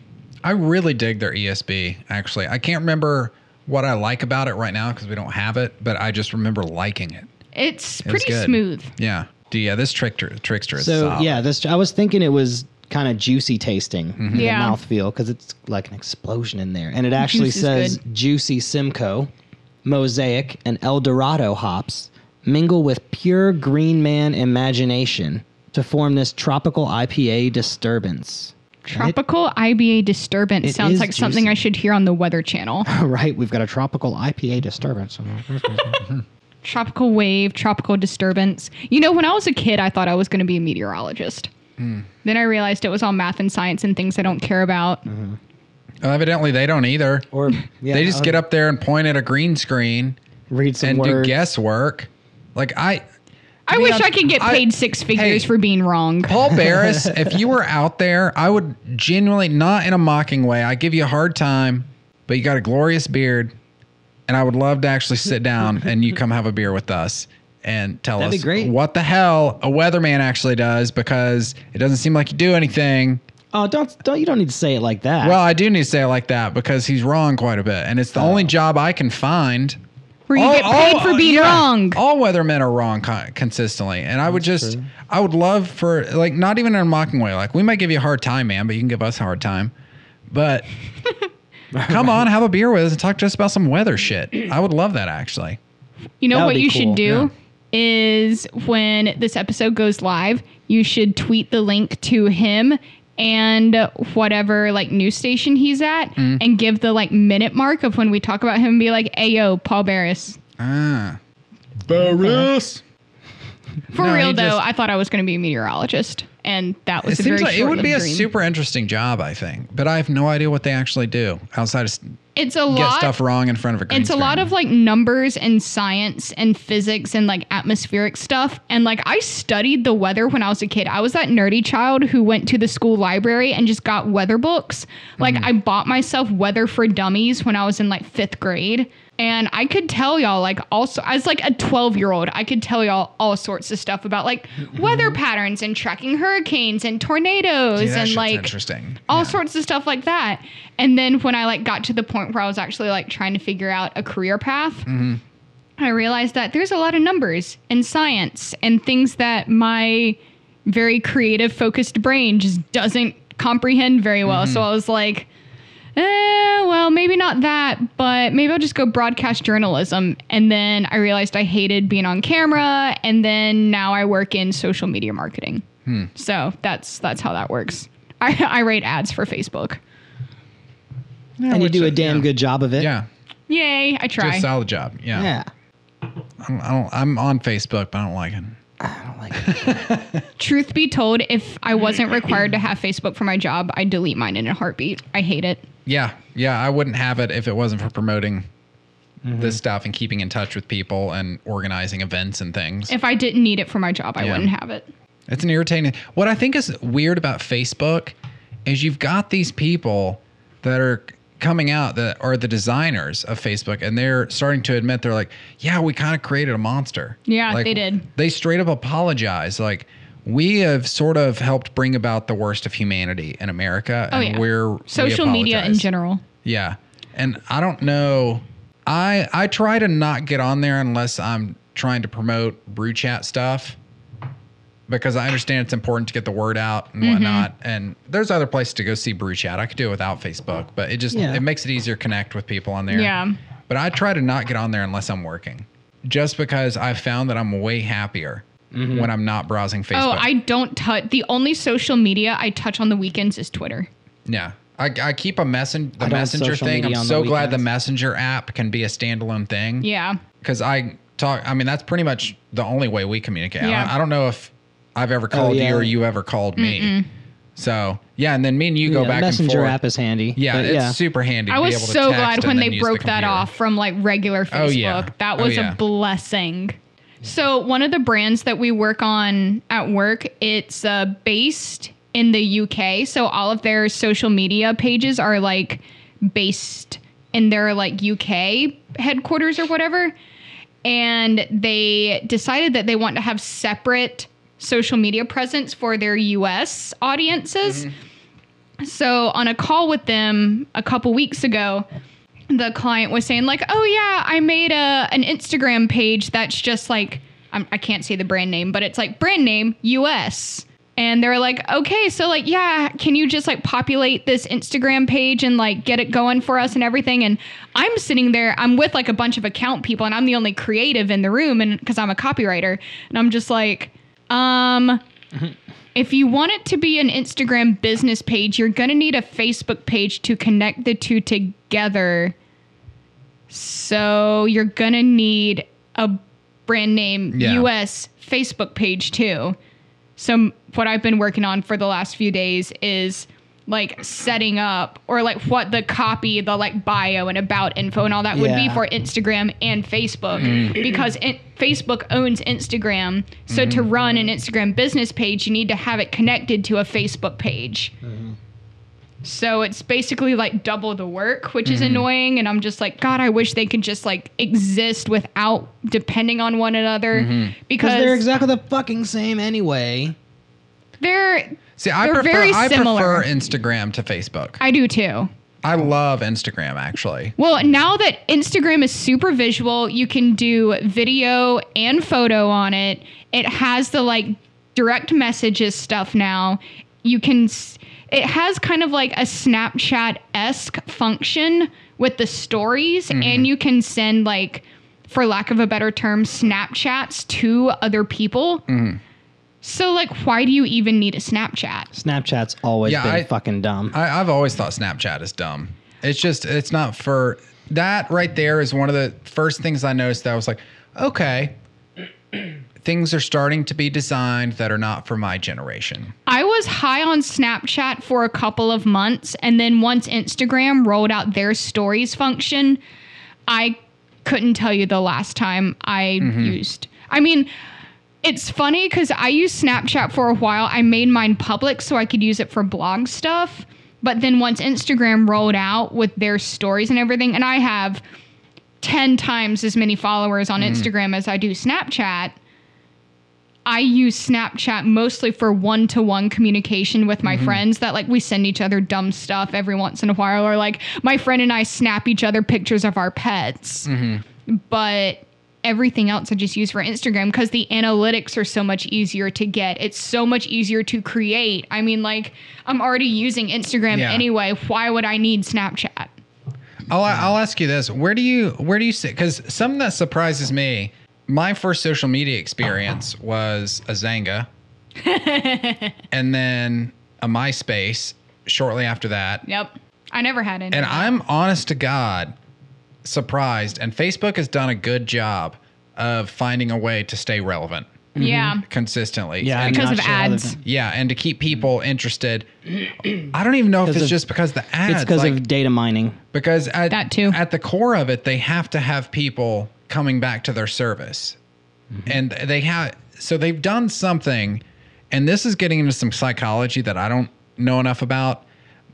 [SPEAKER 1] I really dig their ESB. Actually, I can't remember what I like about it right now because we don't have it, but I just remember liking it.
[SPEAKER 2] It's
[SPEAKER 1] It was
[SPEAKER 2] pretty
[SPEAKER 1] good.
[SPEAKER 2] smooth.
[SPEAKER 1] Yeah, D- yeah. This trickster, trickster is
[SPEAKER 3] So
[SPEAKER 1] solid.
[SPEAKER 3] yeah, this I was thinking it was kind of juicy tasting in the
[SPEAKER 2] Yeah.
[SPEAKER 3] mouthfeel because it's like an explosion in there, and it actually
[SPEAKER 2] Juice is
[SPEAKER 3] says juicy Simcoe, Mosaic, and El Dorado hops mingle with pure Green Man imagination to form this tropical
[SPEAKER 1] [laughs]
[SPEAKER 3] IPA disturbance.
[SPEAKER 2] Tropical IBA disturbance
[SPEAKER 3] It
[SPEAKER 2] sounds
[SPEAKER 3] is
[SPEAKER 2] like something
[SPEAKER 3] juicy.
[SPEAKER 2] I should hear on the Weather Channel.
[SPEAKER 3] right, we've got a tropical IPA disturbance.
[SPEAKER 2] tropical wave, tropical disturbance. You know, when I was a kid, I thought I was going to be a meteorologist.
[SPEAKER 1] Hmm.
[SPEAKER 2] Then I realized it was all math and science and things I don't care about.
[SPEAKER 1] Mm-hmm. evidently they don't either.
[SPEAKER 3] [laughs] Or yeah,
[SPEAKER 1] they just get up there and point at a green screen
[SPEAKER 3] read some
[SPEAKER 1] and
[SPEAKER 3] words.
[SPEAKER 1] do guesswork. Like I,
[SPEAKER 2] I
[SPEAKER 1] be
[SPEAKER 2] wish
[SPEAKER 1] honest,
[SPEAKER 2] I could get
[SPEAKER 1] I-
[SPEAKER 2] paid six figures for being wrong.
[SPEAKER 1] Paul Barris, if you were out there, I would genuinely, not in a mocking way, I give you a hard time, but you got a glorious beard, and I would love to actually sit down and you come have a beer with us and tell
[SPEAKER 3] That'd be
[SPEAKER 1] us
[SPEAKER 3] great.
[SPEAKER 1] what the hell a weatherman actually does because it doesn't seem like you do anything.
[SPEAKER 3] Oh, don't don't you don't need to say it like that.
[SPEAKER 1] Well, I do need to say it like that because he's wrong quite a bit, and it's the
[SPEAKER 3] Oh.
[SPEAKER 1] only job I can find.
[SPEAKER 2] Where you
[SPEAKER 1] All-
[SPEAKER 2] get paid
[SPEAKER 1] all- uh,
[SPEAKER 2] for being
[SPEAKER 1] yeah,
[SPEAKER 2] wrong.
[SPEAKER 1] All weathermen are wrong con- consistently, and I would just, I would love for like not even in a mocking way. Like we might give you a hard time, man, but you can give us a hard time.
[SPEAKER 2] [laughs]
[SPEAKER 1] But come on, have a beer with us and talk to us about some weather shit. I would love that actually.
[SPEAKER 2] You
[SPEAKER 3] That
[SPEAKER 2] know
[SPEAKER 3] would
[SPEAKER 2] what
[SPEAKER 3] be
[SPEAKER 2] you
[SPEAKER 3] cool,
[SPEAKER 2] should do is when this episode goes live, you should tweet the link to him and whatever like news station he's at
[SPEAKER 1] Mm.
[SPEAKER 2] and give the like minute mark of when we talk about him and be like, "Hey yo, Paul Barris."
[SPEAKER 1] Ah, Barris.
[SPEAKER 2] For
[SPEAKER 1] No,
[SPEAKER 2] real
[SPEAKER 1] he
[SPEAKER 2] though,
[SPEAKER 1] just-
[SPEAKER 2] I thought I was going to be a meteorologist. and that
[SPEAKER 1] It
[SPEAKER 2] was a very
[SPEAKER 1] seems like it
[SPEAKER 2] short
[SPEAKER 1] would be a
[SPEAKER 2] lived dream.
[SPEAKER 1] super interesting job, I think, but I have no idea what they actually do outside of s-
[SPEAKER 2] It's a
[SPEAKER 1] get
[SPEAKER 2] lot.
[SPEAKER 1] stuff wrong in front of a green
[SPEAKER 2] it's a lot
[SPEAKER 1] screen.
[SPEAKER 2] of like numbers and science and physics and like atmospheric stuff and like i studied the weather when i was a kid i was that nerdy child who went to the school library and just got weather books like
[SPEAKER 1] Mm.
[SPEAKER 2] i bought myself weather for dummies when i was in like fifth grade and i could tell y'all like also as like a 12 year old i could tell y'all all sorts of stuff about like weather patterns and tracking hurricanes and tornadoes
[SPEAKER 1] Dude, Mm-hmm. that
[SPEAKER 2] and
[SPEAKER 1] shit's
[SPEAKER 2] like
[SPEAKER 1] interesting.
[SPEAKER 2] all sorts of stuff like that. And then when I like got to the point where I was actually like trying to figure out a career path, I realized that there's a lot of numbers and science and things that my very creative focused brain just doesn't comprehend very well. So I was like, eh, well, maybe not that, but maybe I'll just go broadcast journalism. And then I realized I hated being on camera, and then now I work in social media marketing. So that's that's how that works. I, I rate ads for Facebook.
[SPEAKER 1] Yeah,
[SPEAKER 3] and you
[SPEAKER 1] which
[SPEAKER 3] do a
[SPEAKER 1] is-
[SPEAKER 3] damn
[SPEAKER 1] yeah.
[SPEAKER 3] good job of it.
[SPEAKER 1] Yeah,
[SPEAKER 2] Yay,
[SPEAKER 1] do
[SPEAKER 2] I
[SPEAKER 1] a
[SPEAKER 2] try.
[SPEAKER 1] solid job. Yeah,
[SPEAKER 3] Yeah.
[SPEAKER 1] I'm, I don't, I'm on Facebook, but I don't like it.
[SPEAKER 3] I don't like it.
[SPEAKER 2] Truth be told, if I wasn't required to have Facebook for my job, I'd delete mine in a heartbeat. I hate it.
[SPEAKER 1] Yeah, yeah, I wouldn't have it if it wasn't for promoting this stuff and keeping in touch with people and organizing events and things.
[SPEAKER 2] If I didn't need it for my job, I
[SPEAKER 1] Yeah.
[SPEAKER 2] wouldn't have it.
[SPEAKER 1] It's an irritating. What I think is weird about Facebook is you've got these people that are coming out that are the designers of Facebook, and they're starting to admit they're like, yeah, we kind of created a monster.
[SPEAKER 2] Yeah,
[SPEAKER 1] Like,
[SPEAKER 2] they did.
[SPEAKER 1] They straight up apologize, like. We have sort of helped bring about the worst of humanity in America,
[SPEAKER 2] Oh,
[SPEAKER 1] and
[SPEAKER 2] yeah.
[SPEAKER 1] we're
[SPEAKER 2] Social
[SPEAKER 1] we
[SPEAKER 2] media in
[SPEAKER 1] apologize."
[SPEAKER 2] general.
[SPEAKER 1] Yeah. And I don't know. I I try to not get on there unless I'm trying to promote brew chat stuff because I understand it's important to get the word out
[SPEAKER 2] Mm-hmm.
[SPEAKER 1] and whatnot. And there's other places to go see brew chat. I could do it without Facebook, but it just
[SPEAKER 3] Yeah.
[SPEAKER 1] it makes it easier to connect with people on there.
[SPEAKER 2] Yeah.
[SPEAKER 1] But I try to not get on there unless I'm working. Just because I found that I'm way happier
[SPEAKER 3] Mm-hmm.
[SPEAKER 1] when I'm not browsing Facebook.
[SPEAKER 2] Oh, I don't touch the only social media I touch on the weekends is Twitter.
[SPEAKER 1] Yeah. I, I keep a messen the
[SPEAKER 3] don't
[SPEAKER 1] messenger
[SPEAKER 3] social
[SPEAKER 1] thing.
[SPEAKER 3] media
[SPEAKER 1] I'm
[SPEAKER 3] on the
[SPEAKER 1] so glad the
[SPEAKER 3] weekends.
[SPEAKER 1] messenger app can be a standalone thing.
[SPEAKER 2] Yeah.
[SPEAKER 1] Because I talk. I mean, that's pretty much the only way we communicate.
[SPEAKER 2] Yeah.
[SPEAKER 1] I, I don't know if I've ever called
[SPEAKER 3] Oh, yeah.
[SPEAKER 1] you or you ever called me. So yeah, and then me and you go
[SPEAKER 3] Yeah, the
[SPEAKER 1] back
[SPEAKER 3] messenger
[SPEAKER 1] and forth.
[SPEAKER 3] app is handy.
[SPEAKER 1] yeah,
[SPEAKER 3] but
[SPEAKER 1] it's
[SPEAKER 3] yeah.
[SPEAKER 1] super handy.
[SPEAKER 2] I
[SPEAKER 1] to be
[SPEAKER 2] was
[SPEAKER 1] able to
[SPEAKER 2] so
[SPEAKER 1] text
[SPEAKER 2] glad
[SPEAKER 1] and
[SPEAKER 2] when
[SPEAKER 1] then
[SPEAKER 2] they
[SPEAKER 1] use the
[SPEAKER 2] broke that
[SPEAKER 1] computer.
[SPEAKER 2] off from like regular
[SPEAKER 1] Oh,
[SPEAKER 2] Facebook.
[SPEAKER 1] yeah.
[SPEAKER 2] That
[SPEAKER 1] Oh,
[SPEAKER 2] was
[SPEAKER 1] yeah.
[SPEAKER 2] a blessing. So one of the brands that we work on at work, it's uh, based in the UK. So all of their social media pages are like based in their like UK headquarters or whatever. And they decided that they want to have separate social media presence for their US audiences.
[SPEAKER 1] Mm-hmm.
[SPEAKER 2] So on a call with them a couple weeks ago, the client was saying like, "Oh yeah, I made a an Instagram page that's just like I'm, I can't say the brand name, but it's like brand name US." And they're like, "Okay, so like yeah, can you just like populate this Instagram page and like get it going for us and everything?" And I'm sitting there, I'm with like a bunch of account people and I'm the only creative in the room and cuz I'm a copywriter, and I'm just like, "Um, if you want it to be an Instagram business page, you're going to need a Facebook page to connect the two together. So you're going to need a brand name
[SPEAKER 1] Yeah.
[SPEAKER 2] US Facebook page too. So m- what I've been working on for the last few days is like setting up or like what the copy, the like bio and about info and all that would be
[SPEAKER 3] Yeah.
[SPEAKER 2] for Instagram and Facebook because it, Facebook owns Instagram. So to run an Instagram business page, you need to have it connected to a Facebook page.
[SPEAKER 3] Mm-hmm.
[SPEAKER 2] So it's basically like double the work, which is annoying. And I'm just like, God, I wish they could just like exist without depending on one another because
[SPEAKER 3] Because they're exactly the fucking same anyway.
[SPEAKER 2] they're-
[SPEAKER 1] See, I
[SPEAKER 2] They're
[SPEAKER 1] prefer
[SPEAKER 2] very
[SPEAKER 1] I
[SPEAKER 2] similar.
[SPEAKER 1] prefer Instagram to Facebook. I,
[SPEAKER 2] I do too.
[SPEAKER 1] love Instagram actually.
[SPEAKER 2] Well, now that Instagram is super visual, you can do video and photo on it. It has the like direct messages stuff now. You can, s- it has kind of like a Snapchat esque function with the stories, and you can send like, for lack of a better term, Snapchats to other people. So, like, why do you even need a Snapchat?
[SPEAKER 3] Snapchat's always
[SPEAKER 1] Yeah,
[SPEAKER 3] been
[SPEAKER 1] I-
[SPEAKER 3] fucking dumb.
[SPEAKER 1] I, I've always thought Snapchat is dumb. It's just it's not for that right there is one of the first things I noticed that I was like, okay, [clears throat] things are starting to be designed that are not for my generation.
[SPEAKER 2] I was high on Snapchat for a couple of months, and then once Instagram rolled out their stories function, I couldn't tell you the last time I used. I mean, it's funny because I used Snapchat for a while. I made mine public so I could use it for blog stuff. But then once Instagram rolled out with their stories and everything, and I have 10 times as many followers on
[SPEAKER 1] Mm-hmm.
[SPEAKER 2] Instagram as I do Snapchat. I use Snapchat mostly for one to one communication with
[SPEAKER 1] Mm-hmm.
[SPEAKER 2] my friends that like we send each other dumb stuff every once in a while, or like my friend and I snap each other pictures of our pets.
[SPEAKER 1] Mm-hmm.
[SPEAKER 2] But everything else I just use for Instagram because the analytics are so much easier to get. It's so much easier to create. I mean, like I'm already using Instagram
[SPEAKER 1] Yeah.
[SPEAKER 2] anyway. Why would I need Snapchat?
[SPEAKER 1] I'll, I'll ask you this: Where do you where do you sit? Because something that surprises me, my first social media experience was a Zanga, and then a MySpace shortly after that.
[SPEAKER 2] Yep. I never had any.
[SPEAKER 1] And I'm honest to God surprised. And Facebook has done a good job of finding a way to stay relevant Mm-hmm.
[SPEAKER 2] yeah.
[SPEAKER 1] consistently.
[SPEAKER 3] Yeah,
[SPEAKER 1] And,
[SPEAKER 2] Because
[SPEAKER 3] not
[SPEAKER 2] of
[SPEAKER 3] sure how they've
[SPEAKER 2] ads.
[SPEAKER 3] done-
[SPEAKER 1] yeah, and to keep people interested. [clears throat] I don't even know if it's
[SPEAKER 3] of-
[SPEAKER 1] just because the ads.
[SPEAKER 3] It's because
[SPEAKER 1] like-
[SPEAKER 3] of data mining.
[SPEAKER 1] because at,
[SPEAKER 2] That too.
[SPEAKER 1] at the core of it they have to have people coming back to their service and they have so they've done something and this is getting into some psychology that i don't know enough about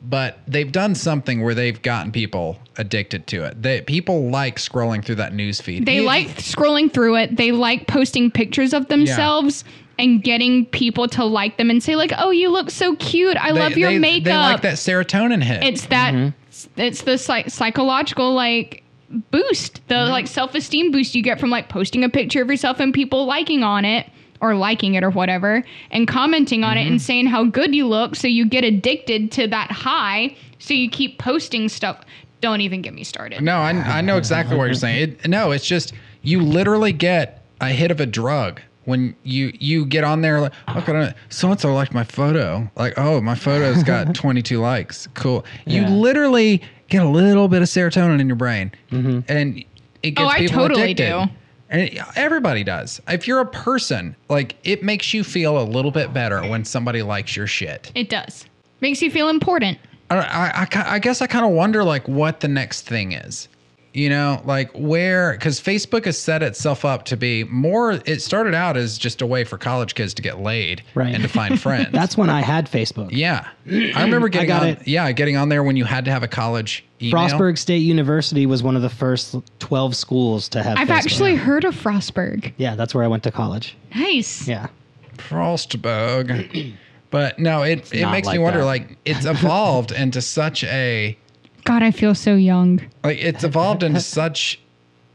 [SPEAKER 1] but they've done something where they've gotten people addicted to it they, people like scrolling through that news feed
[SPEAKER 2] They
[SPEAKER 1] Even-
[SPEAKER 2] like scrolling through it. They like posting pictures of themselves and getting people to like them and say like, "Oh, you look so cute. I
[SPEAKER 1] they-
[SPEAKER 2] love your
[SPEAKER 1] they-
[SPEAKER 2] makeup."
[SPEAKER 1] they like that Mm-hmm. serotonin hit
[SPEAKER 2] It's that it's the psych- psychological like boost, the
[SPEAKER 1] Mm-hmm.
[SPEAKER 2] like self-esteem boost you get from like posting a picture of yourself and people liking on it or liking it or whatever and commenting on
[SPEAKER 1] Mm-hmm.
[SPEAKER 2] it and saying how good you look so you get addicted to that high so you keep posting stuff. Don't even get me started.
[SPEAKER 1] No, I, I know exactly what you're saying. It, no, it's just you literally get a hit of a drug when you you get on there like "Oh, okay so and so liked my photo like oh my photo's got 22 likes cool you
[SPEAKER 3] Yeah.
[SPEAKER 1] literally get a little bit of serotonin in your brain and it gets
[SPEAKER 2] Oh, I
[SPEAKER 1] people
[SPEAKER 2] totally
[SPEAKER 1] addicted.
[SPEAKER 2] do.
[SPEAKER 1] and it- everybody does if you're a person like it makes you feel a little bit better when somebody likes your shit
[SPEAKER 2] It does. Makes you feel important.
[SPEAKER 1] I, I- I, ki- I guess I kind of wonder like what the next thing is. You know, like where, because Facebook has set itself up to be more, it started out as just a way for college kids to get laid
[SPEAKER 3] Right.
[SPEAKER 1] and to
[SPEAKER 3] [laughs]
[SPEAKER 1] find friends.
[SPEAKER 3] That's when I had Facebook.
[SPEAKER 1] yeah. I
[SPEAKER 3] [clears throat]
[SPEAKER 1] remember getting
[SPEAKER 3] got
[SPEAKER 1] on,
[SPEAKER 3] it.
[SPEAKER 1] yeah, getting on there when you had to have a college email.
[SPEAKER 3] Frostburg State University was one of the first 12 schools to have
[SPEAKER 2] I've
[SPEAKER 3] Facebook.
[SPEAKER 2] actually heard of Frostburg.
[SPEAKER 3] Yeah, that's where I went to college.
[SPEAKER 2] Nice.
[SPEAKER 3] Yeah.
[SPEAKER 1] Frostburg. [clears throat] But no, it, it
[SPEAKER 3] not
[SPEAKER 1] makes me
[SPEAKER 3] like
[SPEAKER 1] wonder,
[SPEAKER 3] that.
[SPEAKER 1] like it's evolved into such a,
[SPEAKER 2] God, I feel so young.
[SPEAKER 1] like it's evolved
[SPEAKER 3] [laughs]
[SPEAKER 1] into such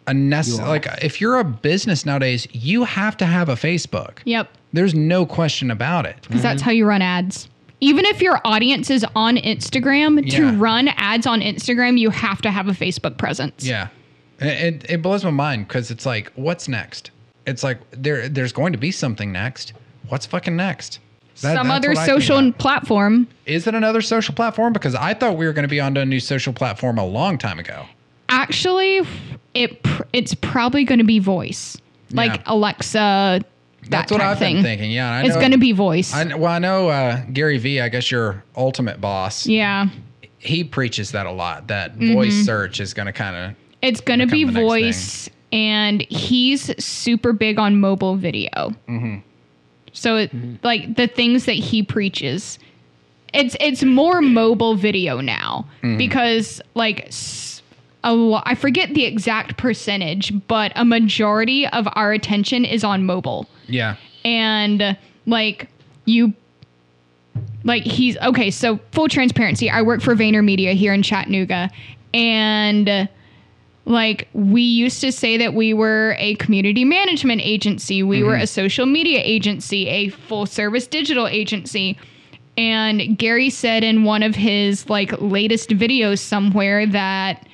[SPEAKER 1] a necessary,
[SPEAKER 3] are.
[SPEAKER 1] like if you're a business nowadays, you have to have a Facebook.
[SPEAKER 2] Yep.
[SPEAKER 1] There's no question about it.
[SPEAKER 2] Because that's how you run ads. Even if your audience is on Instagram,
[SPEAKER 1] Yeah.
[SPEAKER 2] to run ads on Instagram, you have to have a Facebook presence.
[SPEAKER 1] Yeah. It, it- it blows my mind because it's like, what's next? It's like there there's going to be something next. What's fucking next? That-
[SPEAKER 2] Some
[SPEAKER 1] that's
[SPEAKER 2] other
[SPEAKER 1] what I think
[SPEAKER 2] social
[SPEAKER 1] about.
[SPEAKER 2] platform.
[SPEAKER 1] Is it another social platform? Because I thought we were going to be onto a new social platform a long time ago.
[SPEAKER 2] Actually, it pr- it's probably going to be voice, like
[SPEAKER 1] Yeah.
[SPEAKER 2] Alexa. That
[SPEAKER 1] That's what
[SPEAKER 2] type
[SPEAKER 1] I've
[SPEAKER 2] thing.
[SPEAKER 1] been thinking. Yeah. and I
[SPEAKER 2] it's
[SPEAKER 1] know-
[SPEAKER 2] going to be voice.
[SPEAKER 1] I, kn- well, I know uh, Gary Vee, I guess your ultimate boss,
[SPEAKER 2] yeah. Mm-hmm.
[SPEAKER 1] he preaches that a lot that voice search is going to kind
[SPEAKER 2] It's going to be
[SPEAKER 1] Become the next
[SPEAKER 2] voice, and he's super big on mobile video.
[SPEAKER 1] Mm-hmm.
[SPEAKER 2] So, it, like the things that he preaches, it's it's more mobile video now
[SPEAKER 1] Mm-hmm.
[SPEAKER 2] because like s- a lot. I forget the exact percentage, but a majority of our attention is on mobile
[SPEAKER 1] of, yeah.
[SPEAKER 2] and like you like he's okay so full transparency i work for VaynerMedia here in chattanooga and like we used to say that we were a community management agency we were a social media agency a full service digital agency and gary said in one of his like latest videos somewhere that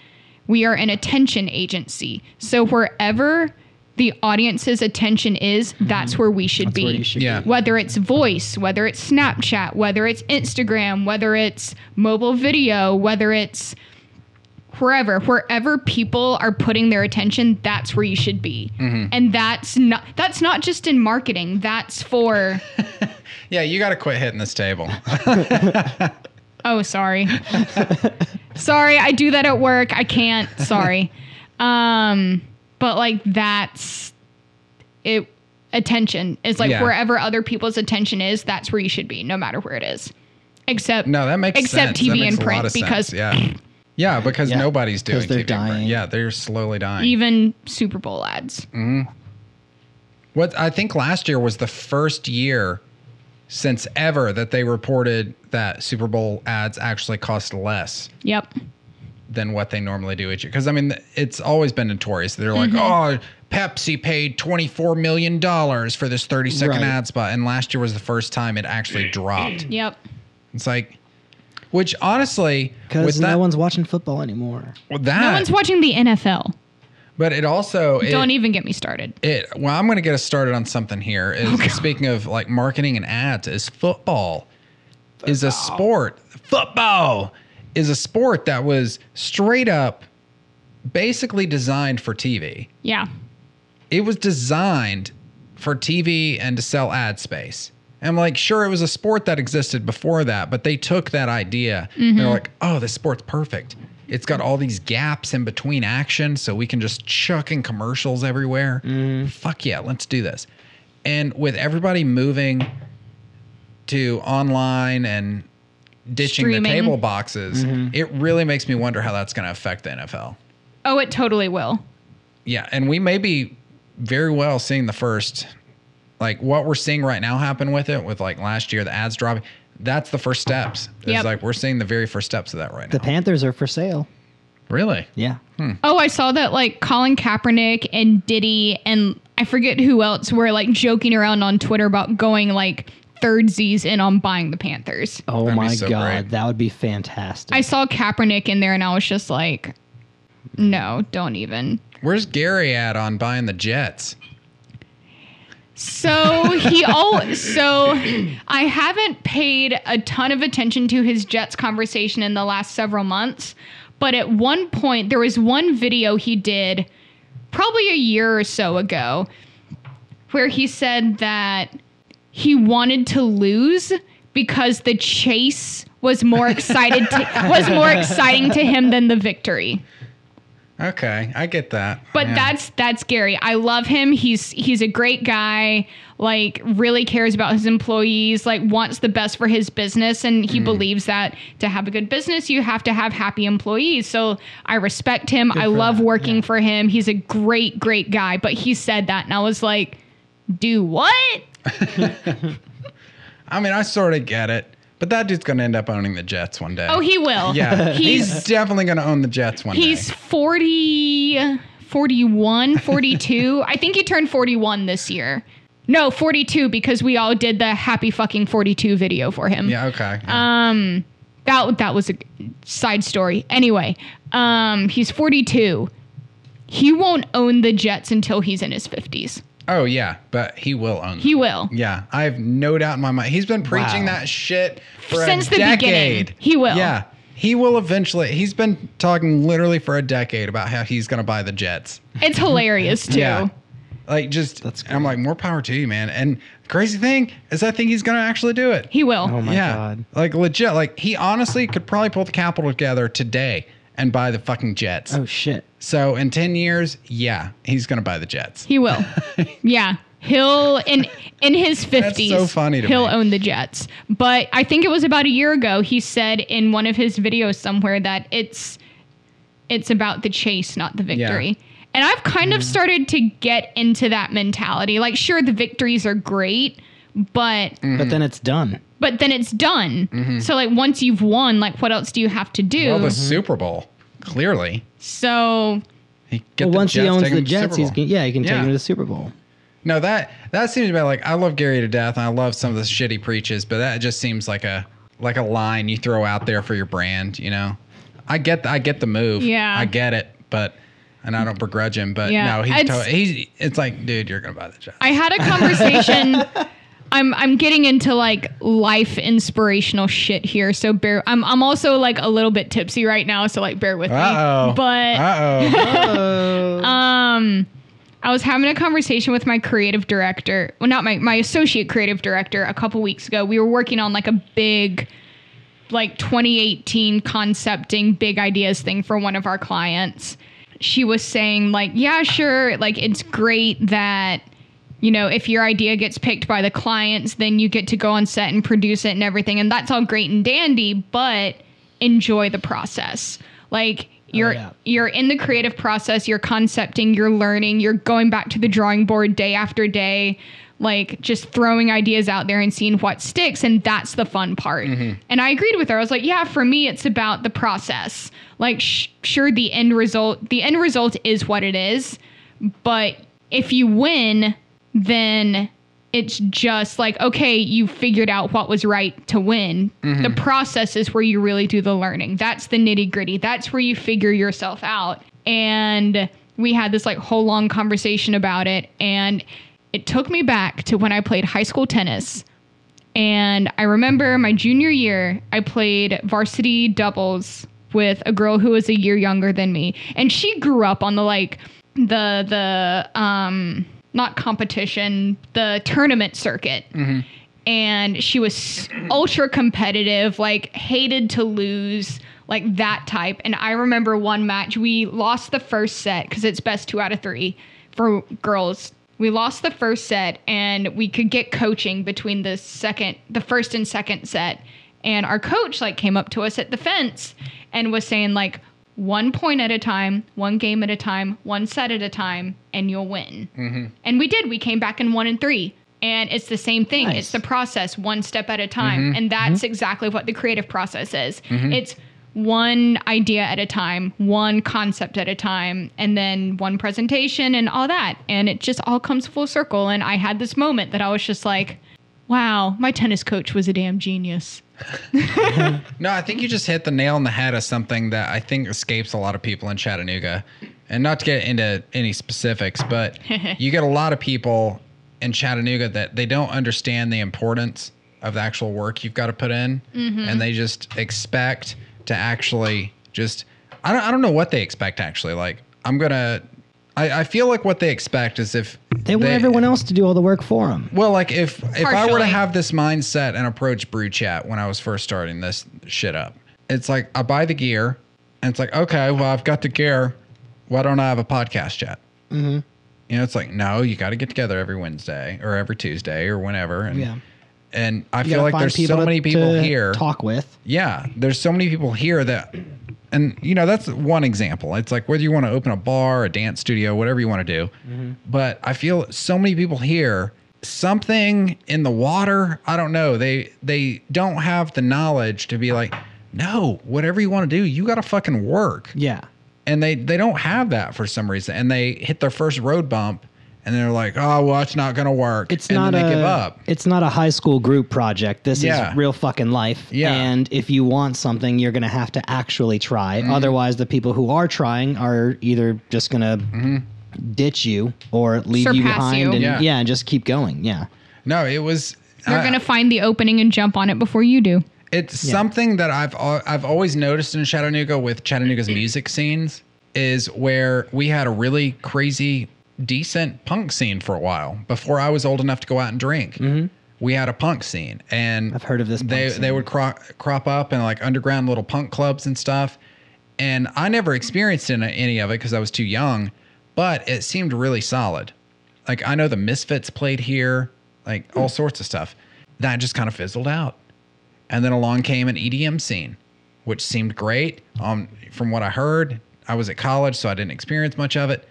[SPEAKER 2] we are an attention agency so wherever the audience's attention is that's where we should be
[SPEAKER 3] Mm-hmm. Where you should
[SPEAKER 1] Yeah.
[SPEAKER 3] be.
[SPEAKER 2] whether it's voice, whether it's Snapchat, whether it's Instagram, whether it's mobile video, whether it's wherever wherever people are putting their attention that's where you should be and that's not that's not just in marketing that's for
[SPEAKER 1] Yeah, you got to quit hitting this table.
[SPEAKER 2] oh sorry sorry i do that at work i can't sorry um but like that's it attention is like
[SPEAKER 1] Yeah.
[SPEAKER 2] wherever other people's attention is that's where you should be no matter where it is except
[SPEAKER 1] No, that makes
[SPEAKER 2] Except
[SPEAKER 1] sense. That
[SPEAKER 2] TV
[SPEAKER 1] makes
[SPEAKER 2] and
[SPEAKER 1] a lot
[SPEAKER 2] print,
[SPEAKER 1] of sense.
[SPEAKER 2] because-
[SPEAKER 1] yeah, yeah, because
[SPEAKER 3] Yeah,
[SPEAKER 1] nobody's doing
[SPEAKER 3] because they're
[SPEAKER 1] TV and print.
[SPEAKER 3] dying.
[SPEAKER 1] Yeah, they're slowly dying.
[SPEAKER 2] even super bowl ads
[SPEAKER 1] Mm. What I think last year was the first year since ever that they reported that Super Bowl ads actually cost less
[SPEAKER 2] yep
[SPEAKER 1] than what they normally do each year. Because I mean, it's always been notorious. They're like,
[SPEAKER 2] Mm-hmm.
[SPEAKER 1] oh, Pepsi paid twenty four million dollars for this thirty second
[SPEAKER 3] Right.
[SPEAKER 1] ad spot, and last year was the first time it actually dropped.
[SPEAKER 2] yep
[SPEAKER 1] It's like, which honestly, with
[SPEAKER 3] because
[SPEAKER 1] that,
[SPEAKER 3] no one's watching football anymore.
[SPEAKER 1] with
[SPEAKER 2] no
[SPEAKER 1] that,
[SPEAKER 2] one's watching the nfl
[SPEAKER 1] but it also it,
[SPEAKER 2] Don't even get me started.
[SPEAKER 1] it well i'm going to get us started on something here is speaking of like marketing and ads is football, is a sport football is a sport that was straight up basically designed for tv
[SPEAKER 2] Yeah.
[SPEAKER 1] it was designed for tv and to sell ad space and I'm like, sure, it was a sport that existed before that, but they took that idea. They're like, oh, this sport's perfect. It's got all these gaps in between action, so we can just chuck in commercials everywhere. Fuck yeah, let's do this. And with everybody moving to online and ditching the
[SPEAKER 2] Streaming.
[SPEAKER 1] cable boxes, it really makes me wonder how that's going to affect the NFL.
[SPEAKER 2] Oh, it totally will.
[SPEAKER 1] Yeah, and we may be very well seeing the first, like what we're seeing right now happen with it, with like last year the ads dropping. That's the first steps. It's
[SPEAKER 2] Yep.
[SPEAKER 1] like we're seeing the very first steps of that right now.
[SPEAKER 3] The Panthers are for sale.
[SPEAKER 1] really?
[SPEAKER 3] Yeah.
[SPEAKER 1] Hmm.
[SPEAKER 2] Oh, I saw that like Colin Kaepernick and Diddy and I forget who else were like joking around on Twitter about going like third Z's in on buying the Panthers.
[SPEAKER 3] Oh
[SPEAKER 1] That'd be
[SPEAKER 3] my
[SPEAKER 1] so
[SPEAKER 3] god,
[SPEAKER 1] great.
[SPEAKER 3] that would be fantastic.
[SPEAKER 2] I saw Kaepernick in there and I was just like, no, don't even.
[SPEAKER 1] Where's Gary at on buying the Jets?
[SPEAKER 2] So he all so I haven't paid a ton of attention to his Jets conversation in the last several months, but at one point there was one video he did probably a year or so ago where he said that he wanted to lose because the chase was more excited to, was more exciting to him than the victory.
[SPEAKER 1] Okay, I get that.
[SPEAKER 2] But
[SPEAKER 1] Yeah.
[SPEAKER 2] that's that's Gary. I love him. He's he's a great guy. Like really cares about his employees. Like wants the best for his business, and
[SPEAKER 1] Mm.
[SPEAKER 2] he believes that to have a good business, you have to have happy employees. So I respect him. I love working for him. He's a great great guy. But he said that, and I was like, do what?
[SPEAKER 1] I mean, I sort of get it, but that dude's gonna end up owning the Jets one day.
[SPEAKER 2] Oh, he
[SPEAKER 1] [laughs]
[SPEAKER 2] will.
[SPEAKER 1] yeah, he's,
[SPEAKER 2] [laughs] he's
[SPEAKER 1] definitely gonna own the Jets one
[SPEAKER 2] he's
[SPEAKER 1] day.
[SPEAKER 2] 40
[SPEAKER 1] [laughs]
[SPEAKER 2] 41 42 i think he turned 41 this year no 42 because we all did the happy fucking 42 video for him
[SPEAKER 1] Yeah, okay. yeah.
[SPEAKER 2] um that that was a side story anyway um he's 42 he won't own the jets until he's in his 50s
[SPEAKER 1] oh yeah, but he will own.
[SPEAKER 2] he will
[SPEAKER 1] Yeah, I have no doubt in my mind. He's been preaching
[SPEAKER 3] Wow.
[SPEAKER 1] that shit for
[SPEAKER 2] Since
[SPEAKER 1] a
[SPEAKER 2] the beginning,
[SPEAKER 1] decade.
[SPEAKER 2] he will.
[SPEAKER 1] Yeah, he will eventually. He's been talking literally for a decade about how he's gonna buy the Jets.
[SPEAKER 2] it's hilarious
[SPEAKER 1] [laughs]
[SPEAKER 2] too
[SPEAKER 1] like just.
[SPEAKER 3] That's
[SPEAKER 1] I'm
[SPEAKER 3] great.
[SPEAKER 1] like more power to you, man. And crazy thing is, I think he's gonna actually do it.
[SPEAKER 2] he will
[SPEAKER 3] Oh my
[SPEAKER 1] yeah,
[SPEAKER 3] god.
[SPEAKER 1] like legit. Like he honestly could probably pull the capital together today and buy the fucking Jets.
[SPEAKER 3] Oh shit.
[SPEAKER 1] So in ten years, yeah, he's gonna buy the Jets. [laughs]
[SPEAKER 2] He will. yeah. He'll in in his fifties.
[SPEAKER 1] so funny to
[SPEAKER 2] he'll
[SPEAKER 1] me.
[SPEAKER 2] own the Jets. But I think it was about a year ago he said in one of his videos somewhere that it's it's about the chase, not the victory. And I've kind
[SPEAKER 1] Mm-hmm.
[SPEAKER 2] of started to get into that mentality. Like, sure, the victories are great, but
[SPEAKER 1] Mm. Mm-hmm.
[SPEAKER 3] But then it's done.
[SPEAKER 2] but then it's done. So like once you've won, like what else do you have to do?
[SPEAKER 1] Well, the
[SPEAKER 3] Mm-hmm.
[SPEAKER 1] Super Bowl, clearly.
[SPEAKER 2] so
[SPEAKER 1] He get
[SPEAKER 3] Well,
[SPEAKER 1] the
[SPEAKER 3] once he
[SPEAKER 1] Jets,
[SPEAKER 3] owns
[SPEAKER 1] take him
[SPEAKER 3] the
[SPEAKER 1] to Super
[SPEAKER 3] Jets, he's
[SPEAKER 1] Bowl.
[SPEAKER 3] g- yeah, he can
[SPEAKER 1] Yeah.
[SPEAKER 3] take him to the Super Bowl.
[SPEAKER 1] No, that that seems about like I love Gary to death, and I love some of the shit he preaches, but that just seems like a like a line you throw out there for your brand. You know, I get I get the move.
[SPEAKER 2] Yeah.
[SPEAKER 1] I get it, but and I don't begrudge him. But
[SPEAKER 2] Yeah,
[SPEAKER 1] no, he's
[SPEAKER 2] it's-
[SPEAKER 1] to- he's it's like, dude, you're gonna buy the job.
[SPEAKER 2] I had a conversation. I I'm I'm getting into like life inspirational shit here. So bear. I'm I'm also like a little bit tipsy right now. So like bear with
[SPEAKER 1] Uh oh.
[SPEAKER 2] me. But
[SPEAKER 1] Uh oh.
[SPEAKER 2] um I was having a conversation with my creative director, well not my my associate creative director a couple weeks ago. We were working on like a big like 2018 concepting big ideas thing for one of our clients. She was saying like, "Yeah, sure, like it's great that you know, if your idea gets picked by the clients, then you get to go on set and produce it and everything. And that's all great and dandy, but enjoy the process. Like you're
[SPEAKER 3] yeah.
[SPEAKER 2] you're in the creative process, you're concepting, you're learning, you're going back to the drawing board day after day, like just throwing ideas out there and seeing what sticks and that's the fun part. And I agreed with her. I was like, yeah, for me it's about the process. Like sh- sure the end result, the end result is what it is, but if you win, then it's just like, okay, you figured out what was right to win. The process is where you really do the learning. That's the nitty gritty. That's where you figure yourself out. And we had this like whole long conversation about it. And it took me back to when I played high school tennis. And I remember my junior year, I played varsity doubles with a girl who was a year younger than me. And she grew up on the like the the um not competition, the tournament circuit. And she was ultra competitive, like hated to lose, like that type. And I remember one match we lost the first set because it's best two out of three for girls we lost the first set and we could get coaching between the second the first and second set and our coach like came up to us at the fence and was saying like one point at a time one game at a time one set at a time and you'll win and we did we came back in one and three and it's the same thing
[SPEAKER 3] Nice.
[SPEAKER 2] it's the process one step at a time
[SPEAKER 1] Mm-hmm.
[SPEAKER 2] and that's exactly what the creative process is it's one idea at a time, one concept at a time, and then one presentation and all that. And it just all comes full circle. And I had this moment that I was just like, wow, my tennis coach was a damn genius.
[SPEAKER 1] No, I think you just hit the nail on the head of something that I think escapes a lot of people in Chattanooga. And not to get into any specifics, but you get a lot of people in Chattanooga that they don't understand the importance of the actual work you've got to put in. And they just expect to actually just, I don't, I don't know what they expect actually. Like, I'm going to, I I feel like what they expect is if
[SPEAKER 3] They want everyone else to do all the work for them.
[SPEAKER 1] well, like if if I were to
[SPEAKER 2] Partially.
[SPEAKER 1] have this mindset and approach brew chat when I was first starting this shit up, it's like I buy the gear, and it's like okay, well I've got the gear, why don't I have a podcast yet? Mm-hmm. You know, it's like no, you got to get together every Wednesday or every Tuesday or whenever, and
[SPEAKER 3] Yeah.
[SPEAKER 1] and I
[SPEAKER 3] You
[SPEAKER 1] feel
[SPEAKER 3] gotta
[SPEAKER 1] like
[SPEAKER 3] find
[SPEAKER 1] there's so
[SPEAKER 3] to-
[SPEAKER 1] many people
[SPEAKER 3] to
[SPEAKER 1] here
[SPEAKER 3] Talk with.
[SPEAKER 1] yeah there's so many people here that and you know that's one example it's like whether you want to open a bar a dance studio whatever you want to do
[SPEAKER 3] Mm-hmm.
[SPEAKER 1] but i feel so many people here something in the water i don't know they they don't have the knowledge to be like no whatever you want to do you got to fucking work
[SPEAKER 3] Yeah.
[SPEAKER 1] and they they don't have that for some reason and they hit their first road bump and they're like oh well it's not gonna work
[SPEAKER 3] It's
[SPEAKER 1] and
[SPEAKER 3] not
[SPEAKER 1] then
[SPEAKER 3] a
[SPEAKER 1] they give up
[SPEAKER 3] it's not a high school group project. This
[SPEAKER 1] Yeah.
[SPEAKER 3] is real fucking life.
[SPEAKER 1] Yeah.
[SPEAKER 3] And if you want something, you're going to have to actually try.
[SPEAKER 1] Mm-hmm.
[SPEAKER 3] Otherwise, the people who are trying are either just going to ditch you or leave you
[SPEAKER 2] Surpass
[SPEAKER 3] behind
[SPEAKER 2] you.
[SPEAKER 3] and
[SPEAKER 1] Mm-hmm. Yeah.
[SPEAKER 3] yeah. and just keep going. Yeah.
[SPEAKER 1] no it was
[SPEAKER 2] They're
[SPEAKER 1] I-
[SPEAKER 2] going to find the opening and jump on it before you do.
[SPEAKER 1] It's something that I've al- I've always noticed in Chattanooga with Chattanooga's music scenes is where we had a really crazy decent punk scene for a while before I was old enough to go out and drink. We had a punk scene, and
[SPEAKER 3] Mm-hmm. I've heard of this punk
[SPEAKER 1] They
[SPEAKER 3] scene.
[SPEAKER 1] they would cro- crop up in like underground little punk clubs and stuff, and I never experienced in any of it because I was too young, but it seemed really solid. Like I know the Misfits played here, like
[SPEAKER 3] Hmm.
[SPEAKER 1] all sorts of stuff. That just kind of fizzled out. And then along came an EDM scene, which seemed great. Um, from what I heard, I was at college, so I didn't experience much of it.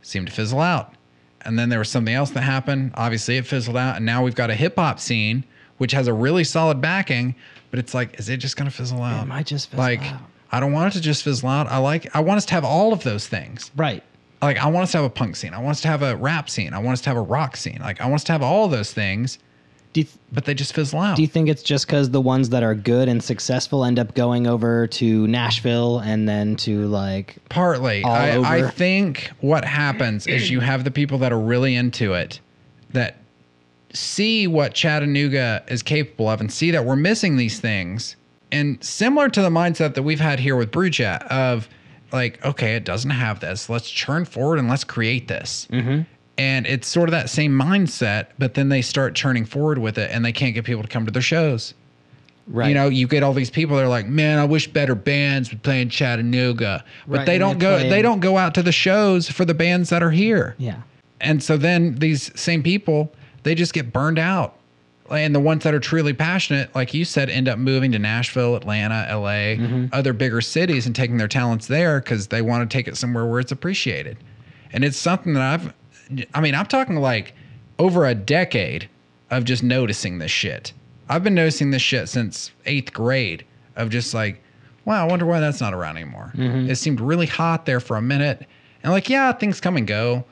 [SPEAKER 1] Seemed to fizzle out. And then there was something else that happened. Obviously, it fizzled out. And now we've got a hip hop scene, which has a really solid backing, but it's like, is it just going to fizzle out?
[SPEAKER 3] might just fizzle
[SPEAKER 1] like,
[SPEAKER 3] out.
[SPEAKER 1] I don't want it to just fizzle out. I like, I want us to have all of those things
[SPEAKER 3] Right.
[SPEAKER 1] like I want us to have a punk scene. I want us to have a rap scene. I want us to have a rock scene. Like I want us to have all those things,
[SPEAKER 3] Do you, th-
[SPEAKER 1] but they just fizzle out.
[SPEAKER 3] do you think it's just because the ones that are good and successful end up going over to Nashville and then to like,
[SPEAKER 1] Partly, I,
[SPEAKER 3] over?
[SPEAKER 1] I think what happens is you have the people that are really into it that see what Chattanooga is capable of and see that we're missing these things. And similar to the mindset that we've had here with Brew Chat of like, okay, it doesn't have this. Let's churn forward and let's create this. And it's sort of that same mindset, but then they start churning forward with it and they can't get people to come to their shows.
[SPEAKER 3] Right.
[SPEAKER 1] You know, you get all these people that are like, "Man, I wish better bands would play in Chattanooga," but
[SPEAKER 3] Right,
[SPEAKER 1] they
[SPEAKER 3] and
[SPEAKER 1] don't
[SPEAKER 3] they
[SPEAKER 1] go.
[SPEAKER 3] play
[SPEAKER 1] They
[SPEAKER 3] in-
[SPEAKER 1] don't go out to the shows for the bands that are here.
[SPEAKER 3] Yeah.
[SPEAKER 1] And so then these same people, they just get burned out. And the ones that are truly passionate, like you said, end up moving to Nashville, Atlanta, LA, other bigger cities and taking their talents there because they want to take it somewhere where it's appreciated. And it's something that I've, I mean, I'm talking like over a decade of just noticing this shit. I've been noticing this shit since eighth grade of just like, wow, I wonder why that's not around anymore.
[SPEAKER 3] Mm-hmm.
[SPEAKER 1] It seemed really hot there for a minute. And like, yeah, things come and go.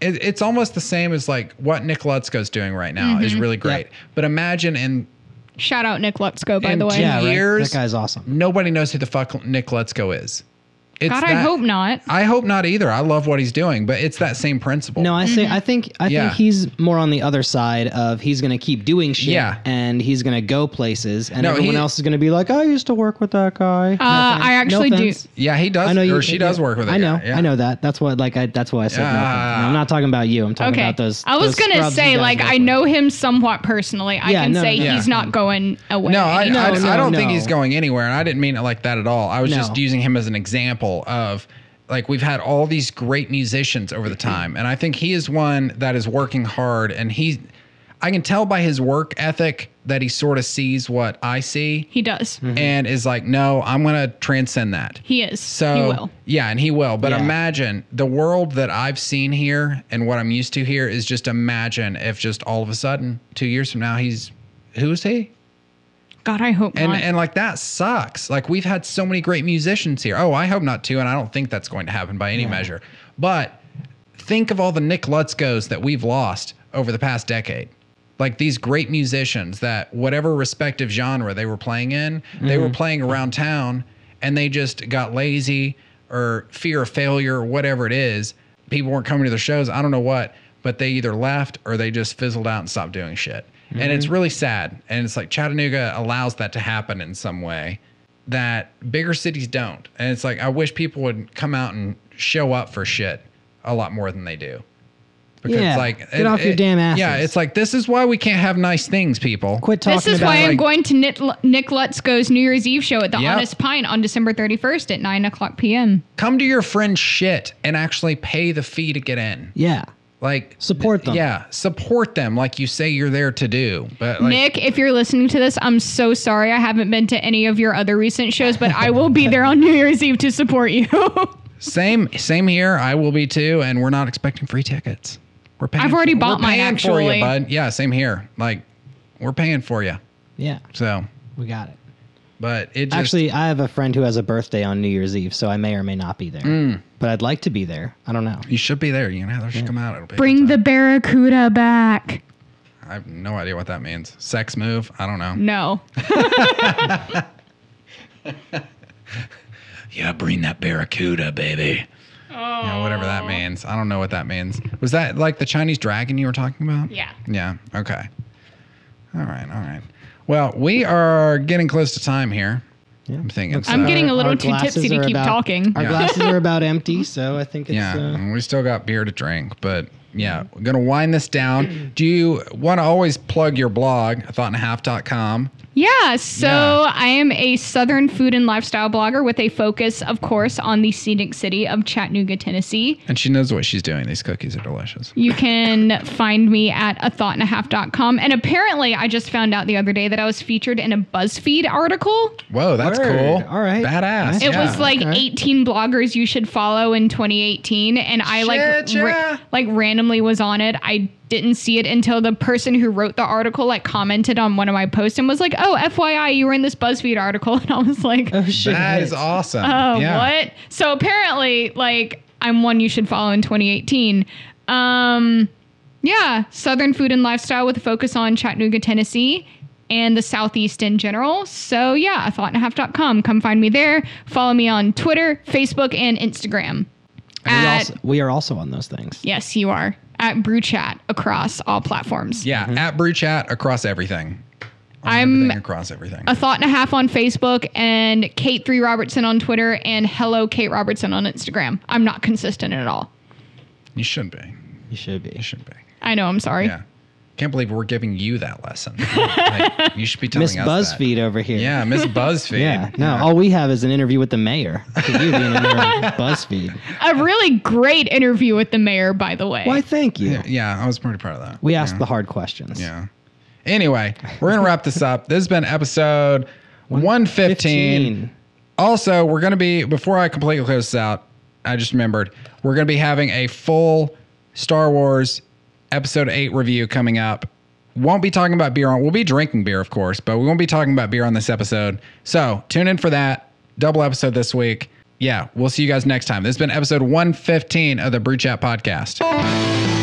[SPEAKER 1] It, it's almost the same as like what Nick Lutzko's doing right now
[SPEAKER 3] Mm-hmm.
[SPEAKER 1] is really great. But imagine in
[SPEAKER 2] Shout out Nick Lutzko, by
[SPEAKER 1] And
[SPEAKER 2] the way.
[SPEAKER 1] yeah,
[SPEAKER 3] right?
[SPEAKER 1] Years-
[SPEAKER 3] That guy's awesome.
[SPEAKER 1] nobody knows who the fuck Nick Lutzko is. It's
[SPEAKER 2] God, I
[SPEAKER 1] that-
[SPEAKER 2] hope not.
[SPEAKER 1] I hope not either. I love what he's doing, but it's that same principle.
[SPEAKER 3] No, I
[SPEAKER 2] Mm-hmm.
[SPEAKER 3] say I think I
[SPEAKER 1] Yeah.
[SPEAKER 3] think he's more on the other side of he's going to keep doing shit
[SPEAKER 1] Yeah.
[SPEAKER 3] and he's going to go places and
[SPEAKER 1] No,
[SPEAKER 3] everyone
[SPEAKER 1] he-
[SPEAKER 3] else is going to be like I used to work with that guy. No
[SPEAKER 2] Uh,
[SPEAKER 3] offense.
[SPEAKER 2] I
[SPEAKER 3] No
[SPEAKER 2] actually do.
[SPEAKER 3] offense.
[SPEAKER 1] yeah, he does,
[SPEAKER 3] I know you,
[SPEAKER 1] or she does work with. a
[SPEAKER 3] I know,
[SPEAKER 1] guy. Yeah.
[SPEAKER 3] I know that. That's what, like, I that's why I said no.
[SPEAKER 1] Yeah.
[SPEAKER 3] I'm not talking about you. I'm talking
[SPEAKER 2] Okay.
[SPEAKER 3] about those.
[SPEAKER 2] I was
[SPEAKER 3] those
[SPEAKER 2] gonna
[SPEAKER 3] scrubs you
[SPEAKER 2] say,
[SPEAKER 3] guys
[SPEAKER 2] like,
[SPEAKER 3] work
[SPEAKER 2] I
[SPEAKER 3] with.
[SPEAKER 2] know him somewhat personally. I
[SPEAKER 3] Yeah,
[SPEAKER 2] can
[SPEAKER 3] no,
[SPEAKER 2] say
[SPEAKER 3] no,
[SPEAKER 2] he's
[SPEAKER 1] yeah.
[SPEAKER 2] not going away.
[SPEAKER 1] No, I, I,
[SPEAKER 3] No,
[SPEAKER 1] I don't
[SPEAKER 3] no,
[SPEAKER 1] think
[SPEAKER 3] no.
[SPEAKER 1] he's going anywhere, and I didn't mean it like that at all. I was
[SPEAKER 3] No.
[SPEAKER 1] just using him as an example of like we've had all these great musicians over the time, and I think he is one that is working hard, and he, I can tell by his work ethic that he sort of sees what I see,
[SPEAKER 2] he does.
[SPEAKER 3] Mm-hmm.
[SPEAKER 1] and is like, no, I'm gonna transcend that.
[SPEAKER 2] He is.
[SPEAKER 1] So
[SPEAKER 2] he will.
[SPEAKER 1] yeah, and he will. But
[SPEAKER 3] Yeah.
[SPEAKER 1] imagine the world that I've seen here and what I'm used to here is just imagine if just all of a sudden two years from now he's who is he?
[SPEAKER 2] God, I hope
[SPEAKER 1] And
[SPEAKER 2] not.
[SPEAKER 1] and like that sucks. Like we've had so many great musicians here. Oh, I hope not too, and I don't think that's going to happen by any measure. But think of all the Nick Lutzkos that we've lost over the past decade. Like these great musicians that whatever respective genre they were playing in, they
[SPEAKER 3] Mm-hmm.
[SPEAKER 1] were playing around town and they just got lazy or fear of failure or whatever it is. People weren't coming to their shows. I don't know what, but they either left or they just fizzled out and stopped doing shit. And
[SPEAKER 3] Mm-hmm.
[SPEAKER 1] it's really sad. And it's like Chattanooga allows that to happen in some way that bigger cities don't. And it's like I wish people would come out and show up for shit a lot more than they do. Because
[SPEAKER 3] Yeah.
[SPEAKER 1] like
[SPEAKER 3] Get off your damn asses.
[SPEAKER 1] Yeah, it's like this is why we can't have nice things, people.
[SPEAKER 3] Quit talking
[SPEAKER 2] this is
[SPEAKER 3] about
[SPEAKER 2] why I'm
[SPEAKER 1] like-
[SPEAKER 2] going to Nick, Nick Lutzko's New Year's Eve show at the
[SPEAKER 1] Yep.
[SPEAKER 2] Honest Pine on December 31st at 9 o'clock p.m.
[SPEAKER 1] Come to your friend's shit and actually pay the fee to get in.
[SPEAKER 3] Yeah,
[SPEAKER 1] Like
[SPEAKER 3] Support them.
[SPEAKER 1] Yeah, support them like you say you're there to do. But like
[SPEAKER 2] Nick, if you're listening to this, I'm so sorry I haven't been to any of your other recent shows, but I will be there on New Year's Eve to support you. [laughs]
[SPEAKER 1] same same here, I will be too and we're not expecting free tickets. We're paying
[SPEAKER 2] I've already
[SPEAKER 1] for- we're
[SPEAKER 2] bought mine,
[SPEAKER 1] paying for you,
[SPEAKER 2] actually.
[SPEAKER 1] bud. Yeah, same here. Like we're paying for you.
[SPEAKER 3] yeah,
[SPEAKER 1] So,
[SPEAKER 3] we got it.
[SPEAKER 1] but it just
[SPEAKER 3] Actually, I have a friend who has a birthday on New Year's Eve, so I may or may not be there.
[SPEAKER 1] Mm.
[SPEAKER 3] But I'd like to be there. I don't know.
[SPEAKER 1] You should be there. You know, they should come out. It'll be a
[SPEAKER 2] Bring
[SPEAKER 1] good
[SPEAKER 2] the
[SPEAKER 1] time.
[SPEAKER 2] Barracuda back.
[SPEAKER 1] I have no idea what that means. Sex move? I don't know.
[SPEAKER 2] No.
[SPEAKER 1] Yeah, bring that barracuda, baby. Oh. whatever that means. I don't know what that means. Was that like the Chinese dragon you were talking about?
[SPEAKER 2] Yeah.
[SPEAKER 1] Yeah. Okay. All right. All right. Well, we are getting close to time here.
[SPEAKER 3] Yeah.
[SPEAKER 1] I'm thinking.
[SPEAKER 3] Looks
[SPEAKER 1] so.
[SPEAKER 2] I'm
[SPEAKER 3] like
[SPEAKER 2] getting a little
[SPEAKER 3] our
[SPEAKER 2] too tipsy
[SPEAKER 3] glasses
[SPEAKER 2] to
[SPEAKER 3] are
[SPEAKER 2] keep
[SPEAKER 3] about-
[SPEAKER 2] talking.
[SPEAKER 3] Our
[SPEAKER 1] Yeah.
[SPEAKER 3] glasses are about
[SPEAKER 1] [laughs]
[SPEAKER 3] empty, so I think it's.
[SPEAKER 1] Yeah,
[SPEAKER 3] Uh,
[SPEAKER 1] and we still got beer to drink, but yeah, we're gonna wind this
[SPEAKER 3] [clears throat]
[SPEAKER 1] down. Do you want to always plug your blog, thoughtandhalf.com?
[SPEAKER 2] Yeah, so
[SPEAKER 1] Yeah.
[SPEAKER 2] I am a Southern food and lifestyle blogger with a focus, of course, on the scenic city of Chattanooga, Tennessee.
[SPEAKER 1] And she knows what she's doing. These cookies are delicious.
[SPEAKER 2] You can [laughs] find me at a thought and a half.com. And apparently, I just found out the other day that I was featured in a BuzzFeed article.
[SPEAKER 1] Whoa, that's
[SPEAKER 3] Word.
[SPEAKER 1] cool.
[SPEAKER 3] All right.
[SPEAKER 1] Badass.
[SPEAKER 3] Nice.
[SPEAKER 2] It
[SPEAKER 1] yeah.
[SPEAKER 2] was like
[SPEAKER 3] okay.
[SPEAKER 2] 18 bloggers you should follow in 2018, and I like
[SPEAKER 1] Shit,
[SPEAKER 2] ra-
[SPEAKER 1] yeah.
[SPEAKER 2] like randomly was on it. I didn't see it until the person who wrote the article like commented on one of my posts and was like, "Oh, FYI, you were in this BuzzFeed article," [laughs] and I was like, "Oh,
[SPEAKER 3] oh shit!
[SPEAKER 1] That is awesome. yeah.
[SPEAKER 2] what?" So apparently, like I'm one you should follow in 2018. Um, yeah, Southern food and lifestyle with a focus on Chattanooga, Tennessee, and the Southeast in general. So yeah, a thought and a half.com. Come find me there. Follow me on Twitter, Facebook, and Instagram.
[SPEAKER 3] We,
[SPEAKER 2] At-
[SPEAKER 3] also, we are also on those things.
[SPEAKER 2] yes, you are. at Brew Chat across all platforms.
[SPEAKER 1] Yeah, at Brew Chat across everything. On
[SPEAKER 2] Mm-hmm. I'm-
[SPEAKER 1] everything across everything.
[SPEAKER 2] A thought and a half on Facebook and Kate Three Robertson on Twitter and Hello Kate Robertson on Instagram. I'm not consistent at all.
[SPEAKER 1] you should be.
[SPEAKER 3] You should
[SPEAKER 1] You
[SPEAKER 3] be.
[SPEAKER 1] should be.
[SPEAKER 2] I know. I'm sorry.
[SPEAKER 1] Yeah. Can't believe we're giving you that lesson. [laughs] Like, you should be telling
[SPEAKER 3] Miss
[SPEAKER 1] us that.
[SPEAKER 3] BuzzFeed over here.
[SPEAKER 1] Yeah, Miss BuzzFeed.
[SPEAKER 3] Yeah. No, all we have is an interview with
[SPEAKER 1] [laughs]
[SPEAKER 3] the mayor. Look at You being in there on BuzzFeed.
[SPEAKER 2] A really great interview with the mayor, by the way.
[SPEAKER 3] Why? Thank you.
[SPEAKER 1] Yeah, I was pretty proud of that.
[SPEAKER 3] We asked the hard questions.
[SPEAKER 1] Yeah. Anyway, we're gonna wrap this up. This has been
[SPEAKER 3] [laughs]
[SPEAKER 1] episode 115.
[SPEAKER 3] Fifteen.
[SPEAKER 1] Also, we're going to be, before I completely close this out, I just remembered, we're going to be having a full Star Wars Episode 8 review coming up. Won't be talking about beer on, we'll be drinking beer, of course, but we won't be talking about beer on this episode. So tune in for that. Double episode this week. Yeah, we'll see you guys next time. This has been episode 115 of the Brew Chat Podcast.